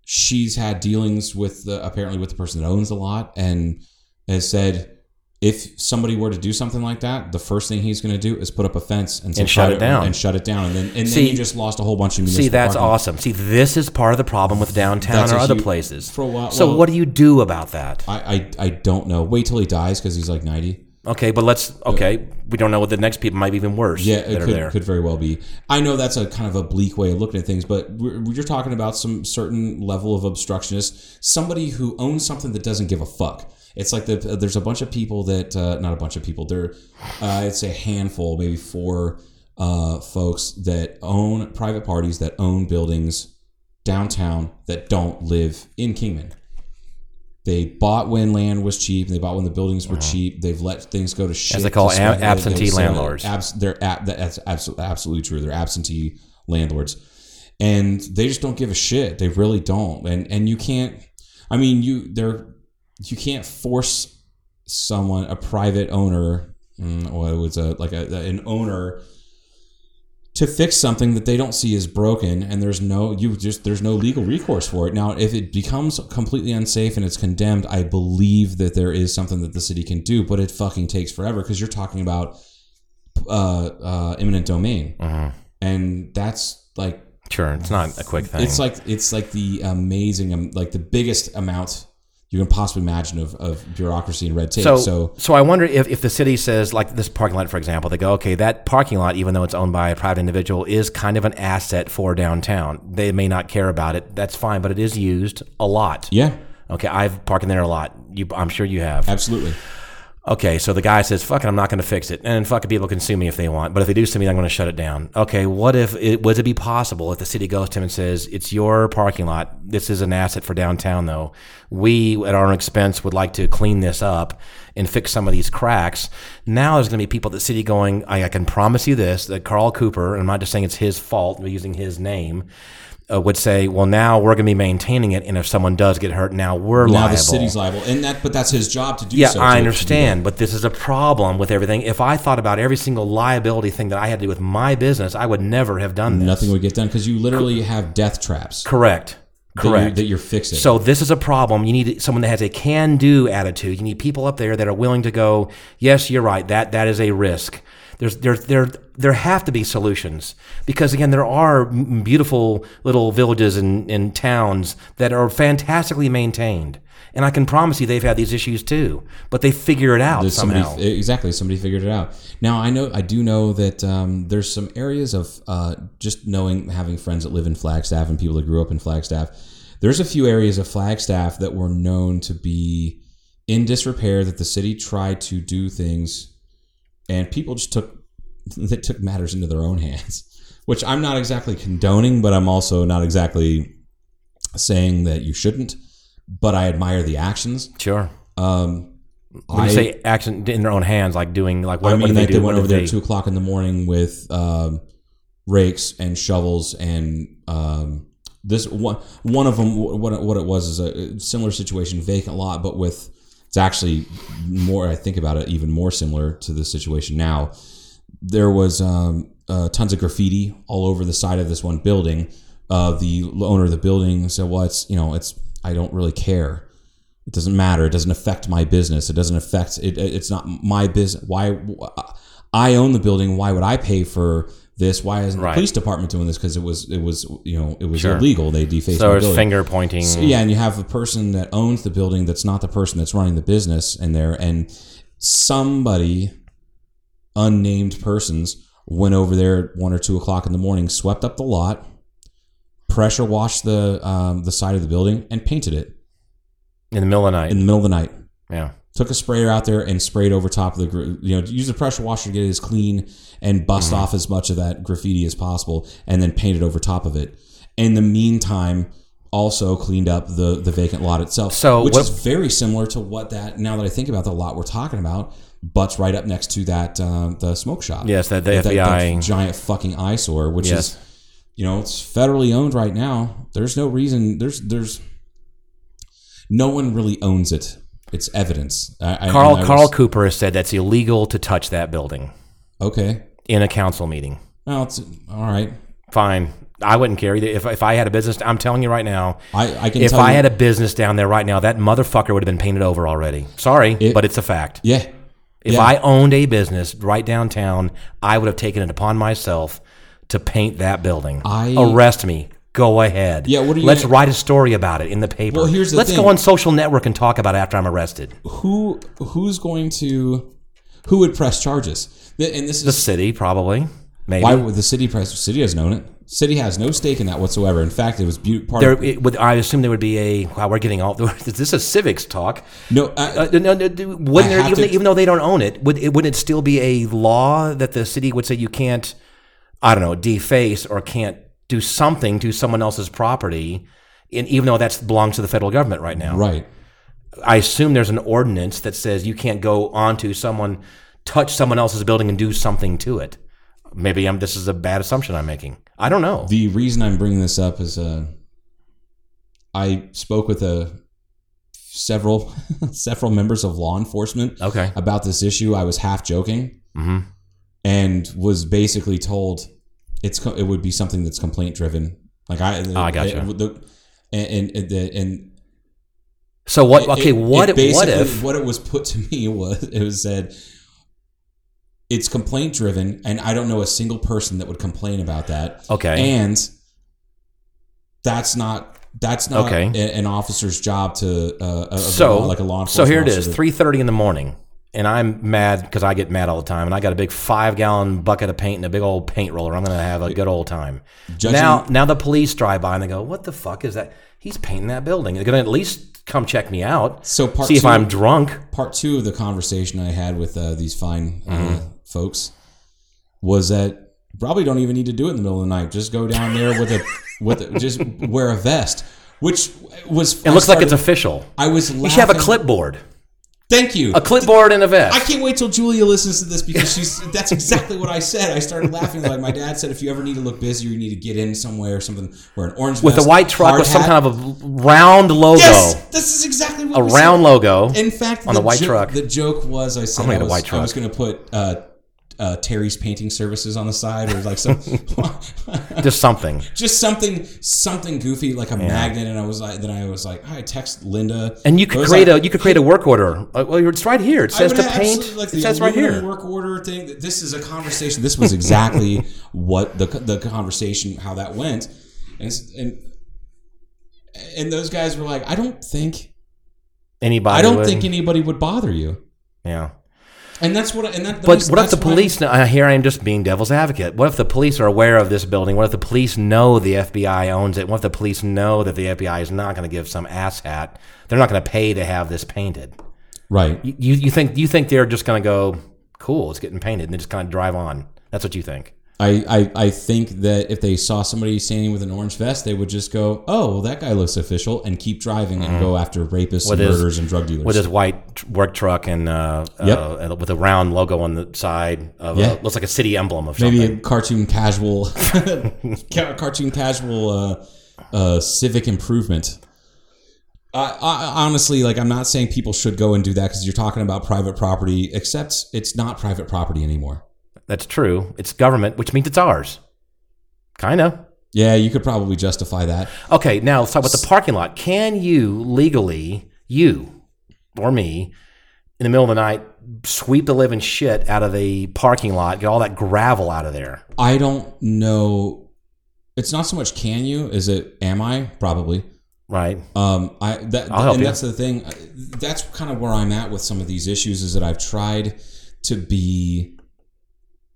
Speaker 6: she's had dealings with the, apparently with the person that owns the lot and has said if somebody were to do something like that, the first thing he's going to do is put up a fence and, say,
Speaker 5: shut it down.
Speaker 6: and shut it down, and then and then
Speaker 5: See-
Speaker 6: you just lost a whole bunch of municipal
Speaker 5: See, that's
Speaker 6: parking.
Speaker 5: awesome. See, this is part of the problem with downtown
Speaker 6: That's
Speaker 5: or
Speaker 6: a
Speaker 5: other
Speaker 6: huge-
Speaker 5: places.
Speaker 6: for a while-
Speaker 5: so,
Speaker 6: well-
Speaker 5: what do you do about that?
Speaker 6: I, I I don't know. Wait till he dies because he's like ninety.
Speaker 5: Okay, but let's. Okay, we don't know what the next people might be even worse.
Speaker 6: Yeah,
Speaker 5: that
Speaker 6: it
Speaker 5: are there.
Speaker 6: could, could very well be. I know that's a kind of a bleak way of looking at things, but we're, you're talking about some certain level of obstructionist, somebody who owns something that doesn't give a fuck. It's like the, uh, there's a bunch of people that, uh, not a bunch of people, there, uh, it's a handful, maybe four uh, folks that own private parties, that own buildings downtown that don't live in Kingman. They bought when land was cheap. They bought when the buildings were cheap. They've let things go to shit.
Speaker 5: Uh-huh. they call
Speaker 6: to
Speaker 5: a-
Speaker 6: spite their-
Speaker 5: absentee
Speaker 6: they've sold it.
Speaker 5: landlords.
Speaker 6: Abs- they're ab- that's absolutely, absolutely true. They're absentee landlords, and they just don't give a shit. They really don't. And and you can't. I mean, you they're you can't force someone, a private owner, mm, well, it was a like a, an owner to fix something that they don't see as broken and there's no you just there's no legal recourse for it now if it becomes completely unsafe and it's condemned i believe that there is something that the city can do but it fucking takes forever because you're talking about uh, uh eminent domain
Speaker 5: Mm-hmm.
Speaker 6: and that's like
Speaker 5: Sure, it's not a quick thing.
Speaker 6: it's like it's like the amazing um, like the biggest amount you can possibly imagine of, of bureaucracy and red tape
Speaker 5: so,
Speaker 6: so
Speaker 5: so, I wonder if, if the city says, like this parking lot, for example, they go, okay, that parking lot, even though it's owned by a private individual, is kind of an asset for downtown. They may not care about it. That's fine, but it is used a lot.
Speaker 6: yeah
Speaker 5: Okay, I've parked in there a lot. You, I'm sure you have.
Speaker 6: absolutely
Speaker 5: Okay, so the guy says, "Fuck it, I'm not going to fix it," and fucking people can sue me if they want. But if they do sue me, I'm going to shut it down. Okay, what if it would it be possible if the city goes to him and says, "It's your parking lot. This is an asset for downtown, though. We, at our own expense, would like to clean this up and fix some of these cracks." Now there's going to be people at the city going, "I, I can promise you this: that Carl Cooper, and I'm not just saying it's his fault, we're using his name." Uh, would say, well, now we're going to be maintaining it, and if someone does get hurt, now we're
Speaker 6: now
Speaker 5: liable.
Speaker 6: the city's liable and that but that's his job to do
Speaker 5: Yeah,
Speaker 6: so to- to
Speaker 5: I
Speaker 6: do
Speaker 5: understand, but this is a problem with everything. If I thought about every single liability thing that I had to do with my business, I would never have done this.
Speaker 6: Nothing would get done because you literally have death traps.
Speaker 5: Correct. Correct.
Speaker 6: That, you, that you're fixing.
Speaker 5: so this is a problem. You need someone that has a can-do attitude. You need people up there that are willing to go, "Yes, you're right. That that is a risk." There's there there there have to be solutions because again there are m- beautiful little villages and, and towns that are fantastically maintained, and I can promise you they've had these issues too, but they figure it out
Speaker 6: There's
Speaker 5: somehow.
Speaker 6: Somebody, exactly, somebody figured it out. Now I know, I do know that um, there's some areas of uh, just knowing, having friends that live in Flagstaff and people that grew up in Flagstaff. There's a few areas of Flagstaff that were known to be in disrepair that the city tried to do things, and people just took that took matters into their own hands. Which I'm not exactly condoning, but I'm also not exactly saying that you shouldn't. But I admire the actions.
Speaker 5: sure.
Speaker 6: Um,
Speaker 5: When you say action in their own hands, like doing like what,
Speaker 6: I
Speaker 5: what
Speaker 6: mean,
Speaker 5: did they
Speaker 6: like
Speaker 5: do?
Speaker 6: they
Speaker 5: What
Speaker 6: went over
Speaker 5: did
Speaker 6: there
Speaker 5: they-
Speaker 6: at two o'clock in the morning with um, rakes and shovels, and um, this one one of them, what it- what it was, is a uh, similar situation, vacant lot, but with it's actually more. I think about it, even more similar to the situation now. There was um, uh, tons of graffiti all over the side of this one building. Uh, the owner of the building said, "Well, it's you know, it's I don't really care." it doesn't matter it doesn't affect my business it doesn't affect it it's not my business why i own the building why would i pay for this why isn't the
Speaker 5: Right.
Speaker 6: police department doing this because it was it was you know it was
Speaker 5: Sure.
Speaker 6: illegal they defaced
Speaker 5: So
Speaker 6: the
Speaker 5: it's
Speaker 6: building
Speaker 5: finger pointing.
Speaker 6: So, yeah and you have a person that owns the building that's not the person that's running the business in there and somebody unnamed persons went over there at one or two o'clock in the morning swept up the lot pressure washed the um, the side of the building and painted it
Speaker 5: in the middle of the night.
Speaker 6: in the middle of the night
Speaker 5: yeah.
Speaker 6: took a sprayer out there and sprayed over top of the gr- you know use the pressure washer to get it as clean and bust
Speaker 5: Mm-hmm.
Speaker 6: off as much of that graffiti as possible and then paint it over top of it in the meantime also cleaned up the the vacant lot itself
Speaker 5: So
Speaker 6: which
Speaker 5: what-
Speaker 6: is very similar to what that now that i think about the lot we're talking about butts right up next to that uh, the smoke shop
Speaker 5: Yes, that the
Speaker 6: that
Speaker 5: FBI.
Speaker 6: giant fucking eyesore which
Speaker 5: Yes.
Speaker 6: is you know it's federally owned right now there's no reason there's there's no one really owns it it's evidence I, I-
Speaker 5: Carl
Speaker 6: and I
Speaker 5: Carl
Speaker 6: was-
Speaker 5: Cooper has said that's illegal to touch that building
Speaker 6: okay
Speaker 5: in a council meeting.
Speaker 6: well it's all right
Speaker 5: Fine. I wouldn't care either. If, if I had a business, I'm telling you right now,
Speaker 6: i i can
Speaker 5: if
Speaker 6: tell
Speaker 5: I
Speaker 6: you,
Speaker 5: had a business down there right now, that motherfucker would have been painted over already. Sorry,
Speaker 6: It-
Speaker 5: but it's a fact.
Speaker 6: yeah
Speaker 5: If
Speaker 6: yeah.
Speaker 5: I owned a business right downtown, I would have taken it upon myself to paint that building.
Speaker 6: I-
Speaker 5: Arrest me. Go ahead.
Speaker 6: Yeah, what are you
Speaker 5: Let's
Speaker 6: gonna-
Speaker 5: write a story about it in the paper.
Speaker 6: Well, here's the
Speaker 5: Let's
Speaker 6: thing.
Speaker 5: go on social network and talk about it after I'm arrested.
Speaker 6: who who's going to who would press charges Th- and this
Speaker 5: The
Speaker 6: is
Speaker 5: city, probably. Maybe.
Speaker 6: why would the city press city has known it city has no stake in that whatsoever in fact it was be- part
Speaker 5: There,
Speaker 6: of
Speaker 5: it would, I assume there would be a. Wow, we're getting all. This is civics talk.
Speaker 6: no
Speaker 5: Uh,
Speaker 6: I,
Speaker 5: no, no, do- wouldn't
Speaker 6: I
Speaker 5: there,
Speaker 6: have
Speaker 5: even,
Speaker 6: to-
Speaker 5: even though they don't own it, would it would it still be a law that the city would say you can't? I don't know, deface or can't do something to someone else's property, and even though that belongs to the federal government right now.
Speaker 6: right
Speaker 5: I assume there's an ordinance that says you can't go onto someone, touch someone else's building, and do something to it. Maybe I'm. This is a bad assumption I'm making. I don't know.
Speaker 6: The reason I'm bringing this up is uh, I spoke with uh several several members of law enforcement
Speaker 5: okay.
Speaker 6: about this issue. I was half joking
Speaker 5: hmm
Speaker 6: and was basically told it's co- it would be something that's complaint driven. Like I,
Speaker 5: Ah, I gotcha.
Speaker 6: it- the- and and the, and
Speaker 5: So what?
Speaker 6: it-
Speaker 5: Okay.
Speaker 6: it-
Speaker 5: what?
Speaker 6: it
Speaker 5: if what
Speaker 6: basically-
Speaker 5: if?
Speaker 6: what it was put to me was it was said it's complaint driven, and I don't know a single person that would complain about that
Speaker 5: Okay.
Speaker 6: and that's not that's not
Speaker 5: Okay.
Speaker 6: a- an officer's job to uh, of a
Speaker 5: so
Speaker 6: law- like a law
Speaker 5: so
Speaker 6: enforcement.
Speaker 5: here it is
Speaker 6: officer.
Speaker 5: 3.30 in the morning and i'm mad because i get mad all the time and i got a big five gallon bucket of paint and a big old paint roller i'm gonna have a good old time
Speaker 6: Judging-
Speaker 5: now now the police drive by and they go what the fuck is that he's painting that building they're gonna at least come check me out
Speaker 6: So part
Speaker 5: see if
Speaker 6: two-
Speaker 5: i'm drunk
Speaker 6: Part two of the conversation I had with uh, these fine
Speaker 5: Mm-hmm.
Speaker 6: uh, folks was that probably don't even need to do it in the middle of the night. Just go down there with a with a, just wear a vest, which was
Speaker 5: it looks like it's official
Speaker 6: I was. Laughing.
Speaker 5: you should have a clipboard
Speaker 6: Thank you.
Speaker 5: a clipboard and a
Speaker 6: I
Speaker 5: vest
Speaker 6: can't wait till Julia listens to this because she's. That's exactly what I said. I started laughing like my dad said. If you ever need to look busy or you need to get in somewhere or something, wear an orange
Speaker 5: with a
Speaker 6: vest,
Speaker 5: white truck
Speaker 6: hard
Speaker 5: with some
Speaker 6: hat.
Speaker 5: kind of a round logo
Speaker 6: Yes, this is exactly what
Speaker 5: a
Speaker 6: we
Speaker 5: round
Speaker 6: said.
Speaker 5: logo
Speaker 6: In fact,
Speaker 5: Oh, on a white
Speaker 6: jo-
Speaker 5: truck
Speaker 6: The joke was I said
Speaker 5: I'm gonna
Speaker 6: I
Speaker 5: get a
Speaker 6: was,
Speaker 5: white
Speaker 6: I was
Speaker 5: truck.
Speaker 6: going to put uh, uh, Terry's Painting Services on the side, or like some
Speaker 5: Just something.
Speaker 6: just something something goofy like a magnet. And I was like, then I was like, I text Linda,
Speaker 5: And you
Speaker 6: I
Speaker 5: could
Speaker 6: was
Speaker 5: create
Speaker 6: like,
Speaker 5: a you could create a work order. Uh, Well, it's right here. It
Speaker 6: I
Speaker 5: says
Speaker 6: would
Speaker 5: to
Speaker 6: have
Speaker 5: paint.
Speaker 6: absolutely- like
Speaker 5: it
Speaker 6: the
Speaker 5: says right
Speaker 6: aluminum
Speaker 5: here.
Speaker 6: Work order thing. This is a conversation. This was exactly what the the conversation how that went, and it's- and and those guys were like, I don't think
Speaker 5: Anybody?
Speaker 6: I don't
Speaker 5: would-
Speaker 6: think anybody would bother you.
Speaker 5: Yeah.
Speaker 6: And that's what. And that.
Speaker 5: But
Speaker 6: that's-
Speaker 5: what if the
Speaker 6: that's why-
Speaker 5: police? Know, here I am just being devil's advocate. What if the police are aware of this building? What if the police know the FBI owns it? What if the police know that the FBI is not going to give some asshat? They're not going to pay to have this painted.
Speaker 6: right?
Speaker 5: You- You you think you think they're just going to go cool? It's getting painted and they just kind of drive on. That's what you think.
Speaker 6: I, I I think that if they saw somebody standing with an orange vest, they would just go, "Oh, well, that guy looks official," and keep driving and go after rapists,
Speaker 5: With
Speaker 6: and
Speaker 5: his-
Speaker 6: murderers, and drug dealers.
Speaker 5: with his white tr- work truck and uh,
Speaker 6: Yep.
Speaker 5: uh, and with a round logo on the side of
Speaker 6: Yeah.
Speaker 5: a, looks like a city emblem of
Speaker 6: Maybe
Speaker 5: something.
Speaker 6: a cartoon casual, ca- cartoon casual, uh, uh, civic improvement. I, I honestly like. I'm not saying people should go and do that because you're talking about private property. Except it's not private property anymore.
Speaker 5: That's true. It's government, which means it's ours. Kind of.
Speaker 6: Yeah, you could probably justify that.
Speaker 5: Okay, now let's talk about the parking lot. Can you legally, you or me, in the middle of the night, sweep the living shit out of the parking lot, get all that gravel out of there?
Speaker 6: I don't know. It's not so much can you, is it? Am I probably?
Speaker 5: Right.
Speaker 6: Um, I that
Speaker 5: I'll help
Speaker 6: and
Speaker 5: you.
Speaker 6: that's the thing. Uh, That's kind of where I'm at with some of these issues is that I've tried to be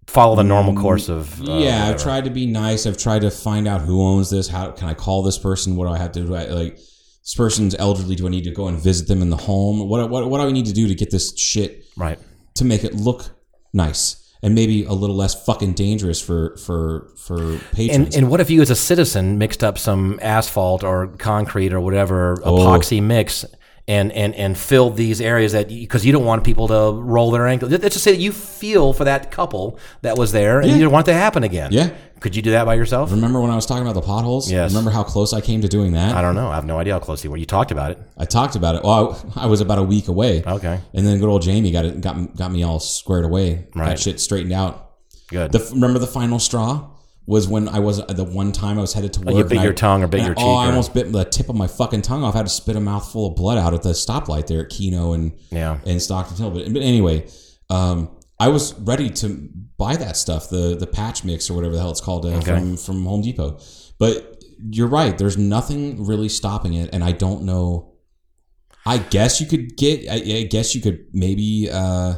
Speaker 5: Follow the normal course of. Uh,
Speaker 6: Mm, yeah. I've
Speaker 5: whatever.
Speaker 6: tried to be nice. I've tried to find out who owns this. How can I call this person? What do I have to do? I, like this person's elderly. Do I need to go and visit them in the home? What what what do I need to do to get this shit
Speaker 5: Right.
Speaker 6: to make it look nice and maybe a little less fucking dangerous for for for patrons?
Speaker 5: And, and what if you, as a citizen, mixed up some asphalt or concrete or whatever
Speaker 6: Oh.
Speaker 5: epoxy mix, and and and filled these areas that because you don't want people to roll their ankle. Let's just say that you feel for that couple that was there, and you don't want it to happen again.
Speaker 6: Yeah.
Speaker 5: Could you do that by yourself?
Speaker 6: Remember when I was talking about the potholes?
Speaker 5: Yes.
Speaker 6: Remember how close I came to doing that?
Speaker 5: I
Speaker 6: I,
Speaker 5: don't know. I have no idea how close you were. You talked about it.
Speaker 6: talked about it. Well, I, I was about a week away.
Speaker 5: Okay.
Speaker 6: And then good old Jamie got it, got got me all squared away.
Speaker 5: Right.
Speaker 6: Got shit straightened out.
Speaker 5: Good.
Speaker 6: The remember the final straw was when I was the one time I was headed to work.
Speaker 5: you bit
Speaker 6: and I-
Speaker 5: your tongue or bit
Speaker 6: and I-
Speaker 5: your
Speaker 6: oh,
Speaker 5: cheek
Speaker 6: I
Speaker 5: or-
Speaker 6: almost bit the tip of my fucking tongue off. I had to spit a mouthful of blood out at the stoplight there at Keno and
Speaker 5: Yeah.
Speaker 6: and Stockton Hill. But, but anyway, um, I was ready to buy that stuff, the the patch mix or whatever the hell it's called uh, from from Home Depot. But you're right. There's nothing really stopping it, and I don't know. I guess you could get. I, I guess you could maybe. Uh,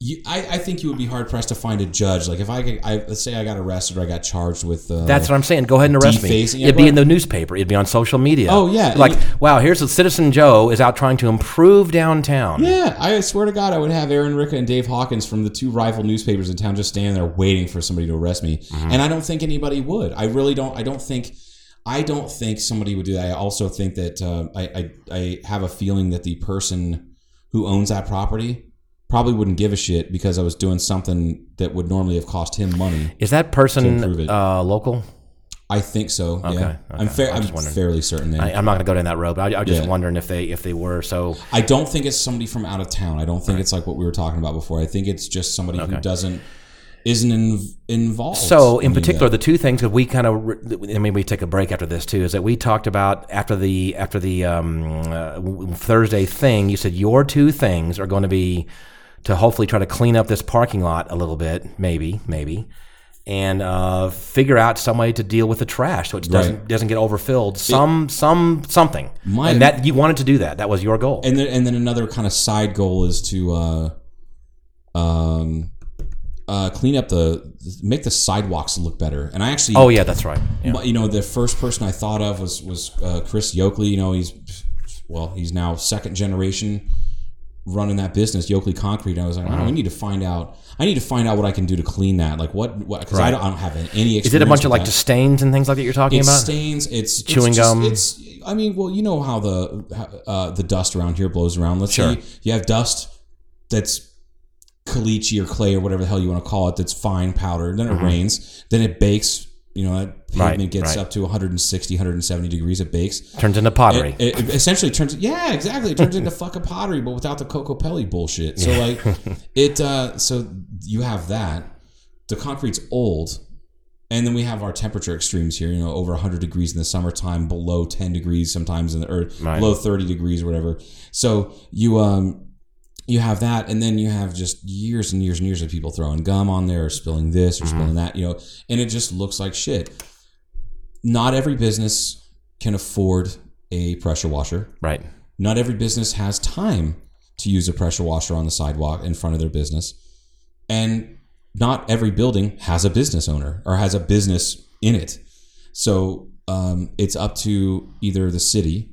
Speaker 6: you, I, I think you would be hard pressed to find a judge. Like if I, could, I let's say I got arrested or I got charged with. Uh,
Speaker 5: That's what I'm saying. Go ahead and arrest me.
Speaker 6: defacing it,
Speaker 5: It'd be
Speaker 6: but-
Speaker 5: in the newspaper. It'd be on social media.
Speaker 6: Oh, yeah.
Speaker 5: Like,
Speaker 6: And
Speaker 5: wow, here's a citizen Joe is out trying to improve downtown.
Speaker 6: Yeah, I swear to God, I would have Aaron Ricka and Dave Hawkins from the two rival newspapers in town just standing there waiting for somebody to arrest me,
Speaker 5: Mm-hmm.
Speaker 6: and I don't think anybody would. I really don't. I don't think. I don't think somebody would do that. I also think that uh, I, I I have a feeling that the person who owns that property probably wouldn't give a shit because I was doing something that would normally have cost him money.
Speaker 5: Is that
Speaker 6: improve
Speaker 5: person
Speaker 6: it.
Speaker 5: uh, local?
Speaker 6: I think so. yeah,
Speaker 5: okay.
Speaker 6: I'm fair.
Speaker 5: I'm
Speaker 6: I'm,
Speaker 5: just wondering.
Speaker 6: fairly certain. That
Speaker 5: I, I'm not going to go down that road, but I, I was just
Speaker 6: Yeah.
Speaker 5: wondering if they if they were. So
Speaker 6: I don't think it's somebody from out of town. I don't think it's like what we were talking about before. I think it's just somebody who doesn't isn't in, involved.
Speaker 5: So, in
Speaker 6: any of
Speaker 5: particular,
Speaker 6: that.
Speaker 5: the two things that we kind of, I mean, we take a break after this too, is that we talked about after the after the um, uh, w- Thursday thing. You said your two things are going to be to hopefully try to clean up this parking lot a little bit, maybe, maybe, and uh, figure out some way to deal with the trash so it doesn't
Speaker 6: Right.
Speaker 5: doesn't get overfilled. Some some something,
Speaker 6: My-
Speaker 5: and that you wanted to do that. That was your goal.
Speaker 6: and then and then another kind of side goal is to uh, um, uh, clean up the make the sidewalks look better. And I actually,
Speaker 5: oh yeah, that's right. Yeah.
Speaker 6: But, you know, the first person I thought of was was uh, Chris Yoakley. You know, he's well, he's now second generation running that business, Yoakley Concrete. And I was like, oh, we need to find out. I need to find out what I can do to clean that. Like what? Because what, 'cause I, don't, I don't have any. Experience
Speaker 5: Is it a bunch of
Speaker 6: with
Speaker 5: like
Speaker 6: that.
Speaker 5: just stains and things like that you're talking
Speaker 6: It's
Speaker 5: about?
Speaker 6: stains. It's it's
Speaker 5: Chewing
Speaker 6: just-
Speaker 5: gum?
Speaker 6: It's. I mean, well, you know how the how, uh, the dust around here blows around. Let's
Speaker 5: Sure.
Speaker 6: say you have dust that's caliche or clay or whatever the hell you want to call it. That's fine powder. Then it rains. Then it bakes. You know, that
Speaker 5: Mm-hmm. Right,
Speaker 6: pavement gets
Speaker 5: right.
Speaker 6: up to 160, 170 degrees. It bakes.
Speaker 5: Turns into pottery.
Speaker 6: It, it- it essentially turns. Yeah, exactly. It turns into fucking pottery, but without the Coco Pelli bullshit. So like, it. Uh, so you have that. The concrete's old, and then we have our temperature extremes here. You know, over 100 degrees in the summertime, below 10 degrees sometimes in the or
Speaker 5: Right.
Speaker 6: below 30 degrees or whatever. So you um you have that and then you have just years and years and years of people throwing gum on there or spilling this or spilling that you know and it just looks like shit not every business can afford a pressure washer
Speaker 5: right.
Speaker 6: not every business has time to use a pressure washer on the sidewalk in front of their business and not every building has a business owner or has a business in it so um, it's up to either the city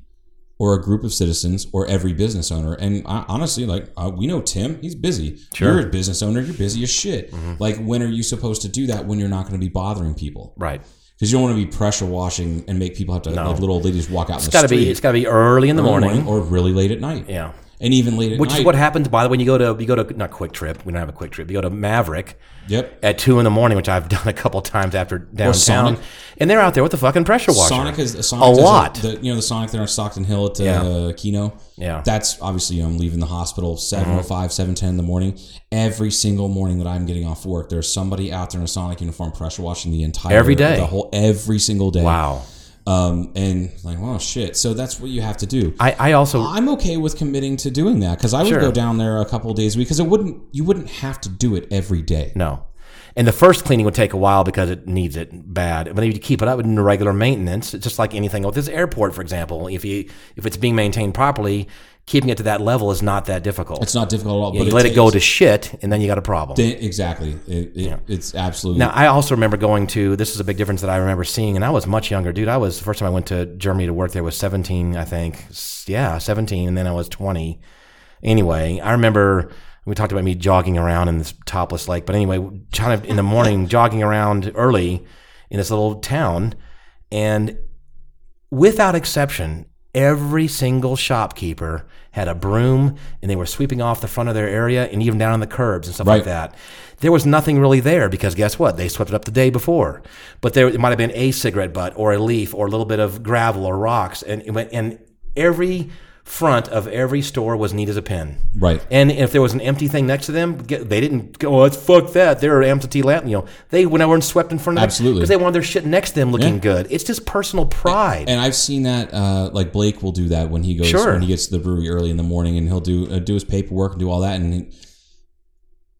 Speaker 6: or a group of citizens or every business owner. And I, honestly, like uh, we know Tim, he's busy. You're a business owner, you're busy as shit.
Speaker 5: Mm-hmm.
Speaker 6: Like when are you supposed to do that when you're not going to be bothering people?
Speaker 5: Right.
Speaker 6: Because you don't want to be pressure washing and make people have to like little old ladies walk out. in
Speaker 5: It's
Speaker 6: the
Speaker 5: got to be.
Speaker 6: street
Speaker 5: It's got to be early in the
Speaker 6: in the
Speaker 5: morning.
Speaker 6: or really late at night.
Speaker 5: Yeah.
Speaker 6: and even late at
Speaker 5: Which
Speaker 6: night.
Speaker 5: is what happens, by the way, when you go to you go to not Quick Trip. We don't have a Quick Trip. You go to Maverick
Speaker 6: Yep.
Speaker 5: at two in the morning, which I've done a couple times after downtown,
Speaker 6: Sonic.
Speaker 5: and they're out there with the fucking pressure washer.
Speaker 6: Sonic is Sonic
Speaker 5: a
Speaker 6: does
Speaker 5: lot.
Speaker 6: The, you know the Sonic there on Stockton Hill at the
Speaker 5: Yeah.
Speaker 6: uh, Kino.
Speaker 5: Yeah. Mm-hmm.
Speaker 6: that's obviously you know, I'm leaving the hospital 705, 710 in the morning. Every single morning that I'm getting off work, there's somebody out there in a Sonic uniform pressure washing the entire
Speaker 5: Every day.
Speaker 6: the whole every single day.
Speaker 5: wow.
Speaker 6: Um, and like wow shit. So that's what you have to do.
Speaker 5: I, I also
Speaker 6: I'm okay with committing to doing that because I would
Speaker 5: Sure.
Speaker 6: go down there a couple days a week because it wouldn't you wouldn't have to do it every day.
Speaker 5: No. And the first cleaning would take a while because it needs it bad. But if you keep it up in regular maintenance, it's just like anything with this airport, for example, if you if it's being maintained properly, keeping it to that level is not that difficult.
Speaker 6: It's not difficult at all.
Speaker 5: Yeah,
Speaker 6: but
Speaker 5: you let it go
Speaker 6: takes-
Speaker 5: to shit, and then you got a problem.
Speaker 6: Then- exactly. It, it, It's absolutely.
Speaker 5: Now, I also remember going to. This is a big difference that I remember seeing, and I was much younger, dude. I was the first time I went to Germany to work there was seventeen, I think. S- Yeah, seventeen, and then I was twenty. Anyway, I remember we talked about me jogging around in this topless lake, but anyway, kind of in the morning, jogging around early in this little town, and without exception, every single shopkeeper had a broom and they were sweeping off the front of their area and even down on the curbs and stuff like
Speaker 6: Right.
Speaker 5: that. There was nothing really there because guess what? They swept it up the day before. But there it might have been a cigarette butt or a leaf or a little bit of gravel or rocks and it went- and every front of every store was neat as a pin.
Speaker 6: right.
Speaker 5: And if there was an empty thing next to them, get, they didn't go, oh, let's fuck that. They're an empty lamp. You know, they went over and swept in front of
Speaker 6: Absolutely.
Speaker 5: because they wanted their shit next to them looking
Speaker 6: Yeah.
Speaker 5: good. It's just personal pride.
Speaker 6: And I've seen that, uh, like Blake will do that when he goes
Speaker 5: Sure.
Speaker 6: when he gets to the brewery early in the morning, and he'll do uh, do his paperwork and do all that. And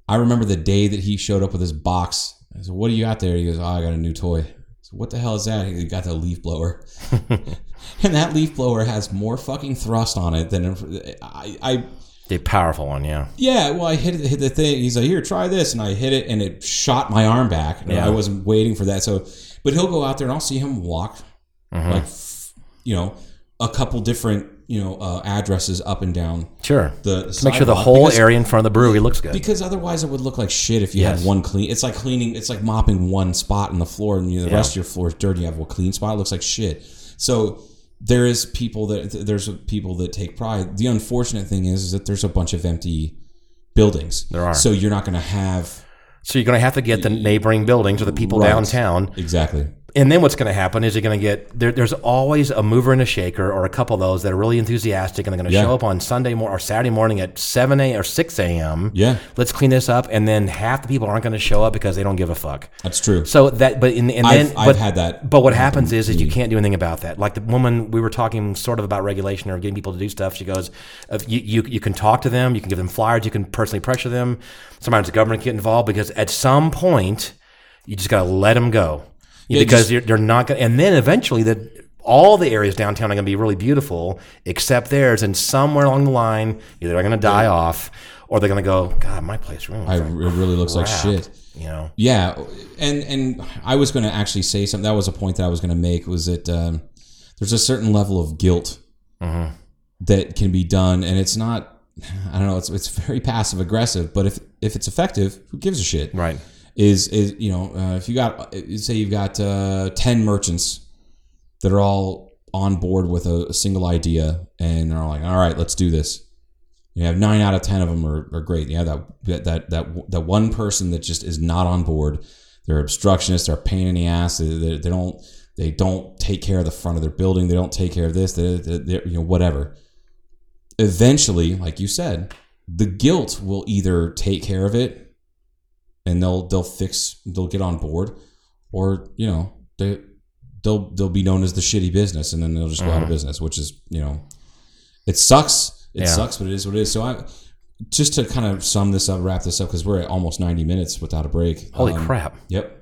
Speaker 6: I remember the day that he showed up with his box. I said, "What do you got there?" He goes, "Oh, I got a new toy." So what the hell is that? He got the leaf blower, and that leaf blower has more fucking thrust on it than I. I
Speaker 5: The powerful one, yeah.
Speaker 6: yeah, well, I hit, it- hit the thing. He's like, here, try this. And I hit it and it shot my arm back. And
Speaker 5: Yeah.
Speaker 6: I wasn't waiting for that. So, but he'll go out there and I'll see him walk
Speaker 5: Mm-hmm.
Speaker 6: like, f- you know, a couple different, you know, uh, addresses up and down
Speaker 5: Sure.
Speaker 6: the
Speaker 5: Make sure the
Speaker 6: sidewalk
Speaker 5: whole
Speaker 6: because-
Speaker 5: area in front of the brewery looks good.
Speaker 6: Because otherwise it would look like shit if you
Speaker 5: Yes.
Speaker 6: had one clean. It's like cleaning, it's like mopping one spot in the floor and you, the rest of your floor is dirty. You have a clean spot. It looks like shit. So, there is people that there's people that take pride. The unfortunate thing is, is that there's a bunch of empty buildings. There
Speaker 5: are.
Speaker 6: So you're not going to have
Speaker 5: so you're going to have to get the neighboring buildings or the people
Speaker 6: Right.
Speaker 5: downtown.
Speaker 6: exactly
Speaker 5: And then what's going to happen is you're going to get there, there's always a mover and a shaker or a couple of those that are really enthusiastic and they're going to
Speaker 6: Yeah.
Speaker 5: show up on Sunday morning or Saturday morning at 7 a.m. or 6 a.m.
Speaker 6: Yeah.
Speaker 5: Let's clean this up. And then half the people aren't going to show up because they don't give a fuck.
Speaker 6: that's true.
Speaker 5: So that, but in, and
Speaker 6: I've-
Speaker 5: then,
Speaker 6: I've
Speaker 5: but,
Speaker 6: had that
Speaker 5: But what happens is, is you can't do anything about that. Like the woman we were talking sort of about regulation or getting people to do stuff. She goes, if you, you you can talk to them, you can give them flyers, you can personally pressure them. Sometimes the government get involved because at some point you just got to let them go because
Speaker 6: just-
Speaker 5: you're, they're not going. to And then eventually the all the areas downtown are going to be really beautiful except theirs, and somewhere along the line either they're going to die off or they're going to go. God, my place really.
Speaker 6: I,
Speaker 5: looks
Speaker 6: it really looks like
Speaker 5: crap,"
Speaker 6: shit.
Speaker 5: You know.
Speaker 6: Yeah, and and I was going to actually say something. That was a point that I was going to make. Was that um, there's a certain level of guilt that can be done, and it's not. I don't know. It's it's very passive aggressive, but if if it's effective, who gives a shit?
Speaker 5: Right.
Speaker 6: Is is you know uh, if you got uh, say you've got uh, ten merchants that are all on board with a, a single idea and they're all like, all right, let's do this. You have nine out of ten of them are, are great. You have that that that that that one person that just is not on board. They're obstructionists. They're a pain in the ass. They, they, they don't they don't take care of the front of their building. They don't take care of this. They, they, they, you know whatever. Eventually, like you said, the guilt will either take care of it, and they'll they'll fix they'll get on board, or you know they they'll they'll be known as the shitty business, and then they'll just go out of business, which is you know it sucks. It
Speaker 5: Mm-hmm. Yeah.
Speaker 6: sucks, but it is what it is. So I just to kind of sum this up, wrap this up because we're at almost ninety minutes without a break.
Speaker 5: Holy
Speaker 6: Um,
Speaker 5: crap.
Speaker 6: Yep.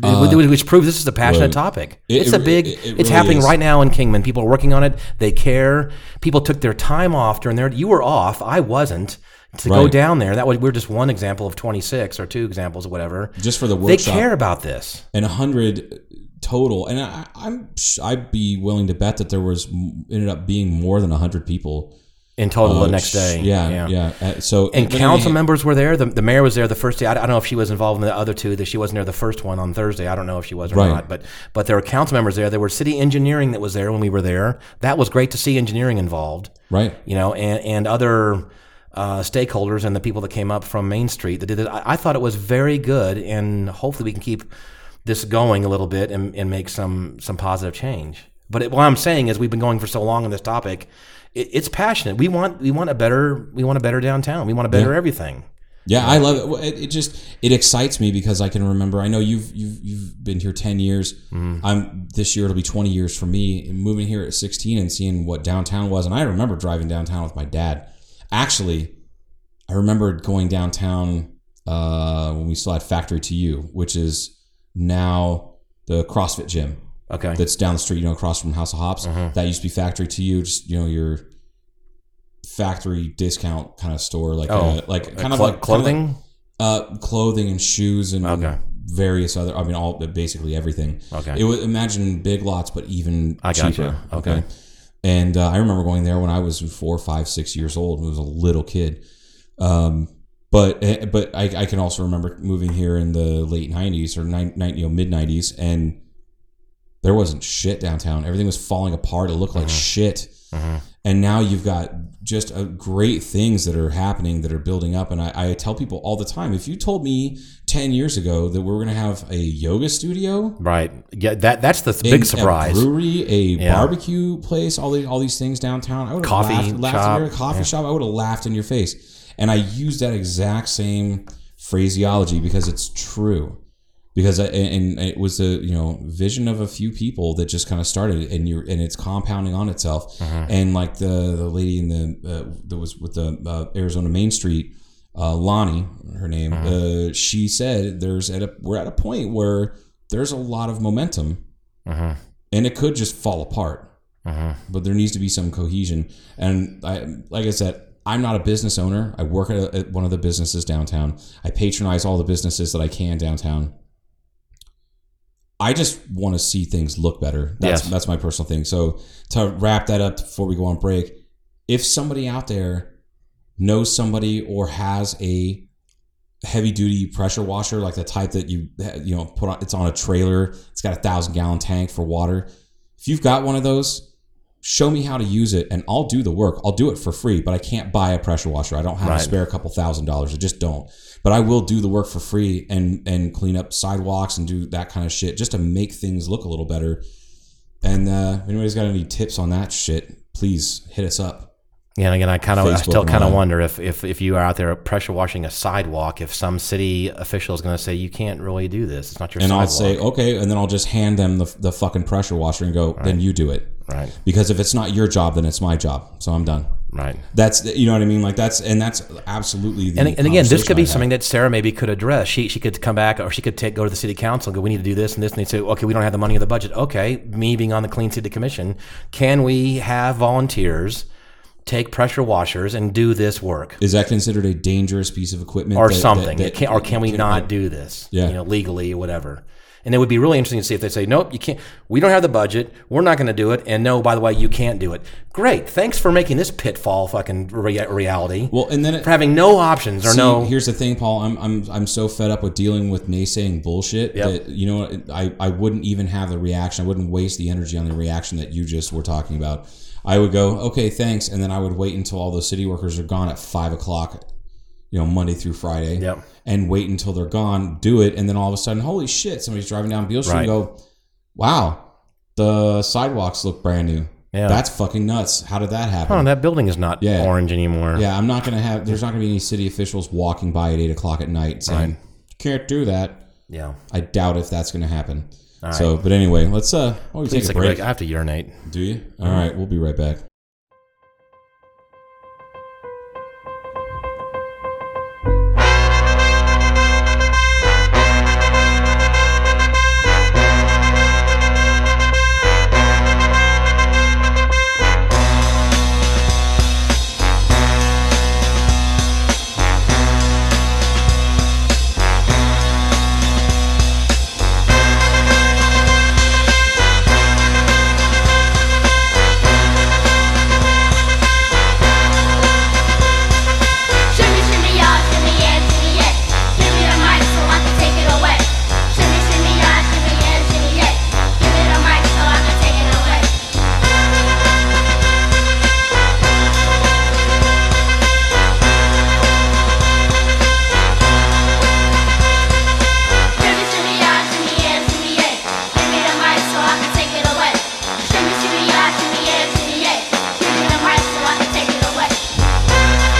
Speaker 5: Which- which proves this is a passionate
Speaker 6: well,
Speaker 5: topic.
Speaker 6: Uh, it-
Speaker 5: it's
Speaker 6: it
Speaker 5: a big.
Speaker 6: re- it- it
Speaker 5: it's
Speaker 6: really
Speaker 5: happening
Speaker 6: is.
Speaker 5: right now in Kingman. People are working on it. They care. People took their time off during their. You were off. I wasn't. To go
Speaker 6: Right.
Speaker 5: down there. That was we're just one example of twenty six or two examples or whatever.
Speaker 6: Just for the
Speaker 5: They
Speaker 6: workshop.
Speaker 5: care about this.
Speaker 6: and 100 total and I, i'm i'd be willing to bet that there was ended up being more than 100 people
Speaker 5: In total,
Speaker 6: Uh,
Speaker 5: Oh, the next day.
Speaker 6: yeah yeah, Uh, so
Speaker 5: And
Speaker 6: but
Speaker 5: council
Speaker 6: anyhow,
Speaker 5: members were there. The, the mayor was there the first day. I, I don't know if she was involved in the other two. That she wasn't there the first one on Thursday. I don't know if she was or
Speaker 6: Right.
Speaker 5: not. But but there were council members there. There were city engineering that was there when we were there. That was great to see engineering involved.
Speaker 6: right
Speaker 5: You know, and and other uh, stakeholders and the people that came up from Main Street that did it. I, I thought it was very good, and hopefully we can keep this going a little bit and, and make some some positive change. But it, what I'm saying is, we've been going for so long on this topic. It, it's passionate. We want we want a better we want a better downtown. We want a better everything.
Speaker 6: yeah i love it. Well, it it just it excites me because i can remember i know you've you've, you've been here 10 years i'm this year it'll be 20 years for me and moving here at 16 and seeing what downtown was and i remember driving downtown with my dad actually i remember going downtown uh, when we still had factory to you which is now the crossfit gym
Speaker 5: Okay.
Speaker 6: that's down the street, you know, across from House of Hops. That used to be Factory to you, just you know your factory discount kind of store, like
Speaker 5: Oh,
Speaker 6: a, like kind of
Speaker 5: Clo-
Speaker 6: like
Speaker 5: clothing.
Speaker 6: kind of like, uh, clothing and shoes and
Speaker 5: Okay.
Speaker 6: various other. I mean, all basically everything.
Speaker 5: Okay.
Speaker 6: it was imagine Big Lots, but even
Speaker 5: I gotcha.
Speaker 6: cheaper.
Speaker 5: Okay.
Speaker 6: and uh, I remember going there when I was four, five, six years old. and was a little kid. Um, but eh, but I, I can also remember moving here in the late '90s or nine, nine, you know, mid '90s, and there wasn't shit downtown. Everything was falling apart. It looked
Speaker 5: Mm-hmm.
Speaker 6: like shit. And now you've got just uh great things that are happening that are building up. And I, I tell people all the time: if you told me ten years ago that we were going to have a yoga studio,
Speaker 5: Right. Yeah. That that's the
Speaker 6: a-
Speaker 5: big surprise.
Speaker 6: a brewery, a
Speaker 5: Yeah.
Speaker 6: barbecue place, all the, all these things downtown, I would have
Speaker 5: Coffee
Speaker 6: laughed, laughed in your
Speaker 5: shop.
Speaker 6: coffee shop. I would have laughed in your face. And I use that exact same phraseology because it's true because I, and and it was a you know vision of a few people that just kind of started and you're and it's compounding on itself
Speaker 5: Mm-hmm.
Speaker 6: and like the the lady in the uh, that was with the uh, Arizona Main Street uh, Lonnie her name
Speaker 5: Mm-hmm.
Speaker 6: uh, she said there's at a we're at a point where there's a lot of momentum
Speaker 5: Mm-hmm.
Speaker 6: and it could just fall apart but there needs to be some cohesion. And I, like I said, I'm not a business owner. I work at, a, at one of the businesses downtown. I patronize all the businesses that I can downtown. I just want to see things look better. That's
Speaker 5: Yes.
Speaker 6: that's my personal thing. So to wrap that up before we go on break, if somebody out there knows somebody or has a heavy duty pressure washer, like the type that you you know put on. It's on a trailer. It's got a thousand gallon tank for water. If you've got one of those, show me how to use it, and I'll do the work. I'll do it for free, but I can't buy a pressure washer. I don't have
Speaker 5: Right.
Speaker 6: to spare a couple thousand dollars. I just don't. But I will do the work for free and and clean up sidewalks and do that kind of shit just to make things look a little better. And uh, if anybody's got any tips on that shit, please hit us up.
Speaker 5: Yeah, and again, I kind of, I
Speaker 6: Facebook
Speaker 5: still
Speaker 6: and
Speaker 5: kind
Speaker 6: all
Speaker 5: of
Speaker 6: that.
Speaker 5: wonder if, if if you are out there pressure washing a sidewalk, if some city official is going to say you can't really do this, it's not your
Speaker 6: and
Speaker 5: sidewalk.
Speaker 6: I'll say okay, and then I'll just hand them the, the fucking pressure washer and go, then you do it,
Speaker 5: Right.
Speaker 6: Because if it's not your job, then it's my job. So I'm done.
Speaker 5: right.
Speaker 6: That's you know what I mean. Like that's and that's absolutely. The
Speaker 5: And, and again, this could
Speaker 6: conversation
Speaker 5: be
Speaker 6: I have.
Speaker 5: something that Sarah maybe could address. She she could come back, or she could take go to the city council and go, "We need to do this and this." And they say, "Okay, we don't have the money or the budget." Okay, me being on the Clean City Commission, can we have volunteers take pressure washers and do this work,
Speaker 6: Is that considered a dangerous piece of equipment
Speaker 5: or
Speaker 6: that- that-
Speaker 5: something?
Speaker 6: that-
Speaker 5: It can, or can we not do this?
Speaker 6: Yeah.
Speaker 5: you know, legally or whatever. And it would be really interesting to see if they say, "Nope, you can't. We don't have the budget. We're not going to do it." And no, by the way, you can't do it. Great, thanks for making this pitfall fucking rea- reality.
Speaker 6: Well, and then it,
Speaker 5: for having no options or
Speaker 6: See,
Speaker 5: no.
Speaker 6: Here's the thing, Paul. I'm I'm I'm so fed up with dealing with naysaying bullshit
Speaker 5: Yep.
Speaker 6: that you know what, I I wouldn't even have the reaction. I wouldn't waste the energy on the reaction that you just were talking about. I would go, okay, thanks, and then I would wait until all those city workers are gone at five o'clock. you know, Monday through Friday.
Speaker 5: Yep.
Speaker 6: And wait until they're gone, do it, and then all of a sudden, holy shit, somebody's driving down Beale Street and go, Wow, the sidewalks look brand new.
Speaker 5: Yeah.
Speaker 6: That's fucking nuts. How did that happen?
Speaker 5: Oh, that building is not
Speaker 6: Yeah.
Speaker 5: orange anymore.
Speaker 6: Yeah, I'm not gonna have. There's not gonna be any city officials walking by at eight o'clock at night saying "You can't do that.
Speaker 5: Yeah.
Speaker 6: I doubt if that's gonna happen. So, but anyway, let's uh, why don't we
Speaker 5: Please
Speaker 6: take a
Speaker 5: take a break.
Speaker 6: break.
Speaker 5: I have to urinate.
Speaker 6: Do you? All right, we'll be right back.
Speaker 1: Shimmy, shimmy, y'all, shimmy, yeah, shimmy, yeah. Give me the mic so I can take it away. Shimmy, shimmy, y'all, shimmy, yeah, shimmy, yeah. Give me the mic so I can take it away. Shimmy, shimmy, y'all, shimmy, yeah, shimmy, yeah. Give me the mic so I can take it away. Shimmy, shimmy, y'all, shimmy, yeah, shimmy, yeah. Give me the mic so I can take it away.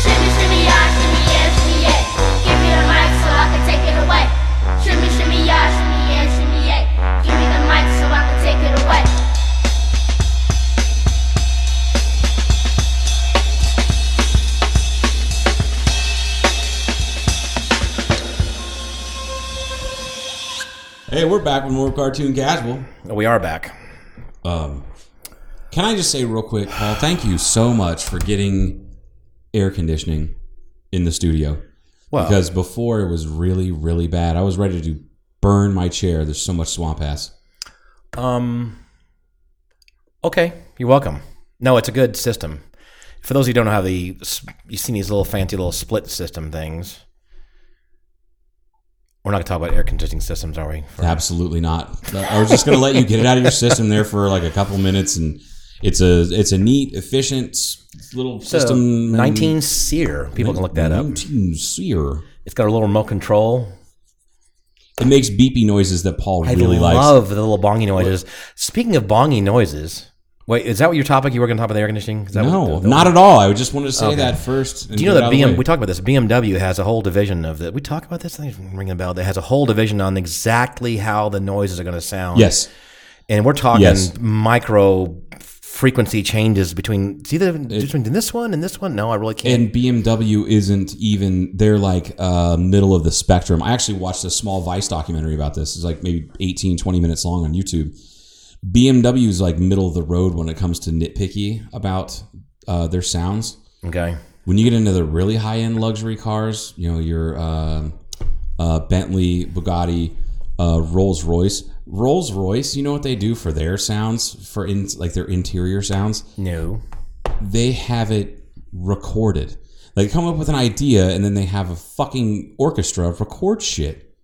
Speaker 1: Shimmy, shimmy, yeah, shimmy, yeah, shimmy, yeah. Give me the mic so I can take it away. Shimmy, shimmy, yeah, shimmy, yeah, shimmy, yeah. Give me the mic so I can take it away.
Speaker 6: Hey, we're back with more cartoon casual.
Speaker 5: We are back.
Speaker 6: Um, can I just say real quick, Paul? Thank you so much for getting air conditioning in the studio.
Speaker 5: Well,
Speaker 6: because before it was really, really bad. I was ready to burn my chair. There's so much swamp ass.
Speaker 5: um, okay, you're welcome. No, it's a good system. For those who don't know how the s- you've seen these little fancy little split system things. We're not gonna talk about air conditioning systems, are we?
Speaker 6: Absolutely not. I was just going to let you get it out of your system there for like a couple minutes, and it's a it's a neat, efficient little system. and-
Speaker 5: Nineteen SEER. People can look that up.
Speaker 6: 19 seer.
Speaker 5: It's got a little remote control.
Speaker 6: It makes beepy noises that Paul
Speaker 5: I
Speaker 6: really likes.
Speaker 5: love the little bongy noises. Speaking of bongy noises, wait, is that what your topic? You were going to talk about the air conditioning? Is that
Speaker 6: No,
Speaker 5: what,
Speaker 6: not at all. I just wanted to say that first.
Speaker 5: Do you know that BM? We talked about this. BMW has a whole division of that. We talked about this. I think it's ringing a bell. That has a whole division on exactly how the noises are going to sound.
Speaker 6: Yes.
Speaker 5: and we're talking
Speaker 6: Yes.
Speaker 5: micro frequency changes between see the between this one and this one. No, I really can't.
Speaker 6: And BMW isn't even, they're like uh, middle of the spectrum. I actually watched a small Vice documentary about this. It's like maybe 18, 20 minutes long on YouTube. BMW is like middle of the road when it comes to nitpicky about uh, their sounds.
Speaker 5: okay,
Speaker 6: When you get into the really high end luxury cars, you know, your uh, uh, Bentley, Bugatti, uh, Rolls Royce. Rolls Royce, you know what they do for their sounds, for in, like their interior sounds?
Speaker 5: no.
Speaker 6: they have it recorded. They come up with an idea and then they have a fucking orchestra record shit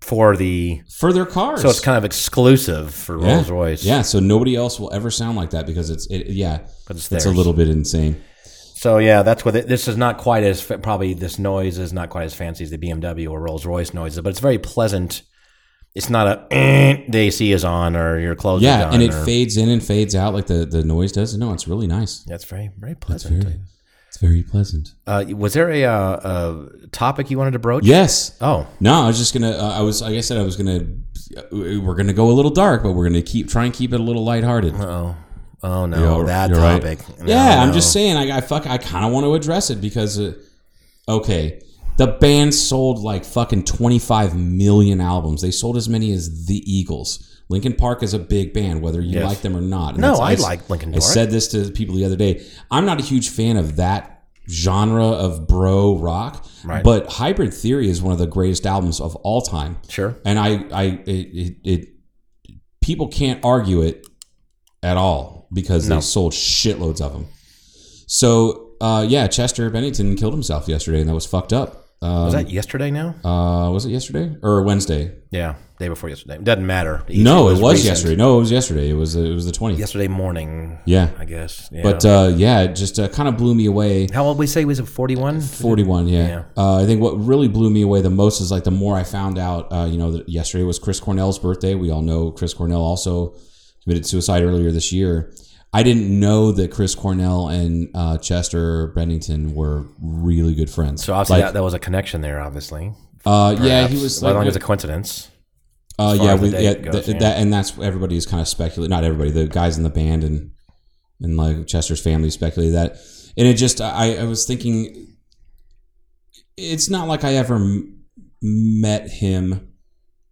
Speaker 5: For the
Speaker 6: for their cars.
Speaker 5: so it's kind of exclusive for
Speaker 6: yeah.
Speaker 5: Rolls Royce.
Speaker 6: Yeah, so nobody else will ever sound like that because it's it, yeah,
Speaker 5: it's
Speaker 6: it's a
Speaker 5: theirs.
Speaker 6: little bit insane.
Speaker 5: So yeah, that's what it, this is not quite as fa- probably this noise is not quite as fancy as the BMW or Rolls Royce noises, but it's very pleasant. It's not a eh, the AC is on or your clothes. are
Speaker 6: Yeah,
Speaker 5: done
Speaker 6: and it
Speaker 5: or-
Speaker 6: fades in and fades out like the the noise does. No, it's really nice.
Speaker 5: That's very very pleasant.
Speaker 6: It's very pleasant.
Speaker 5: Uh, was there a, uh, a topic you wanted to broach?
Speaker 6: Yes.
Speaker 5: Oh,
Speaker 6: No, I was just gonna. Uh, I was. Like I said, I was gonna. uh, We're gonna go a little dark, but we're gonna keep try and keep it a little lighthearted.
Speaker 5: oh, oh no,
Speaker 6: You're-
Speaker 5: that
Speaker 6: you're right.
Speaker 5: topic. No,
Speaker 6: yeah, I'm
Speaker 5: no.
Speaker 6: just saying. I, I fuck. I kind of want to address it because, uh, okay, the band sold like fucking 25 million albums. They sold as many as the Eagles. Lincoln Park is a big band, whether you
Speaker 5: Yes.
Speaker 6: like them or not. And
Speaker 5: No,
Speaker 6: that's-
Speaker 5: I
Speaker 6: s-
Speaker 5: like Linkin
Speaker 6: I
Speaker 5: Park.
Speaker 6: said this to people the other day. I'm not a huge fan of that genre of bro rock,
Speaker 5: Right.
Speaker 6: but Hybrid Theory is one of the greatest albums of all time.
Speaker 5: Sure.
Speaker 6: and I, I, it, it, it people can't argue it at all because they sold shitloads of them. So uh, yeah, Chester Bennington killed himself yesterday, and that was fucked up. Um,
Speaker 5: Was that yesterday now?
Speaker 6: uh, was it yesterday or Wednesday?
Speaker 5: yeah, day before yesterday. Doesn't matter.
Speaker 6: no, it was,
Speaker 5: recent.
Speaker 6: yesterday. No, it was yesterday. It was it was the twentieth.
Speaker 5: Yesterday morning.
Speaker 6: Yeah.
Speaker 5: I guess. Yeah.
Speaker 6: But uh, yeah, it just uh, kind of blew me away.
Speaker 5: how old we say he was? Forty-one.
Speaker 6: 41 yeah, Uh, i think what really blew me away the most is like the more i found out uh, you know that yesterday was chris cornell's birthday we all know chris cornell also committed suicide earlier this year i didn't know that chris cornell and uh, chester bennington were really good friends
Speaker 5: So obviously
Speaker 6: Like,
Speaker 5: that, that was a connection there. Obviously.
Speaker 6: uh, yeah
Speaker 5: Perhaps.
Speaker 6: he was
Speaker 5: I
Speaker 6: like,
Speaker 5: don't think it's a coincidence.
Speaker 6: uh,
Speaker 5: far
Speaker 6: yeah,
Speaker 5: as the
Speaker 6: we,
Speaker 5: date
Speaker 6: yeah,
Speaker 5: goes,
Speaker 6: th-
Speaker 5: yeah.
Speaker 6: that and that's everybody's kind of speculating. Not everybody, the guys in the band and and like Chester's family speculated that, and it just I, I was thinking, it's not like I ever m- met him.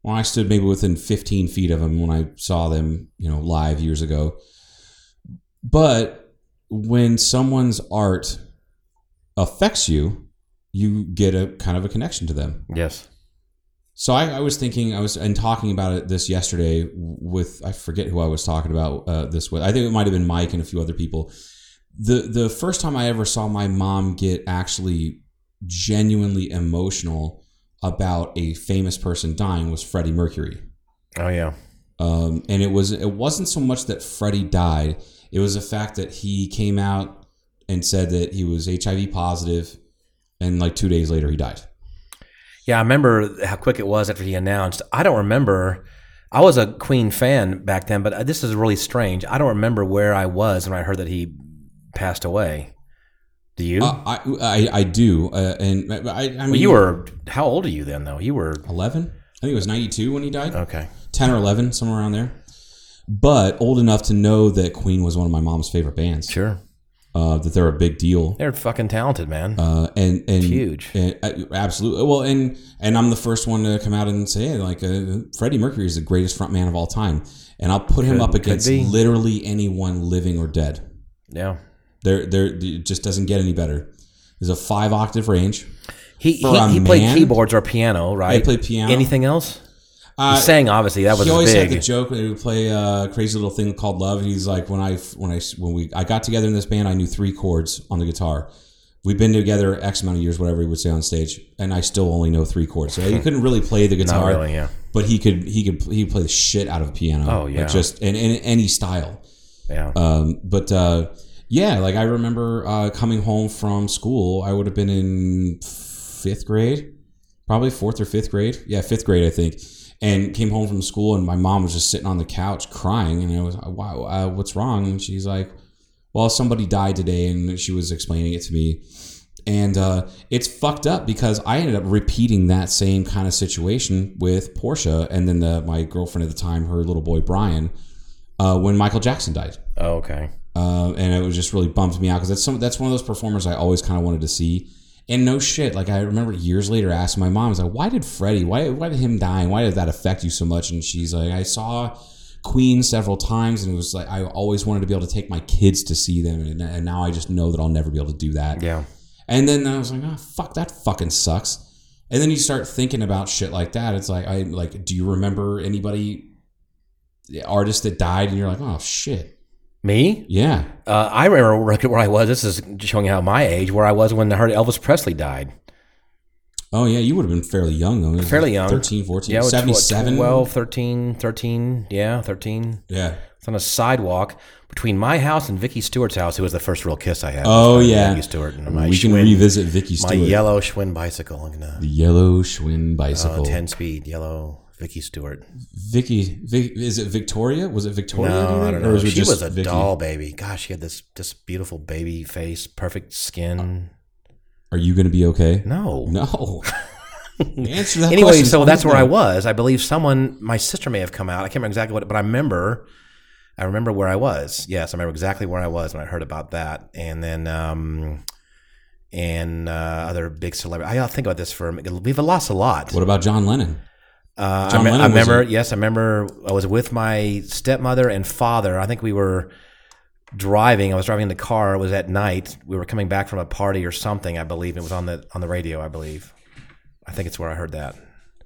Speaker 6: Well, I stood maybe within fifteen feet of him when I saw them, you know, live years ago. But when someone's art affects you, you get a kind of a connection to them.
Speaker 5: Yes.
Speaker 6: So I, I was thinking, I was and talking about it this yesterday with I forget who I was talking about uh, this with. I think it might have been Mike and a few other people. the The first time I ever saw my mom get actually genuinely emotional about a famous person dying was Freddie Mercury.
Speaker 5: Oh yeah.
Speaker 6: Um, and it was it wasn't so much that Freddie died; it was the fact that he came out and said that he was HIV positive, and like two days later he died.
Speaker 5: Yeah, I remember how quick it was after he announced. I don't remember. I was a Queen fan back then, but uh, this is really strange. I don't remember where I was when I heard that he passed away. Do you?
Speaker 6: Uh, I, I I do, uh, and I, I mean
Speaker 5: well, you were how old are you then though? You were
Speaker 6: eleven. I think it was ninety two when he died,
Speaker 5: okay.
Speaker 6: ten or eleven, somewhere around there. But old enough to know that Queen was one of my mom's favorite bands.
Speaker 5: Sure.
Speaker 6: Uh, that they're a big deal.
Speaker 5: They're fucking talented, man.
Speaker 6: Uh, and and
Speaker 5: Huge.
Speaker 6: and, uh, absolutely. Well, and and I'm the first one to come out and say it, like uh, Freddie Mercury is the greatest frontman of all time, and I'll put him
Speaker 5: Could-
Speaker 6: up
Speaker 5: could
Speaker 6: against
Speaker 5: be.
Speaker 6: literally anyone living or dead.
Speaker 5: yeah.
Speaker 6: There, there, it just doesn't get any better. There's a five octave range.
Speaker 5: He he,
Speaker 6: for a
Speaker 5: he played
Speaker 6: man-
Speaker 5: keyboards or piano, right?
Speaker 6: He played piano.
Speaker 5: Anything else?
Speaker 6: Uh,
Speaker 5: he sang obviously. That was
Speaker 6: he always
Speaker 5: big.
Speaker 6: had the joke when he would play a crazy little thing called love. He's like, when I when I when we I got together in this band, I knew three chords on the guitar. We've been together X amount of years, whatever he would say on stage, and I still only know three chords. So he couldn't really play the
Speaker 5: Hmm. Not
Speaker 6: guitar,
Speaker 5: really, yeah.
Speaker 6: but he could he could he could play the shit out of a piano.
Speaker 5: Oh,
Speaker 6: Like,
Speaker 5: yeah.
Speaker 6: just in, in any style.
Speaker 5: Yeah.
Speaker 6: Um, but uh, yeah, like I remember uh, coming home from school. I would have been in fifth grade, probably fourth or fifth grade. Yeah, fifth grade, I think. And came home from school, and my mom was just sitting on the couch crying. And I was, "Wow, uh, what's wrong?" And she's like, "Well, somebody died today," and she was explaining it to me. And uh, it's fucked up because I ended up repeating that same kind of situation with Portia, and then the, my girlfriend at the time, her little boy Brian, uh, when Michael Jackson died
Speaker 5: oh, okay.
Speaker 6: uh, and it was just really bummed me out because that's some that's one of those performers I always kind of wanted to see. And no shit, like I remember years later asking my mom, I was like, "Why did Freddie? Why why did him dying? Why did that affect you so much?" And she's like, "I saw Queen several times, and it was like I always wanted to be able to take my kids to see them, and, and now I just know that I'll never be able to do that."
Speaker 5: Yeah.
Speaker 6: And then I was like, oh, fuck, that fucking sucks. And then you start thinking about shit like that. It's like, I like, do you remember anybody, the artist that died? And you're like, oh shit,
Speaker 5: Me?
Speaker 6: yeah.
Speaker 5: Uh, I remember where- where I was. This is showing how my age, where I was when I heard Elvis Presley died.
Speaker 6: Oh yeah, you would have been fairly young though. It was
Speaker 5: Fairly
Speaker 6: like
Speaker 5: young.
Speaker 6: 13, 14,
Speaker 5: Yeah, I was
Speaker 6: 77.
Speaker 5: 12, 13, 13. Yeah, 13.
Speaker 6: Yeah.
Speaker 5: It's on a sidewalk between my house and Vicky Stewart's house, who was the first real kiss I had.
Speaker 6: Oh
Speaker 5: was by
Speaker 6: yeah.
Speaker 5: Vicky Stewart and my
Speaker 6: we can
Speaker 5: Schwinn-
Speaker 6: revisit Vicky
Speaker 5: my
Speaker 6: Stewart.
Speaker 5: yellow Schwinn bicycle and uh, Oh,
Speaker 6: the yellow Schwinn bicycle.
Speaker 5: ten speed yellow Vicky Stewart.
Speaker 6: Vicky, Vic, is it Victoria? Was it Victoria? you
Speaker 5: No, I
Speaker 6: read?
Speaker 5: don't
Speaker 6: Or
Speaker 5: know.
Speaker 6: it
Speaker 5: She
Speaker 6: just
Speaker 5: was a
Speaker 6: Vicky?
Speaker 5: doll baby. Gosh, she had this this beautiful baby face, perfect skin.
Speaker 6: Are you going to be okay?
Speaker 5: No.
Speaker 6: No. Answer that
Speaker 5: anyway,
Speaker 6: question.
Speaker 5: so that's where I
Speaker 6: honestly.
Speaker 5: was. I believe someone, my sister may have come out. I can't remember exactly what, but I remember, I remember where I was. Yes, I remember exactly where I was when I heard about that. And then, um, and uh, other big celebrity. I gotta think about this for a minute. We've lost a lot.
Speaker 6: What about John Lennon?
Speaker 5: Uh,
Speaker 6: John
Speaker 5: I, me-
Speaker 6: Lennon
Speaker 5: I
Speaker 6: was
Speaker 5: remember.
Speaker 6: a-
Speaker 5: yes, I remember. I was with my stepmother and father. I think we were driving. I was driving in the car. It was at night. We were coming back from a party or something. I believe it was on the on the radio. I believe. I think it's where I heard that.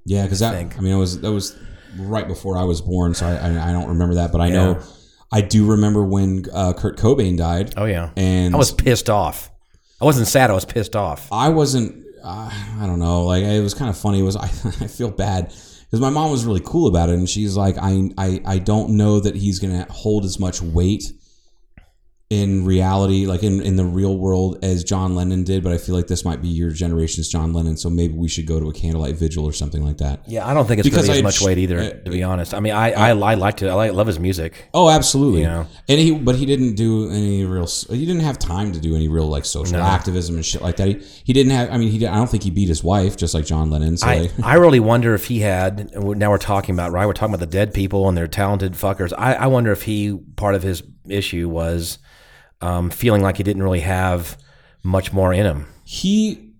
Speaker 6: Yeah, because that
Speaker 5: think.
Speaker 6: I mean, it was that was right before I was born, so I I, I don't remember that, but I know I do remember when uh, Kurt Cobain died.
Speaker 5: Oh yeah.
Speaker 6: and
Speaker 5: I was pissed off. I wasn't sad. I was pissed off.
Speaker 6: I wasn't. Uh, I don't know. Like it was kind of funny. It was I? I feel bad because my mom was really cool about it, and she's like, I, I, I don't know that he's gonna hold as much weight in reality, like in in the real world, as John Lennon did. But I feel like this might be your generation's John Lennon, so maybe we should go to a candlelight vigil or something like that.
Speaker 5: Yeah, I don't think it's going
Speaker 6: Because
Speaker 5: to be as
Speaker 6: I
Speaker 5: much
Speaker 6: sh-
Speaker 5: weight either.
Speaker 6: uh,
Speaker 5: to be honest, I mean, I I, I liked it. I like, love his music.
Speaker 6: Oh, absolutely.
Speaker 5: Yeah.
Speaker 6: And he, but he didn't do any real. He didn't have time to do any real like social activism and shit like that. He, he didn't have. I mean, he. Did, I don't think he beat his wife, just like John Lennon. So
Speaker 5: I,
Speaker 6: like,
Speaker 5: I really wonder if he had. and we're- Now we're talking about right. We're talking about the dead people and their talented fuckers. I, I wonder if he part of his issue was um, feeling like he didn't really have much more in him
Speaker 6: he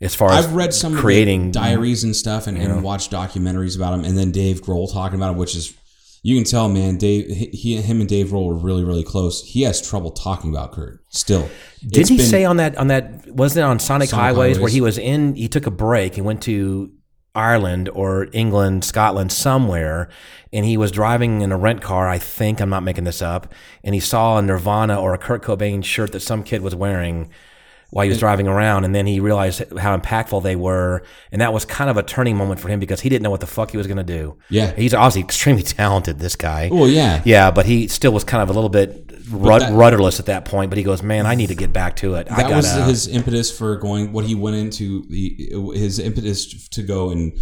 Speaker 5: as far as
Speaker 6: I've read some
Speaker 5: creating
Speaker 6: creating diaries and stuff, and, and watched documentaries about him, and then Dave Grohl talking about him, which is you can tell, man. Dave, he, him, and Dave Grohl were really, really close. He has trouble talking about Kurt still.
Speaker 5: Did
Speaker 6: It's
Speaker 5: he
Speaker 6: been-
Speaker 5: say on that on that wasn't it on Sonic,
Speaker 6: Sonic
Speaker 5: Highways, where
Speaker 6: Highways.
Speaker 5: he was in he took a break he went to Ireland or England, Scotland, somewhere, and he was driving in a rent car, I think, I'm not making this up, and he saw a Nirvana or a Kurt Cobain shirt that some kid was wearing while
Speaker 6: Mm.
Speaker 5: he was driving around, and then he realized how impactful they were, and that was kind of a turning moment for him because he didn't know what the fuck he was gonna do.
Speaker 6: Yeah.
Speaker 5: He's obviously extremely talented, this guy.
Speaker 6: Well, yeah,
Speaker 5: Yeah, but he still was kind of a little bit rud-
Speaker 6: that-
Speaker 5: rudderless at that point. But he goes, "Man, I need to get back to it. I uh,
Speaker 6: that
Speaker 5: gotta."
Speaker 6: was his impetus for going. What he went into, he, his impetus to go and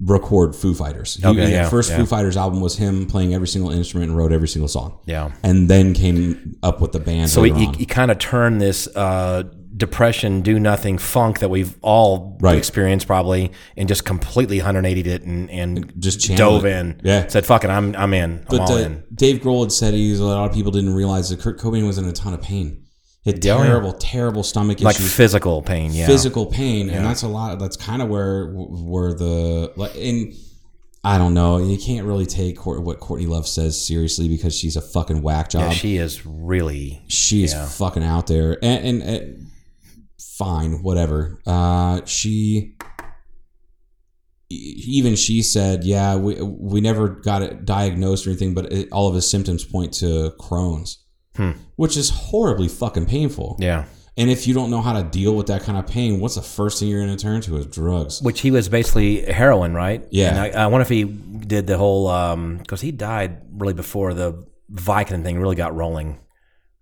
Speaker 6: record Foo Fighters. He,
Speaker 5: Okay,
Speaker 6: the
Speaker 5: yeah,
Speaker 6: first
Speaker 5: yeah.
Speaker 6: Foo Fighters album was him playing every single instrument and wrote every single song.
Speaker 5: Yeah.
Speaker 6: and then came up with the band.
Speaker 5: so he,
Speaker 6: later
Speaker 5: he,
Speaker 6: on.
Speaker 5: kind of turned this uh, depression, do nothing funk that we've all
Speaker 6: Right.
Speaker 5: experienced probably, and just completely 180'd it and, and
Speaker 6: Just channeled
Speaker 5: dove
Speaker 6: it.
Speaker 5: in.
Speaker 6: Yeah.
Speaker 5: said, "Fucking, I'm I'm in. I'm
Speaker 6: But
Speaker 5: all
Speaker 6: uh,
Speaker 5: in."
Speaker 6: Dave Grohl had said he was, a lot of people didn't realize that Kurt Cobain was in a ton of pain. He had
Speaker 5: Yeah.
Speaker 6: terrible, terrible stomach
Speaker 5: Like
Speaker 6: issues,
Speaker 5: physical pain. Yeah.
Speaker 6: physical pain, and that's a lot. That's kind of where where the like and. I don't know. You can't really take Court, what Courtney Love says seriously because she's a fucking whack job.
Speaker 5: Yeah,
Speaker 6: she,
Speaker 5: she is really.
Speaker 6: is fucking out there, and, and, and fine, whatever. Uh, she e- even she said, "Yeah, we we never got it diagnosed or anything, but it, all of his symptoms point to Crohn's, which is horribly fucking painful.
Speaker 5: Hmm. Yeah.
Speaker 6: And if you don't know how to deal with that kind of pain, what's the first thing you're going to turn to is drugs.
Speaker 5: Which he was basically heroin, right?
Speaker 6: Yeah.
Speaker 5: And I, I wonder if he did the whole because he died really before the Vicodin thing really got rolling.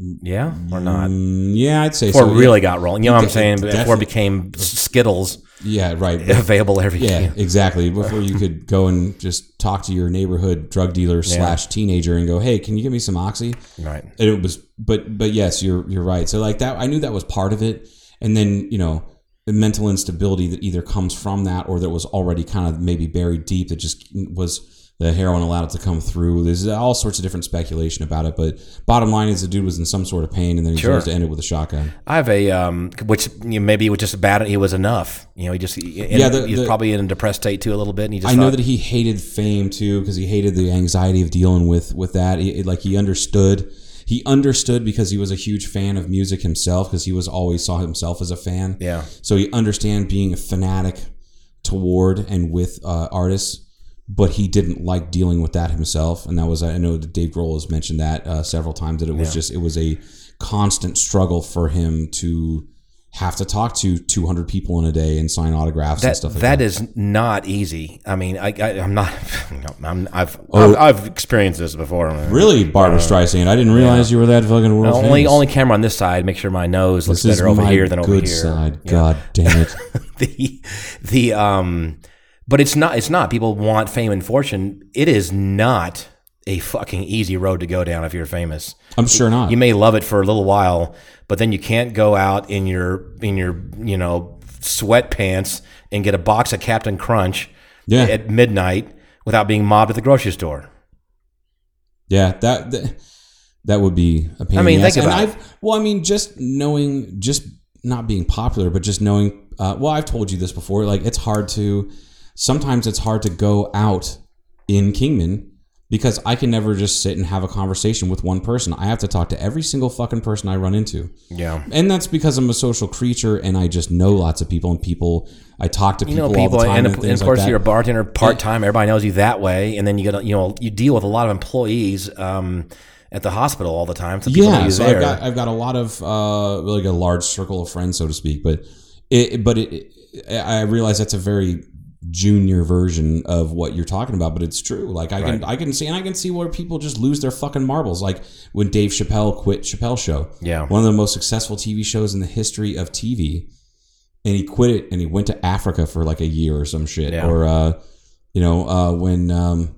Speaker 5: Yeah, or not?
Speaker 6: Mm, yeah, I'd say
Speaker 5: Before
Speaker 6: so.
Speaker 5: it really got rolling. You know what I'm
Speaker 6: Defi-
Speaker 5: saying? But Before it
Speaker 6: defi-
Speaker 5: became Skittles
Speaker 6: yeah, right.
Speaker 5: available every
Speaker 6: Yeah, exactly. Before you could go and just talk to your neighborhood drug dealer slash teenager and go, "Hey, can you give me some oxy?"
Speaker 5: Right.
Speaker 6: And it was, but but yes, you're you're right. So like that, I knew that was part of it, and then you know the mental instability that either comes from that or that was already kind of maybe buried deep that just was the heroin allowed it to come through. There's all sorts of different speculation about it, but bottom line is the dude was in some sort of pain, and then he
Speaker 5: Sure.
Speaker 6: chose to end it with a shotgun.
Speaker 5: I have a um, which you know, maybe it was just bad. He was enough. You know, he just he,
Speaker 6: Yeah, the-
Speaker 5: he was
Speaker 6: the-
Speaker 5: probably in a depressed state too a little bit. And he just
Speaker 6: I know
Speaker 5: thought,
Speaker 6: that he hated fame too because he hated the anxiety of dealing with with that. He- like he understood, he understood because he was a huge fan of music himself because he was always saw himself as a fan.
Speaker 5: Yeah.
Speaker 6: So he understand being a fanatic toward and with uh, artists, but he didn't like dealing with that himself. And that was I know that Dave Grohl has mentioned that uh, several times that it was just it was a constant struggle for him to have to talk to 200 people in a day and sign autographs and
Speaker 5: that
Speaker 6: stuff like that.
Speaker 5: that is not easy. I mean, I, I I'm not. I'm, I've,
Speaker 6: Oh.
Speaker 5: I've I've experienced this before.
Speaker 6: Really, Barbara Streisand. I didn't realize you were that fucking world
Speaker 5: only
Speaker 6: famous.
Speaker 5: only camera on this side. Make sure my nose looks
Speaker 6: this is
Speaker 5: better over
Speaker 6: my
Speaker 5: here than over
Speaker 6: good
Speaker 5: here.
Speaker 6: side. God damn it!
Speaker 5: the the um But it's not. It's not. People want fame and fortune. It is not a fucking easy road to go down if you're famous.
Speaker 6: I'm sure not.
Speaker 5: You may love it for a little while, but then you can't go out in your in your you know sweatpants and get a box of Captain Crunch
Speaker 6: Yeah.
Speaker 5: at midnight without being mobbed at the grocery store.
Speaker 6: Yeah, that that, that would be a pain.
Speaker 5: I mean,
Speaker 6: in the ass.
Speaker 5: think about
Speaker 6: and
Speaker 5: it.
Speaker 6: I've, Well, I mean, just knowing, just not being popular, but just knowing. Uh, well, I've told you this before. Like, it's hard to. Sometimes it's hard to go out in Kingman because I can never just sit and have a conversation with one person. I have to talk to every single fucking person I run into.
Speaker 5: Yeah.
Speaker 6: And that's because I'm a social creature and I just know lots of people and people. I talk to
Speaker 5: You
Speaker 6: people,
Speaker 5: know, people,
Speaker 6: all the
Speaker 5: and,
Speaker 6: time and,
Speaker 5: of- and
Speaker 6: things
Speaker 5: of course,
Speaker 6: like that.
Speaker 5: you're a bartender part time. Everybody knows you that way, and then you get, you know, you deal with a lot of employees um, at the hospital all the time. So people know
Speaker 6: yeah,
Speaker 5: you
Speaker 6: so
Speaker 5: there.
Speaker 6: I've got I've got a lot of uh, like a large circle of friends, so to speak. But it, but it, I I realize that's a very junior version of what you're talking about, but it's true. Like I can I can see and I can see where people just lose their fucking marbles. Like when Dave Chappelle quit Chappelle Show,
Speaker 5: Yeah.
Speaker 6: one of the most successful TV shows in the history of TV, and he quit it and he went to Africa for like a year or some shit,
Speaker 5: Yeah.
Speaker 6: or uh, you know uh, when um,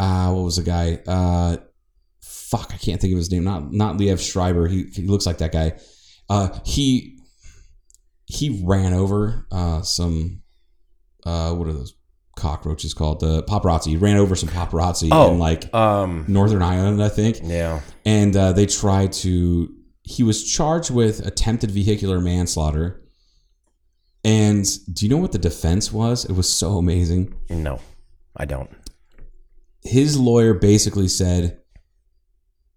Speaker 6: uh, what was the guy? Uh, fuck, I can't think of his name. Not not Liev Schreiber. He, he looks like that guy. Uh, he he ran over uh, some uh, what are those cockroaches called? The paparazzi. He ran over some paparazzi
Speaker 5: Oh.
Speaker 6: in like
Speaker 5: um,
Speaker 6: Northern Ireland, I think
Speaker 5: yeah,
Speaker 6: and uh, they tried to. He was charged with attempted vehicular manslaughter. And do you know what the defense was? It was so amazing.
Speaker 5: no, I don't.
Speaker 6: His lawyer basically said,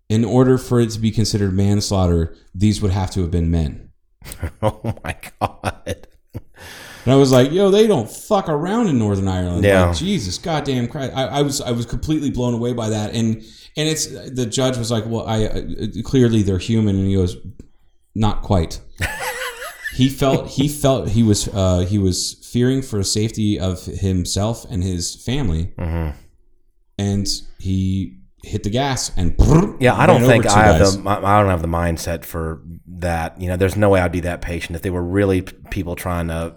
Speaker 6: in order for it to be considered manslaughter, these would have to have been men.
Speaker 5: Oh my god.
Speaker 6: And I was like, yo, they don't fuck around in Northern Ireland.
Speaker 5: Yeah.
Speaker 6: Like, Jesus, goddamn Christ. I, I was I was completely blown away by that. And and it's the judge was like, well, I uh, clearly they're human. And he goes, not quite. he felt he felt he was uh, he was fearing for the safety of himself and his family,
Speaker 5: Mm-hmm.
Speaker 6: and he hit the gas and
Speaker 5: Yeah, I
Speaker 6: ran
Speaker 5: don't
Speaker 6: over
Speaker 5: think
Speaker 6: two
Speaker 5: I have
Speaker 6: guys.
Speaker 5: the I I don't have the mindset for that. You know, there's no way I'd be that patient if they were really p- people trying to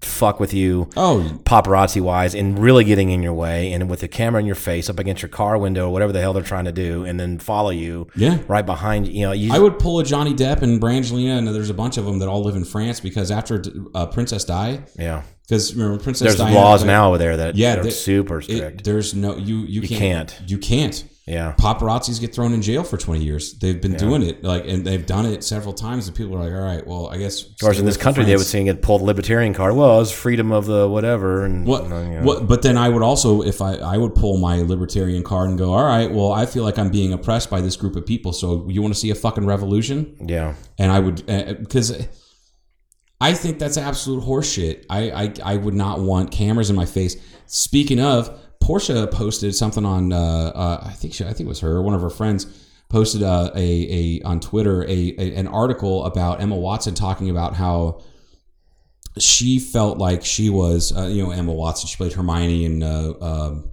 Speaker 5: fuck with you
Speaker 6: Oh,
Speaker 5: paparazzi wise and really getting in your way and with the camera in your face up against your car window or whatever the hell they're trying to do and then follow you
Speaker 6: yeah.
Speaker 5: right behind you know you
Speaker 6: I would pull a Johnny Depp and Brangelina, and there's a bunch of them that all live in France because after uh, Princess Di,
Speaker 5: yeah
Speaker 6: because remember Princess
Speaker 5: there's
Speaker 6: Diana-
Speaker 5: laws now over there that
Speaker 6: Yeah,
Speaker 5: are
Speaker 6: they-
Speaker 5: super
Speaker 6: it-
Speaker 5: strict
Speaker 6: there's no you you, can't,
Speaker 5: can't.
Speaker 6: you can't.
Speaker 5: yeah
Speaker 6: Paparazzis get thrown in jail for 20 years. They've been doing it like, and they've done it several times. And people are like, all right, well, I guess.
Speaker 5: of course in this country they would sing it pull the libertarian card well it was freedom of the whatever and
Speaker 6: What,
Speaker 5: you know, you know.
Speaker 6: what, but then I would also, if I, I would pull my libertarian card and go, all right, well, I feel like I'm being oppressed by this group of people. So you want to see a fucking revolution?
Speaker 5: yeah
Speaker 6: and I would because I think that's absolute horseshit. I, I I would not want cameras in my face. Speaking of, Portia posted something on uh, uh, I think she, I think it was her, or one of her friends posted uh, a a on Twitter a, a an article about Emma Watson talking about how she felt like she was uh, you know Emma Watson. She played Hermione in uh, um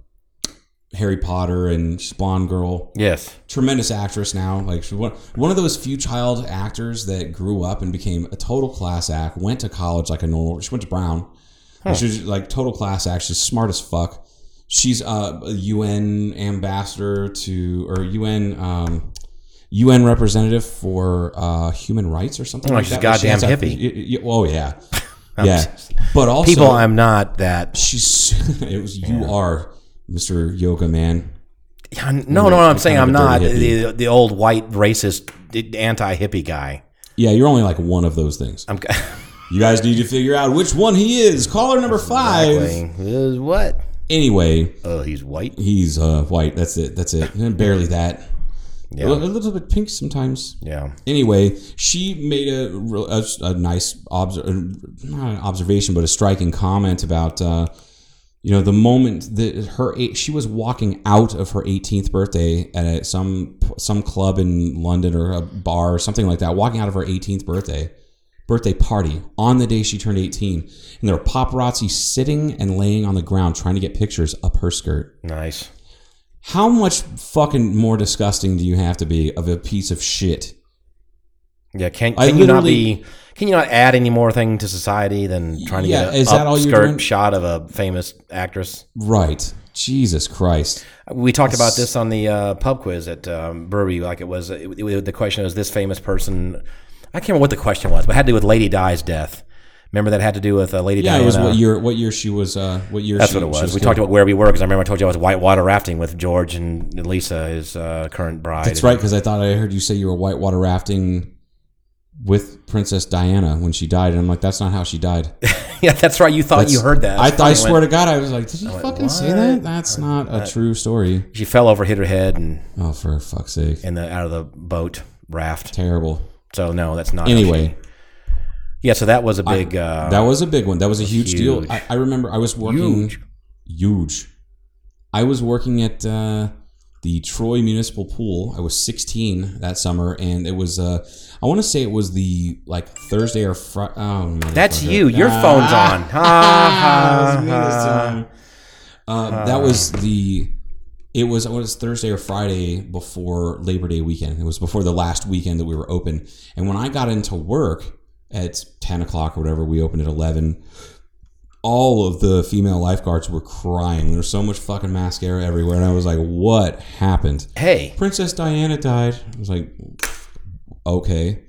Speaker 6: Harry Potter and she's a Blonde Girl
Speaker 5: yes
Speaker 6: tremendous actress now. Like she's one one of those few child actors that grew up and became a total class act. Went to college like a normal. She went to Brown. And She was like total class act. She's smart as fuck. She's uh, a UN ambassador to or UN um, UN representative for uh, human rights or something.
Speaker 5: Oh,
Speaker 6: like
Speaker 5: she's
Speaker 6: that. Like, she
Speaker 5: goddamn
Speaker 6: has a-
Speaker 5: hippie.
Speaker 6: y- y- y- oh yeah, yeah. But also
Speaker 5: people i'm not that
Speaker 6: she's it was you are Mr. Yoga Man.
Speaker 5: Yeah, no no no i'm saying i'm
Speaker 6: kind of a
Speaker 5: not
Speaker 6: dirty
Speaker 5: the, the old white racist anti-hippie guy
Speaker 6: Yeah, you're only like one of those things.
Speaker 5: i'm
Speaker 6: You guys need to figure out which one he is. Caller number five.
Speaker 5: Is what
Speaker 6: Anyway,
Speaker 5: oh he's white
Speaker 6: he's uh, white. That's it. That's it. And Barely that. A li-
Speaker 5: yeah
Speaker 6: a little bit pink sometimes.
Speaker 5: yeah
Speaker 6: Anyway, she made a, real- a, a nice obser- not an observation, but a striking comment about uh, you know the moment that her eight, she was walking out of her 18th birthday at a, some some club in London or a bar or something like that, walking out of her 18th birthday birthday party on the day she turned 18, and there were paparazzi sitting and laying on the ground trying to get pictures up her skirt.
Speaker 5: nice
Speaker 6: How much fucking more disgusting do you have to be of a piece of shit
Speaker 5: Yeah, can,
Speaker 6: I
Speaker 5: can you not
Speaker 6: literally-
Speaker 5: be? Can you not add any more thing to society than trying to
Speaker 6: Yeah,
Speaker 5: get a
Speaker 6: is that all you're doing?
Speaker 5: upskirt shot of a famous actress?
Speaker 6: Right. Jesus Christ.
Speaker 5: We talked about this on the uh, pub quiz at um, Brewery. Like it was, it, it- the question was this famous person. I can't remember what the question was, but it had to do with Lady Di's death. Remember that had to do with uh, Lady
Speaker 6: Yeah,
Speaker 5: Diana.
Speaker 6: it was what year? What year she was? Uh, what year?
Speaker 5: That's
Speaker 6: she,
Speaker 5: what it
Speaker 6: she
Speaker 5: was. We
Speaker 6: killed.
Speaker 5: talked about where we were because I remember I told you I was whitewater rafting with George and Lisa, his uh, current bride.
Speaker 6: That's right, because I thought I heard you say you were whitewater rafting with Princess Diana when she died, and I'm like, that's not how she died.
Speaker 5: yeah, that's right. You thought
Speaker 6: That's-
Speaker 5: you heard that.
Speaker 6: I,
Speaker 5: That's
Speaker 6: thought, I
Speaker 5: funny.
Speaker 6: swear to God, I was like, did you
Speaker 5: went,
Speaker 6: fucking say
Speaker 5: "What?"
Speaker 6: that? That's not a true story.
Speaker 5: She fell over, hit her head, and
Speaker 6: Oh, for fuck's sake!
Speaker 5: in the out of the boat raft.
Speaker 6: Terrible.
Speaker 5: So no, that's not.
Speaker 6: Anyway,
Speaker 5: Yeah, so that was a big. uh,
Speaker 6: that was a big one. That was a huge,
Speaker 5: Huge.
Speaker 6: deal. I, I remember I was working
Speaker 5: Huge.
Speaker 6: huge. I was working at uh, the Troy Municipal Pool. I was 16 that summer, and it was uh, I want to say it was the like Thursday or Friday. Oh, no,
Speaker 5: that's
Speaker 6: Thursday.
Speaker 5: you. Your
Speaker 6: Ah.
Speaker 5: phone's on. Ha, ha,
Speaker 6: Ah, it was me this
Speaker 5: ha.
Speaker 6: time. Uh, that was the. It was it was Thursday or Friday before Labor Day weekend. It was before the last weekend that we were open. And when I got into work at ten o'clock or whatever, we opened at eleven. All of the female lifeguards were crying. There was so much fucking mascara everywhere, and I was like, "What happened?"
Speaker 5: Hey,
Speaker 6: Princess Diana died. I was like, "Okay."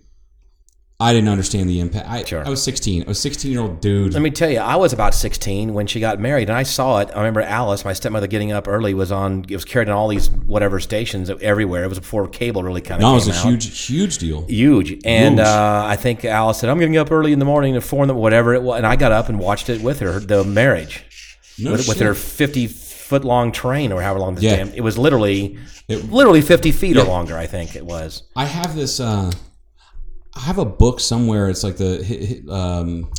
Speaker 6: I didn't understand the impact. I,
Speaker 5: Sure.
Speaker 6: I was sixteen. I was sixteen year old dude.
Speaker 5: let me tell you, I was about 16 when she got married, and I saw it. I remember Alice, my stepmother, getting up early was on. It was carried on all these whatever stations everywhere. It was before cable really kind of.
Speaker 6: No, it
Speaker 5: came
Speaker 6: was a
Speaker 5: out.
Speaker 6: huge, huge deal.
Speaker 5: Huge. And
Speaker 6: Huge.
Speaker 5: uh, I think Alice said, I'm getting up early in the morning to form them, whatever it was. And I got up and watched it with her, the marriage,
Speaker 6: No
Speaker 5: with, with her
Speaker 6: shit.
Speaker 5: 50 foot long train or however long this
Speaker 6: Yeah.
Speaker 5: damn. It was literally,
Speaker 6: It-
Speaker 5: literally 50 feet or longer, I think it was.
Speaker 6: I have this. Uh, I have a book somewhere. It's like the. hi- hi- Um,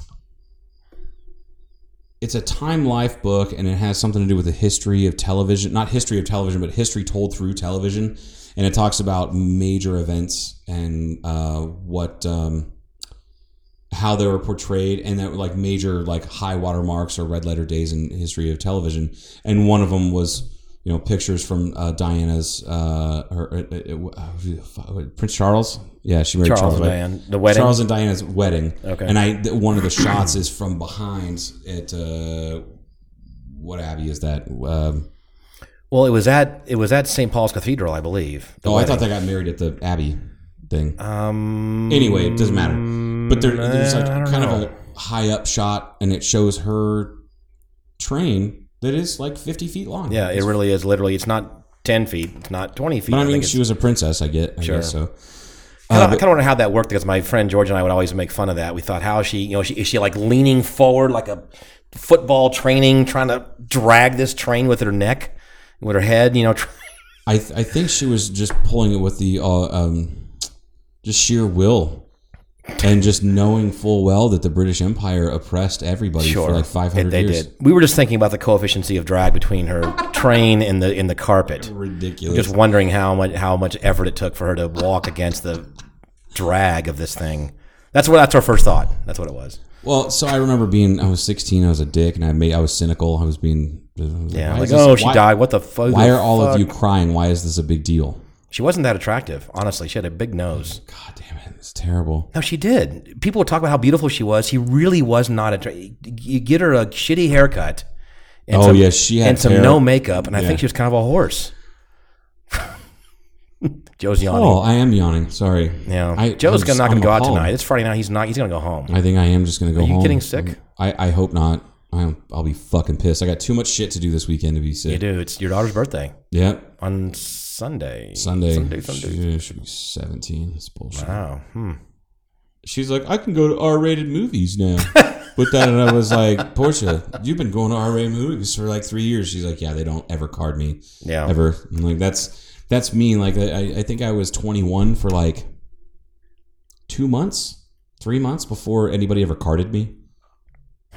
Speaker 6: it's a Time Life book, and it has something to do with the history of television. Not history of television, but history told through television. And it talks about major events and uh, what. Um, how they were portrayed and that were like major like high water marks or red letter days in history of television and one of them was you know pictures from uh, diana's uh her uh, uh, uh, prince charles yeah she married charles,
Speaker 5: Charles and
Speaker 6: right?
Speaker 5: Diane, the wedding.
Speaker 6: charles and diana's wedding
Speaker 5: Okay.
Speaker 6: and i th- one of the shots is from behind at uh what abbey is that um
Speaker 5: Well, it was at it was at St. Paul's Cathedral, I believe. the
Speaker 6: oh i thought
Speaker 5: wedding.
Speaker 6: they got married at the abbey thing
Speaker 5: Um,
Speaker 6: anyway, it doesn't matter. But there, there's like
Speaker 5: Mm, uh, I don't
Speaker 6: kind
Speaker 5: know.
Speaker 6: of a high up shot, and it shows her train that is like 50 feet long.
Speaker 5: Yeah, it really is. Literally, it's not 10 feet. It's not 20 feet.
Speaker 6: But I mean,
Speaker 5: think it's-
Speaker 6: she was Uh, a princess. I get. I
Speaker 5: Sure.
Speaker 6: Guess, so
Speaker 5: I kind of wonder how that worked because my friend George and I would always make fun of that. We thought, how is she, you know, she, is she like leaning forward like a football training, trying to drag this train with her neck, with her head, you know? Try,
Speaker 6: I, th- I think she was just pulling it with the uh, um, just sheer will. And just knowing full well that the British Empire oppressed everybody for like 500
Speaker 5: they
Speaker 6: years.
Speaker 5: did. We were just thinking about the coefficient of drag between her train and the in the carpet.
Speaker 6: Ridiculous.
Speaker 5: Just wondering how much how much effort it took for her to walk against the drag of this thing. That's what that's our first thought. That's what it was.
Speaker 6: Well, so I remember being, I was 16, I was a dick, and I made, I was cynical. I was being, I was
Speaker 5: Yeah,
Speaker 6: "Why
Speaker 5: like
Speaker 6: is this-
Speaker 5: oh, she
Speaker 6: why-
Speaker 5: died. What the fuck?
Speaker 6: Why are all of you crying? Why is this a big deal?
Speaker 5: She wasn't that attractive, honestly. She had a big nose.
Speaker 6: God damn it, it's terrible.
Speaker 5: No, she did. People would talk about how beautiful she was. She really was not attractive. You get her a shitty haircut. And
Speaker 6: Oh, yeah, she had
Speaker 5: and some
Speaker 6: hair.
Speaker 5: no makeup, and I think
Speaker 6: Yeah.
Speaker 5: she was kind of a horse. Joe's yawning.
Speaker 6: Oh, I am yawning. Sorry.
Speaker 5: yeah,
Speaker 6: I,
Speaker 5: Joe's
Speaker 6: I'm
Speaker 5: gonna
Speaker 6: s-
Speaker 5: not
Speaker 6: I'm
Speaker 5: gonna go out
Speaker 6: appalled.
Speaker 5: tonight. It's Friday night. He's not. He's gonna go home.
Speaker 6: I think I am just gonna go
Speaker 5: you
Speaker 6: home.
Speaker 5: getting sick?
Speaker 6: I, I hope not. I'm, I'll be fucking pissed. I got too much shit to do this weekend to be sick.
Speaker 5: you do. It's your daughter's birthday
Speaker 6: Yep.
Speaker 5: on Sunday.
Speaker 6: Sunday.
Speaker 5: Sunday. Sunday.
Speaker 6: She, should be 17. That's bullshit.
Speaker 5: Wow. Hmm.
Speaker 6: She's like, I can go to R-rated movies now. With that, and I was like, Portia, you've been going to R-rated movies for like three years. She's like, Yeah, they don't ever card me.
Speaker 5: Yeah.
Speaker 6: ever. And, like that's that's me. Like I, I- I think I was 21 for like two months, three months before anybody ever carded me.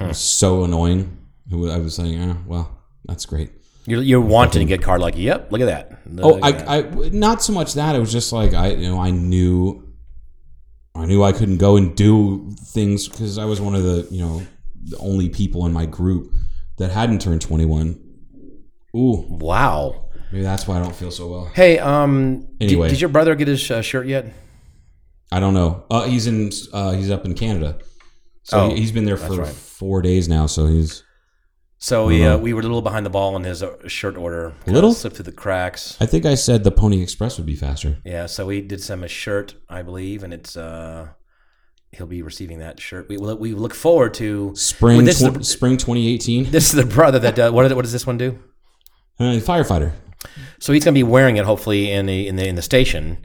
Speaker 6: It was so annoying. It wa- I was saying, oh, well, that's great.
Speaker 5: You're, you're wanting to get card like, yep. Look at that.
Speaker 6: Oh,
Speaker 5: Look at that.
Speaker 6: I, I not so much that. It was just like I you know I knew. I knew I couldn't go and do things because I was one of the you know the only people in my group that hadn't turned 21. Ooh,
Speaker 5: wow.
Speaker 6: maybe that's why I don't feel so well.
Speaker 5: Hey, um, did-
Speaker 6: Anyway.
Speaker 5: did, your brother get his uh, shirt yet?
Speaker 6: I don't know. Uh, he's in. Uh, he's up in Canada. So
Speaker 5: Oh,
Speaker 6: he, he's been there
Speaker 5: that's
Speaker 6: for
Speaker 5: right.
Speaker 6: four days now. So he's.
Speaker 5: So we, uh,
Speaker 6: Mhm.
Speaker 5: we were a little behind the ball on his uh, shirt order. Kinda
Speaker 6: Little?
Speaker 5: slipped through the cracks.
Speaker 6: I think I said the Pony Express would be faster.
Speaker 5: Yeah, so we did send him a shirt, I believe, and it's uh, he'll be receiving that shirt. We will- we look forward to
Speaker 6: Spring
Speaker 5: Well, this is
Speaker 6: tw-
Speaker 5: the-
Speaker 6: spring 2018.
Speaker 5: this is the brother that does, what, what does this one do?
Speaker 6: Uh, firefighter.
Speaker 5: Mm-hmm. So he's going to be wearing it hopefully in the in the in the station,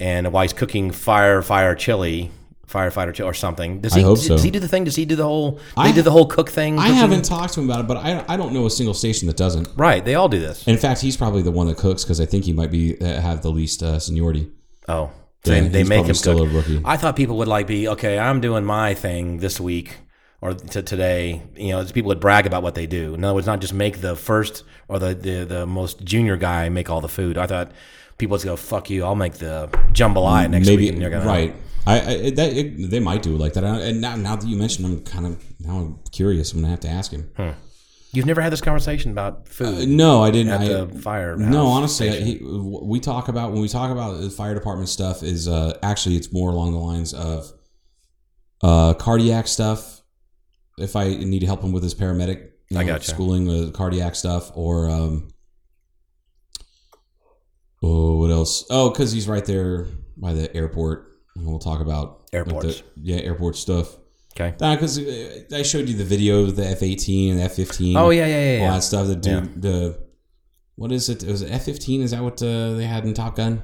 Speaker 5: and while he's cooking fire fire chili, firefighter chili or something. Does
Speaker 6: I
Speaker 5: he
Speaker 6: hope
Speaker 5: does,
Speaker 6: so.
Speaker 5: he do the thing? Does he do the whole? do
Speaker 6: I-
Speaker 5: they do the whole cook thing?
Speaker 6: I
Speaker 5: Cooking?
Speaker 6: haven't talked to him about it, but I, I don't know a single station that doesn't.
Speaker 5: Right, they all do this.
Speaker 6: In fact, he's probably the one that cooks because I think he might be uh, have the least uh, seniority.
Speaker 5: Oh,
Speaker 6: Yeah,
Speaker 5: they, they
Speaker 6: he's
Speaker 5: make
Speaker 6: probably
Speaker 5: him
Speaker 6: still
Speaker 5: cook.
Speaker 6: a rookie.
Speaker 5: I thought people would like be okay. I'm doing my thing this week or to today. You know, people would brag about what they do. In other words, not just make the first or the the, the most junior guy make all the food. I thought people would go fuck you. I'll make the jambalaya next
Speaker 6: Maybe
Speaker 5: week, and you're gonna
Speaker 6: right. I, I it- that, it, they might do it like that. I- And now, now that you mentioned, I'm kind of now I'm curious. I'm gonna have to ask him.
Speaker 5: Hmm. You've never had this conversation about
Speaker 6: Uh,
Speaker 5: food
Speaker 6: No, I didn't.
Speaker 5: at
Speaker 6: I,
Speaker 5: the fire.
Speaker 6: no, honestly, I, he, w- we talk about when we talk about the fire department stuff is uh, actually it's more along the lines of uh, cardiac stuff. If I need to help him with his paramedic, you
Speaker 5: I
Speaker 6: know,
Speaker 5: gotcha.
Speaker 6: schooling with cardiac stuff or um, oh, what else? Oh, because he's right there by the airport, and we'll talk about like, the-
Speaker 5: Airports.
Speaker 6: yeah, airport stuff.
Speaker 5: Okay.
Speaker 6: Because I showed you the video of the F eighteen and F fifteen
Speaker 5: Oh yeah, yeah, yeah.
Speaker 6: all
Speaker 5: yeah.
Speaker 6: that stuff. The dude, the what is it? It was F fifteen. Is that what uh, they had in Top Gun?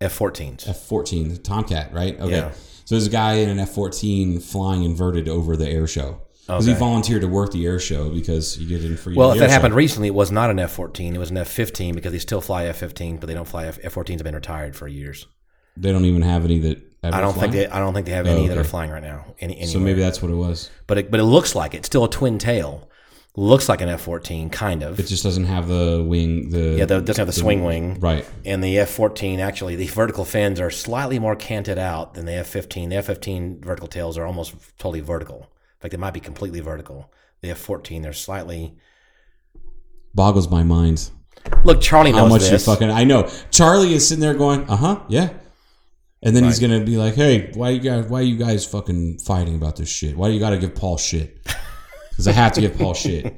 Speaker 5: F14s.
Speaker 6: F fourteen, Tomcat, right? Okay.
Speaker 5: Yeah.
Speaker 6: So there's a guy in an F fourteen flying inverted over the air show because he
Speaker 5: Okay.
Speaker 6: volunteered to work the air show because he did it in free.
Speaker 5: Well, if
Speaker 6: the air
Speaker 5: that
Speaker 6: show.
Speaker 5: happened recently, it was not an F14. It was an F15 because they still fly F15, but they don't fly F- F14s. Have been retired for years.
Speaker 6: they don't even have any that. Ever
Speaker 5: I don't
Speaker 6: fly.
Speaker 5: think they. I don't think they have any that are
Speaker 6: okay.
Speaker 5: flying right now. Any, anywhere.
Speaker 6: So maybe that's what it was.
Speaker 5: but it, but it looks like it's still a twin tail. Looks like an F14, kind of.
Speaker 6: It just doesn't have the wing. The
Speaker 5: yeah, though it doesn't have the swing wing.
Speaker 6: right.
Speaker 5: And the F14 actually, the vertical fins are slightly more canted out than the F15. The F15 vertical tails are almost totally vertical. In fact, they might be completely vertical. The F14, they're slightly.
Speaker 6: Boggles my mind.
Speaker 5: Look, Charlie knows
Speaker 6: how much you
Speaker 5: this.
Speaker 6: fucking I know. Charlie is sitting there going, "Uh huh, yeah," and then he's gonna be like, "Hey, why you guys? Why you guys fucking fighting about this shit? Why do you got to give Paul shit?" Because I have to give Paul shit.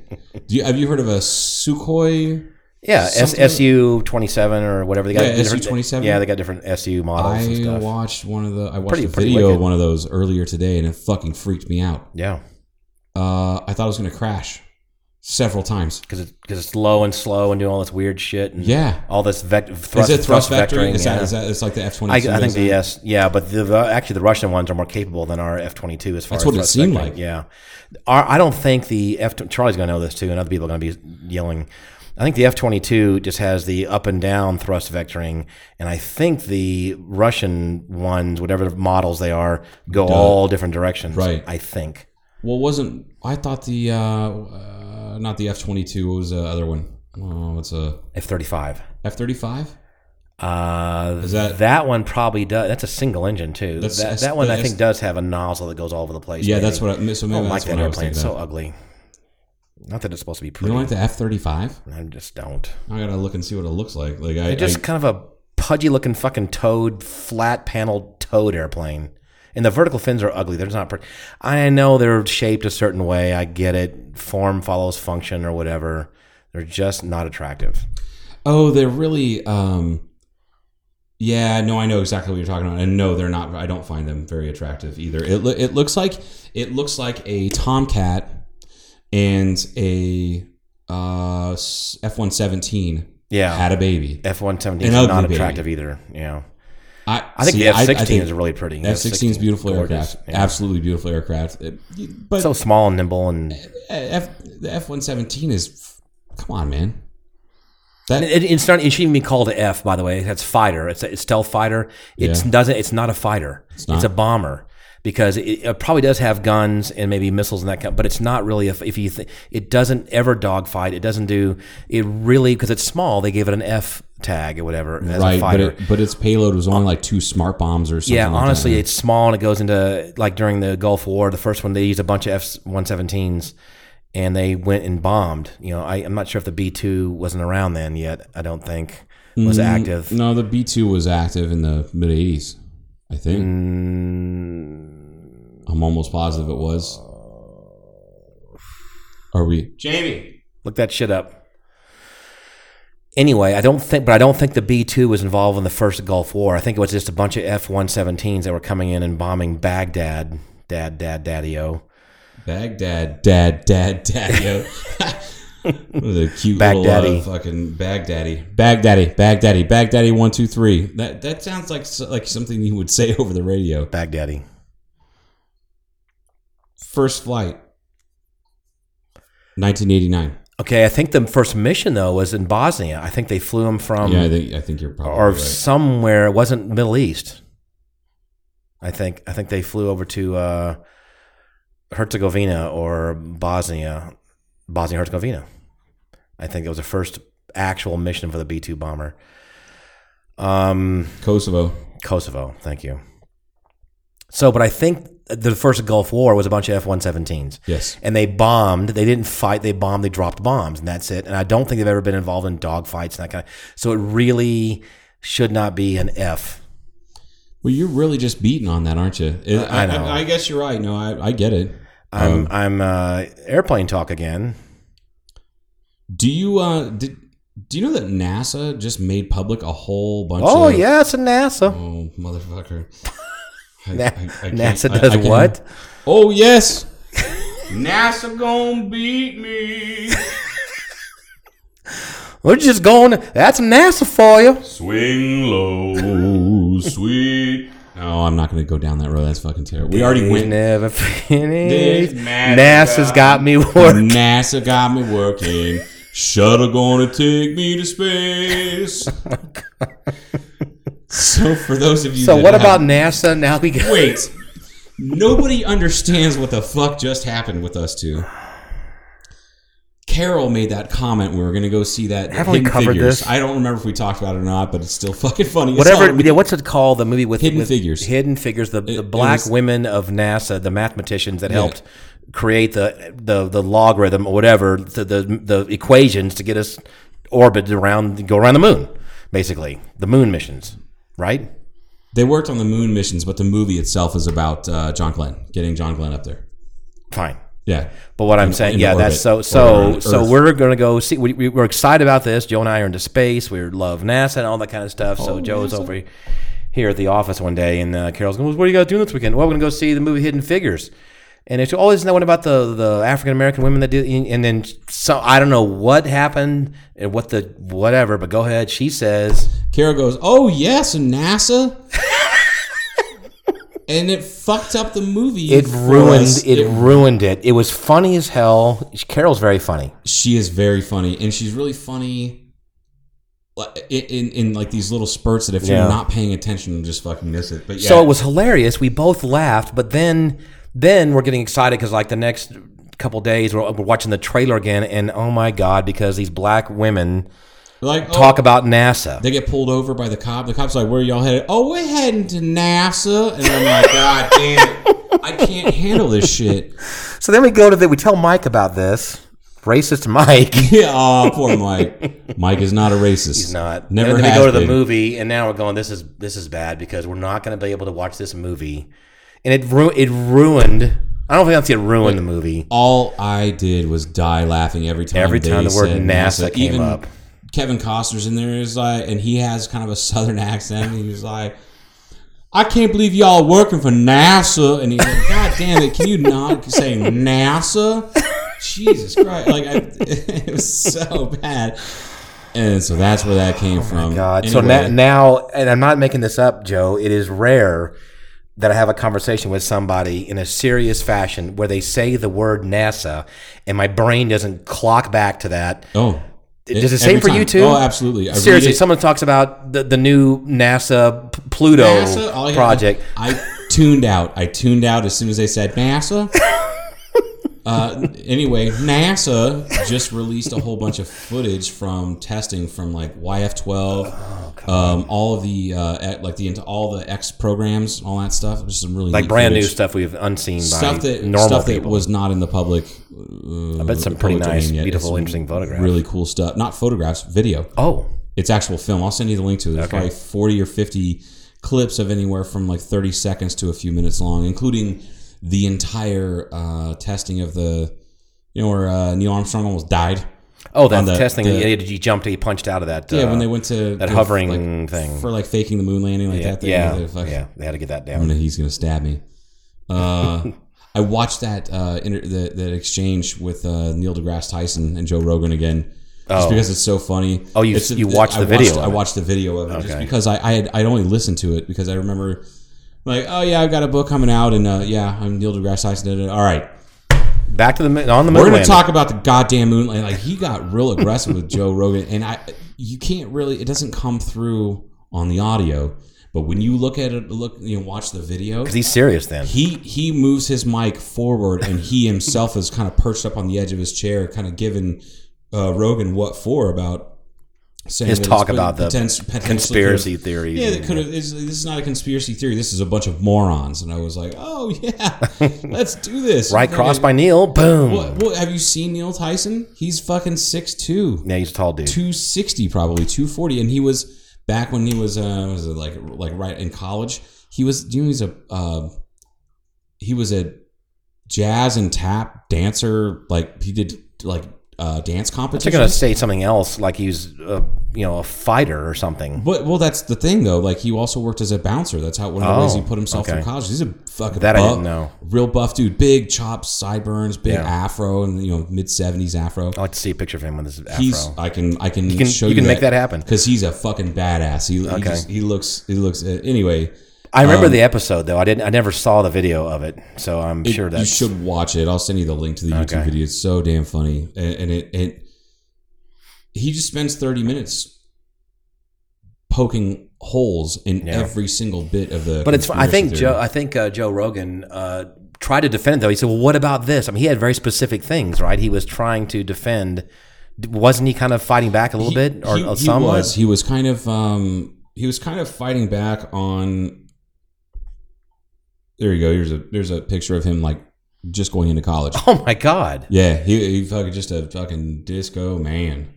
Speaker 6: Do you, have you heard of a Sukhoi?
Speaker 5: yeah, S-
Speaker 6: something-
Speaker 5: SU 27 or whatever they got.
Speaker 6: Yeah,
Speaker 5: different-
Speaker 6: SU-27.
Speaker 5: Yeah, they got different SU models and
Speaker 6: I
Speaker 5: stuff.
Speaker 6: watched one of the. I watched
Speaker 5: Pretty-
Speaker 6: a
Speaker 5: pretty
Speaker 6: video of
Speaker 5: wicked.
Speaker 6: one of those earlier today, and it fucking freaked me out.
Speaker 5: yeah,
Speaker 6: Uh, I thought it was gonna crash several times.
Speaker 5: because it's, 'cause it's low and slow and doing all this weird shit. And
Speaker 6: Yeah.
Speaker 5: all this vect- Oh, thrust,
Speaker 6: is it thrust, vectoring?
Speaker 5: vectoring,
Speaker 6: Is,
Speaker 5: yeah.
Speaker 6: that, is that it's like the F twenty?
Speaker 5: I, I think the yes, yeah, but the, the actually the Russian ones are more capable than our F twenty two as far
Speaker 6: That's
Speaker 5: as
Speaker 6: what it
Speaker 5: thrust
Speaker 6: seemed
Speaker 5: vectoring.
Speaker 6: like.
Speaker 5: Yeah, our, I don't think the F Charlie's going to know this too, and other people are going to be yelling. I think the F twenty two just has the up and down thrust vectoring, and I think the Russian ones, whatever models they are, go all different directions.
Speaker 6: Right.
Speaker 5: I think.
Speaker 6: Well, wasn't I thought the uh, uh not the F twenty two? What was the other one? Oh, it's a
Speaker 5: F thirty five.
Speaker 6: F thirty five.
Speaker 5: Uh,
Speaker 6: Is that-
Speaker 5: that one probably does? That's a single engine too.
Speaker 6: That's-
Speaker 5: That,
Speaker 6: that's-
Speaker 5: that one I
Speaker 6: that's-
Speaker 5: think does have a nozzle that goes all over the place.
Speaker 6: Yeah,
Speaker 5: maybe.
Speaker 6: that's what. I, so
Speaker 5: I
Speaker 6: maybe
Speaker 5: don't like
Speaker 6: that's
Speaker 5: that
Speaker 6: what I was
Speaker 5: airplane.
Speaker 6: thinking.
Speaker 5: It's so uh,
Speaker 6: So,
Speaker 5: ugly. Not that it's supposed to be
Speaker 6: you
Speaker 5: pretty.
Speaker 6: don't like the F thirty five?
Speaker 5: I just don't.
Speaker 6: I gotta look and see what it looks like. Like I
Speaker 5: They're just
Speaker 6: I,
Speaker 5: kind of a pudgy looking fucking toad, flat paneled toad airplane. And the vertical fins are ugly. They're just not pretty. I know they're shaped a certain way. I get it. Form follows function or whatever. They're just not attractive.
Speaker 6: oh, they're really. um Yeah, no, I know exactly what you're talking about, and no, they're not. I don't find them very attractive either. It loo- it looks like it looks like a Tomcat and a uh F one seventeen
Speaker 5: Yeah.
Speaker 6: had a baby.
Speaker 5: F one seventeen
Speaker 6: An
Speaker 5: is
Speaker 6: ugly
Speaker 5: not
Speaker 6: baby.
Speaker 5: attractive either. Yeah.
Speaker 6: I,
Speaker 5: I think
Speaker 6: see,
Speaker 5: the F sixteen
Speaker 6: think-
Speaker 5: is really pretty.
Speaker 6: F sixteen is beautiful
Speaker 5: gorgeous.
Speaker 6: aircraft.
Speaker 5: Yeah.
Speaker 6: Absolutely beautiful aircraft. It- but eh,
Speaker 5: So small and nimble and
Speaker 6: F the F one seventeen is come on, man. That
Speaker 5: It, it's not. It shouldn't be called an F. By the way, that's fighter. It's a it's stealth fighter. It
Speaker 6: Yeah.
Speaker 5: doesn't. It's not a fighter. It's,
Speaker 6: not.
Speaker 5: a bomber because it, it probably does have guns and maybe missiles and that kind. But it's not really. If, if you th- it doesn't ever dogfight. It doesn't do. It really because it's small. They gave it an F tag or whatever as a
Speaker 6: right, but
Speaker 5: fighter.
Speaker 6: it, but its payload was only like two smart bombs or something.
Speaker 5: yeah,
Speaker 6: like
Speaker 5: honestly,
Speaker 6: that.
Speaker 5: it's small and it goes into like during the Gulf War, the first one they used a bunch of F 117s and they went and bombed. You know, I, I'm not sure if the B 2 wasn't around then
Speaker 6: Mm,
Speaker 5: yet. I don't think was active.
Speaker 6: no, the B two was active in the mid eighties. I think.
Speaker 5: Mm.
Speaker 6: I'm almost positive it was. Are we? Jamie.
Speaker 5: Look that shit up. Anyway, I don't think, but I don't think the B two was involved in the first Gulf War. I think it was just a bunch of F one seventeens that were coming in and bombing Baghdad. Dad, dad, daddy o.
Speaker 6: Baghdad, dad, dad, daddy. yo. That was a cute little uh,
Speaker 5: Baghdaddy.
Speaker 6: fucking Baghdaddy, Baghdaddy, Baghdaddy, Baghdaddy. One, two, three. That that sounds like s- like something you would say over the radio.
Speaker 5: Baghdaddy.
Speaker 6: First flight, 1989.
Speaker 5: Okay, I think the first mission though was in Bosnia. I think they flew him from
Speaker 6: yeah, I think I think you're probably
Speaker 5: or
Speaker 6: right.
Speaker 5: somewhere. It wasn't Middle East. I think I think they flew over to uh, Herzegovina or Bosnia, Bosnia Herzegovina. I think it was the first actual mission for the B two bomber. Um,
Speaker 6: Kosovo.
Speaker 5: Kosovo, thank you. So, but I think the first Gulf War was a bunch of F one seventeens
Speaker 6: Yes.
Speaker 5: and they bombed. They didn't fight. They bombed. They dropped bombs, and that's it. And I don't think they've ever been involved in dogfights and that kind of. So it really should not be an F.
Speaker 6: Well, you're really just beating on that, aren't you? I,
Speaker 5: I know.
Speaker 6: I, I guess you're right. No, I, I get it.
Speaker 5: I'm
Speaker 6: Oh.
Speaker 5: I'm uh, airplane talk again.
Speaker 6: Do you uh did do you know that NASA just made public a whole bunch
Speaker 5: Oh
Speaker 6: of
Speaker 5: yeah, it's a NASA.
Speaker 6: Oh motherfucker. I-
Speaker 5: Na-
Speaker 6: I- I can't-
Speaker 5: NASA
Speaker 6: I- I
Speaker 5: does
Speaker 6: can't-
Speaker 5: what?
Speaker 6: Oh yes. NASA gonna beat me.
Speaker 5: We're just going. That's NASA for you.
Speaker 6: Swing low, sweet. No, I'm not gonna go down that road. That's fucking terrible. We already
Speaker 5: We
Speaker 6: went.
Speaker 5: never finished.
Speaker 6: This NASA uh,
Speaker 5: NASA's got me working.
Speaker 6: NASA got me working. Shuttle gonna take me to space. so for those of you,
Speaker 5: Oh, So
Speaker 6: that
Speaker 5: what
Speaker 6: have-
Speaker 5: about NASA? Now we got.
Speaker 6: Wait. Nobody understands what the fuck just happened with us two. Carol made that comment. We were going to go see that.
Speaker 5: Haven't we
Speaker 6: Hidden
Speaker 5: covered
Speaker 6: Figures.
Speaker 5: this?
Speaker 6: I don't remember if we talked about it or not, but it's still fucking funny. as
Speaker 5: Whatever,
Speaker 6: hell.
Speaker 5: yeah, what's it called? The movie with
Speaker 6: Hidden
Speaker 5: with
Speaker 6: Figures.
Speaker 5: Hidden Figures. The,
Speaker 6: it
Speaker 5: the black
Speaker 6: was-
Speaker 5: women of NASA, the mathematicians that helped create the the the logarithm or whatever the the, the equations to get us orbit around go around the moon, basically the moon missions, right?
Speaker 6: They worked on the moon missions, but the movie itself is about uh, John Glenn, getting John Glenn up there.
Speaker 5: Fine.
Speaker 6: Yeah.
Speaker 5: But what I'm saying,
Speaker 6: in
Speaker 5: yeah,
Speaker 6: orbit
Speaker 5: that's so
Speaker 6: or
Speaker 5: so
Speaker 6: on
Speaker 5: so.
Speaker 6: Earth.
Speaker 5: We're gonna go see. We, we, we're excited about this. Joe and I are into space. We love NASA and all that kind of stuff. So
Speaker 6: Oh,
Speaker 5: Joe's over here at the office one day, and uh, Carol's going, "What are you guys doing this weekend?" Well, we're gonna go see the movie Hidden Figures. And it's oh, isn't that one about the the African American women that do? And then so I don't know what happened and what the whatever. But go ahead. She says
Speaker 6: Carol goes, "Oh yes, and NASA." and it fucked up the movie.
Speaker 5: it
Speaker 6: for
Speaker 5: ruined
Speaker 6: us.
Speaker 5: it, ruined it. It was funny as hell. Carol's very funny.
Speaker 6: she is very funny and she's really funny like, in, in, in like these little spurts that if
Speaker 5: Yeah.
Speaker 6: you're not paying attention you'll just fucking miss it but yeah
Speaker 5: So it was hilarious. We both laughed, but then then we're getting excited because like the next couple days we're, we're watching the trailer again, and oh my god, because these black women
Speaker 6: like oh,
Speaker 5: talk about NASA.
Speaker 6: they get pulled over by the cop the cop's like where are y'all headed oh we're heading to nasa and i'm like god damn it i can't handle this shit
Speaker 5: So then we go to the we tell Mike about this. Racist Mike.
Speaker 6: yeah oh poor mike mike is not a racist
Speaker 5: He's not.
Speaker 6: never
Speaker 5: And then
Speaker 6: has
Speaker 5: we go to the
Speaker 6: been.
Speaker 5: movie, and now we're going. This is this is bad because we're not going to be able to watch this movie, and it ru- it ruined. I don't think I'd say it ruined the movie.
Speaker 6: all I did was die laughing every time.
Speaker 5: Every time
Speaker 6: they
Speaker 5: the word
Speaker 6: said
Speaker 5: NASA came up.
Speaker 6: Kevin Costner's in there is like, and he has kind of a southern accent, and he's like, "I can't believe y'all working for NASA," and he's like, "God damn it, can you not say NASA?" Jesus Christ, like I, it was so bad. And so that's where that came from.
Speaker 5: Oh God. So
Speaker 6: Anyway,
Speaker 5: na- now, and I'm not making this up, Joe. It is rare that I have a conversation with somebody in a serious fashion where they say the word NASA, and my brain doesn't clock back to that.
Speaker 6: oh,
Speaker 5: Does it same
Speaker 6: every
Speaker 5: for you
Speaker 6: time.
Speaker 5: too?
Speaker 6: Oh, absolutely. I read
Speaker 5: Seriously,
Speaker 6: it.
Speaker 5: someone talks about the, the new NASA P- Pluto
Speaker 6: NASA, all I-
Speaker 5: project.
Speaker 6: I, tuned out. I tuned out as soon as they said NASA. uh, anyway, NASA just released a whole bunch of footage from testing from like YF12,
Speaker 5: Oh,
Speaker 6: um, all of the uh, at- like the into all the X programs, all that stuff. Just some really
Speaker 5: like
Speaker 6: neat
Speaker 5: brand new
Speaker 6: footage.
Speaker 5: stuff we've unseen
Speaker 6: Stuff
Speaker 5: by
Speaker 6: that
Speaker 5: normal
Speaker 6: stuff that
Speaker 5: people.
Speaker 6: was not in the public. Uh,
Speaker 5: I bet some pretty
Speaker 6: public domain
Speaker 5: nice,
Speaker 6: yet. It's
Speaker 5: beautiful,
Speaker 6: some
Speaker 5: interesting photographs.
Speaker 6: Really cool stuff. Not photographs, video
Speaker 5: Oh,
Speaker 6: it's actual film. I'll send you the link to it. There's probably 40 or 50 clips of anywhere from like 30 seconds to a few minutes long, including the entire uh, testing of the, you know, where uh, Neil Armstrong almost died.
Speaker 5: Oh, that
Speaker 6: On the-
Speaker 5: testing.
Speaker 6: the-
Speaker 5: he, he jumped. He punched out of that.
Speaker 6: Yeah,
Speaker 5: uh,
Speaker 6: when they went to
Speaker 5: that
Speaker 6: to,
Speaker 5: hovering
Speaker 6: like,
Speaker 5: thing.
Speaker 6: for like faking the moon landing, like
Speaker 5: yeah,
Speaker 6: that thing.
Speaker 5: yeah,
Speaker 6: they're fucking-
Speaker 5: yeah, they had to get that
Speaker 6: I'm
Speaker 5: down.
Speaker 6: gonna, he's gonna stab me. Uh, I watched that uh, inter- that, that exchange with uh, Neil deGrasse Tyson and Joe Rogan again, just
Speaker 5: Oh.
Speaker 6: because it's so funny.
Speaker 5: Oh, you-
Speaker 6: It's-
Speaker 5: you watched
Speaker 6: I
Speaker 5: the video
Speaker 6: I
Speaker 5: of it.
Speaker 6: watched the video of it just
Speaker 5: Okay.
Speaker 6: because I I had I'd only listened to it because I remember like oh yeah I've got a book coming out and uh, yeah I'm Neil deGrasse Tyson. did it. All right,
Speaker 5: Back to the moon- on the moon.
Speaker 6: we're gonna
Speaker 5: landing.
Speaker 6: talk about the goddamn moon landing. Like he got real aggressive with Joe Rogan, and I you can't really it doesn't come through on the audio. But when you look at it, look you know, watch the video.
Speaker 5: 'Cause He's serious then.
Speaker 6: He he moves his mic forward, and he himself is kind of perched up on the edge of his chair, kind of giving uh, Rogan what for about saying
Speaker 5: His
Speaker 6: that it's
Speaker 5: talk
Speaker 6: been
Speaker 5: about the
Speaker 6: potent- potentially
Speaker 5: conspiracy
Speaker 6: could've-
Speaker 5: theories
Speaker 6: Yeah, that
Speaker 5: and-
Speaker 6: could have. This is not a conspiracy theory. This is a bunch of morons. And I was like, oh yeah, let's do this.
Speaker 5: Right
Speaker 6: And
Speaker 5: cross
Speaker 6: it-
Speaker 5: by Neil. Boom.
Speaker 6: Well, well, have you seen Neil Tyson? He's fucking 6'2",
Speaker 5: Yeah, he's a tall dude.
Speaker 6: 260 probably, 240, and he was back when he was uh was it like like right in college. He was you know he's a uh, he was a jazz and tap dancer like he did like uh dance
Speaker 5: They're gonna
Speaker 6: competitions.
Speaker 5: say something else, like he was, uh, you know, a fighter or something.
Speaker 6: But well, that's the thing though. Like he also worked as a bouncer. That's how one of the
Speaker 5: Oh,
Speaker 6: ways he put himself
Speaker 5: okay.
Speaker 6: through college. He's a fucking
Speaker 5: That I
Speaker 6: buff,
Speaker 5: didn't know.
Speaker 6: Real buff dude, big chops, sideburns, big
Speaker 5: Yeah.
Speaker 6: afro, and you know mid seventies afro.
Speaker 5: I like to see a picture of him with his afro.
Speaker 6: He's, I can, I can,
Speaker 5: can-
Speaker 6: show
Speaker 5: you
Speaker 6: you.
Speaker 5: can make that happen.
Speaker 6: because he's a fucking badass. He, he,
Speaker 5: Okay.
Speaker 6: just, he looks, he looks. Uh, anyway,
Speaker 5: I remember the episode though. I didn't. I never saw the video of it, so I'm
Speaker 6: um, it-
Speaker 5: sure
Speaker 6: you
Speaker 5: that's
Speaker 6: should watch it. I'll send you the link to the YouTube
Speaker 5: Okay.
Speaker 6: video. It's so damn funny, and, and it, it, he just spends thirty minutes poking holes in
Speaker 5: Yeah.
Speaker 6: every single bit of the.
Speaker 5: But it's. I
Speaker 6: conspiracy
Speaker 5: think
Speaker 6: theory.
Speaker 5: Joe. I think uh, Joe Rogan uh, tried to defend it, though. He said, "Well, what about this?" I mean, he had very specific things, right? He was trying to defend. Wasn't he kind of fighting back a little bit, or, or somewhat?
Speaker 6: He was, he was kind of um, he was kind of fighting back on. There you go. Here's a there's a picture of him like just going into college.
Speaker 5: Oh my god!
Speaker 6: Yeah, he, he fucking just a fucking disco man.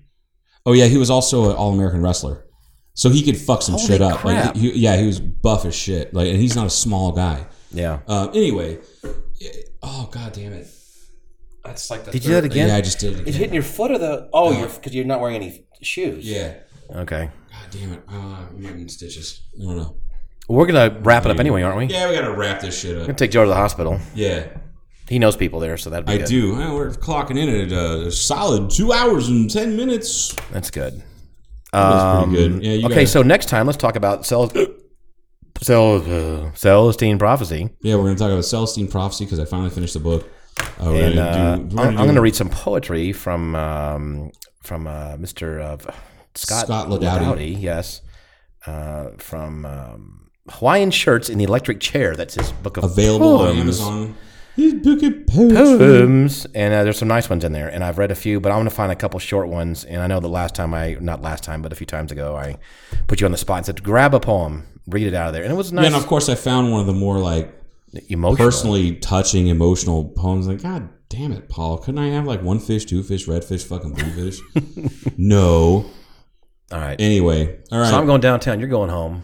Speaker 6: Oh yeah, he was also an all American wrestler, so he could fuck some
Speaker 5: Holy
Speaker 6: shit up.
Speaker 5: crap.
Speaker 6: Like, he, yeah, he was buff as shit. Like, and he's not a small guy.
Speaker 5: Yeah.
Speaker 6: Um, anyway, it- oh god damn it! That's like the
Speaker 5: Did you do that again?
Speaker 6: Yeah, I just did. It again. Uh,
Speaker 5: hitting your foot or the? Oh, you're because you're not wearing any shoes.
Speaker 6: Yeah.
Speaker 5: Okay.
Speaker 6: God damn it! Uh, I'm getting stitches. I don't know.
Speaker 5: We're gonna wrap it up anyway, aren't we?
Speaker 6: Yeah, we gotta wrap this shit up.
Speaker 5: Take Joe to the hospital.
Speaker 6: Yeah,
Speaker 5: He knows people there, so that'd be
Speaker 6: I
Speaker 5: good.
Speaker 6: do. Well, we're clocking in at uh, a solid two hours and ten minutes.
Speaker 5: That's good.
Speaker 6: That's pretty
Speaker 5: Um,
Speaker 6: good. Yeah, you
Speaker 5: okay,
Speaker 6: gotta-
Speaker 5: so next time let's talk about Cel- Cel- uh, Celestine prophecy,
Speaker 6: Yeah, we're going to talk about Celestine Prophecy because I finally finished the book. Uh, we're
Speaker 5: and
Speaker 6: gonna do-
Speaker 5: uh,
Speaker 6: we're gonna
Speaker 5: I'm,
Speaker 6: do
Speaker 5: I'm going to read some poetry from um, from uh, Mr. Uh, Scott
Speaker 6: Scott Ladoudy.
Speaker 5: yes, uh, from um, Hawaiian shirts in the electric chair. That's his book of
Speaker 6: available on
Speaker 5: poems.
Speaker 6: Amazon. His book of poetry.
Speaker 5: Poems, and uh, there's some nice ones in there, and I've read a few, but I'm going to find a couple short ones. And I know the last time I, not last time, but a few times ago, I put you on the spot and said, "Grab a poem, read it out of there," and it was
Speaker 6: Yeah,
Speaker 5: nice,
Speaker 6: and of course, I found one of the more like
Speaker 5: emotional.
Speaker 6: personally touching, emotional poems. Like, God damn it, Paul! Couldn't I have like one fish, two fish, red fish, fucking blue fish? no.
Speaker 5: All right.
Speaker 6: Anyway, all right.
Speaker 5: So I'm going downtown. You're going home.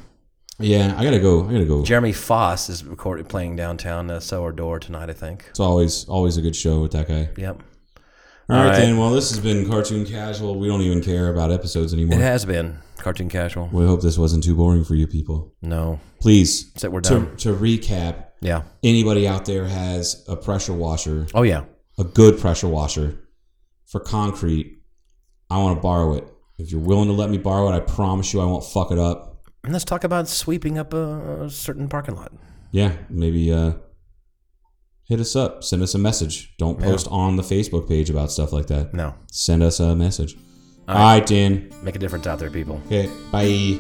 Speaker 6: yeah, I gotta go. I gotta go.
Speaker 5: Jeremy Foss is recorded playing downtown uh, So or Door tonight, I think.
Speaker 6: It's always always a good show with that guy.
Speaker 5: Yep.
Speaker 6: All right,
Speaker 5: right.
Speaker 6: then. Well, this has been Cartoon Casual. We don't even care about episodes anymore.
Speaker 5: It has been cartoon casual.
Speaker 6: we hope this wasn't too boring for you people.
Speaker 5: No,
Speaker 6: Please
Speaker 5: except we're
Speaker 6: to,
Speaker 5: done.
Speaker 6: to recap,
Speaker 5: Yeah.
Speaker 6: anybody out there has a pressure washer,
Speaker 5: Oh yeah.
Speaker 6: a good pressure washer for concrete, I want to borrow it. If you're willing to let me borrow it, I promise you I won't fuck it up.
Speaker 5: And let's talk about sweeping up a, a certain parking lot.
Speaker 6: Yeah, maybe uh, hit us up, send us a message. Don't post on the Facebook page about stuff like that.
Speaker 5: No,
Speaker 6: Send us a message.
Speaker 5: All
Speaker 6: All
Speaker 5: right.
Speaker 6: right, Dan.
Speaker 5: make a difference out there, people.
Speaker 6: Okay, bye.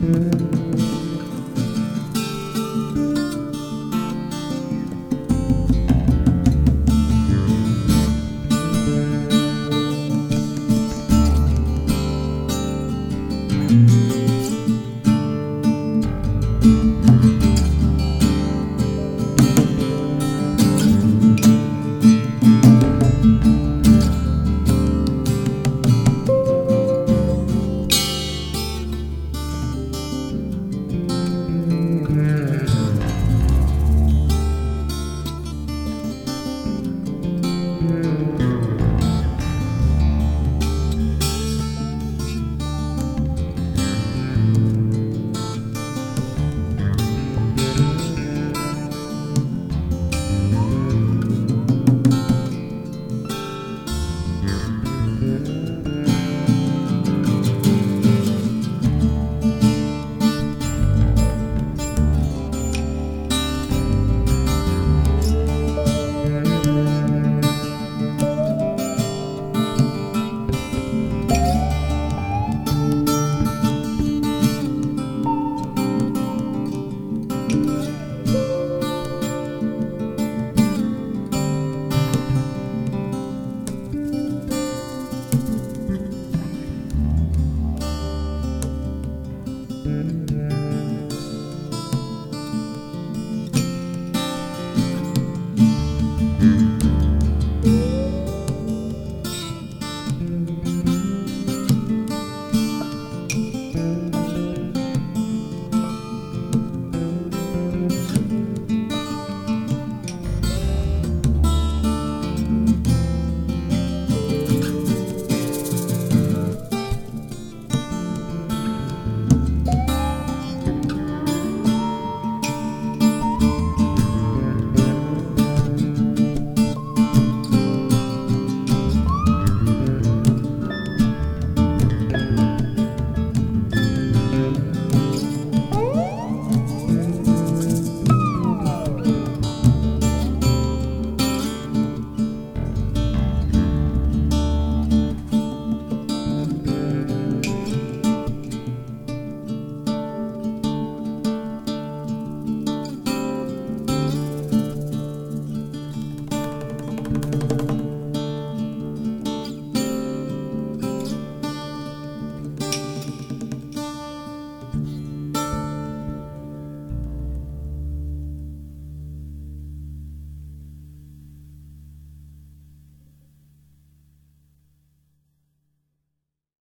Speaker 7: Bye.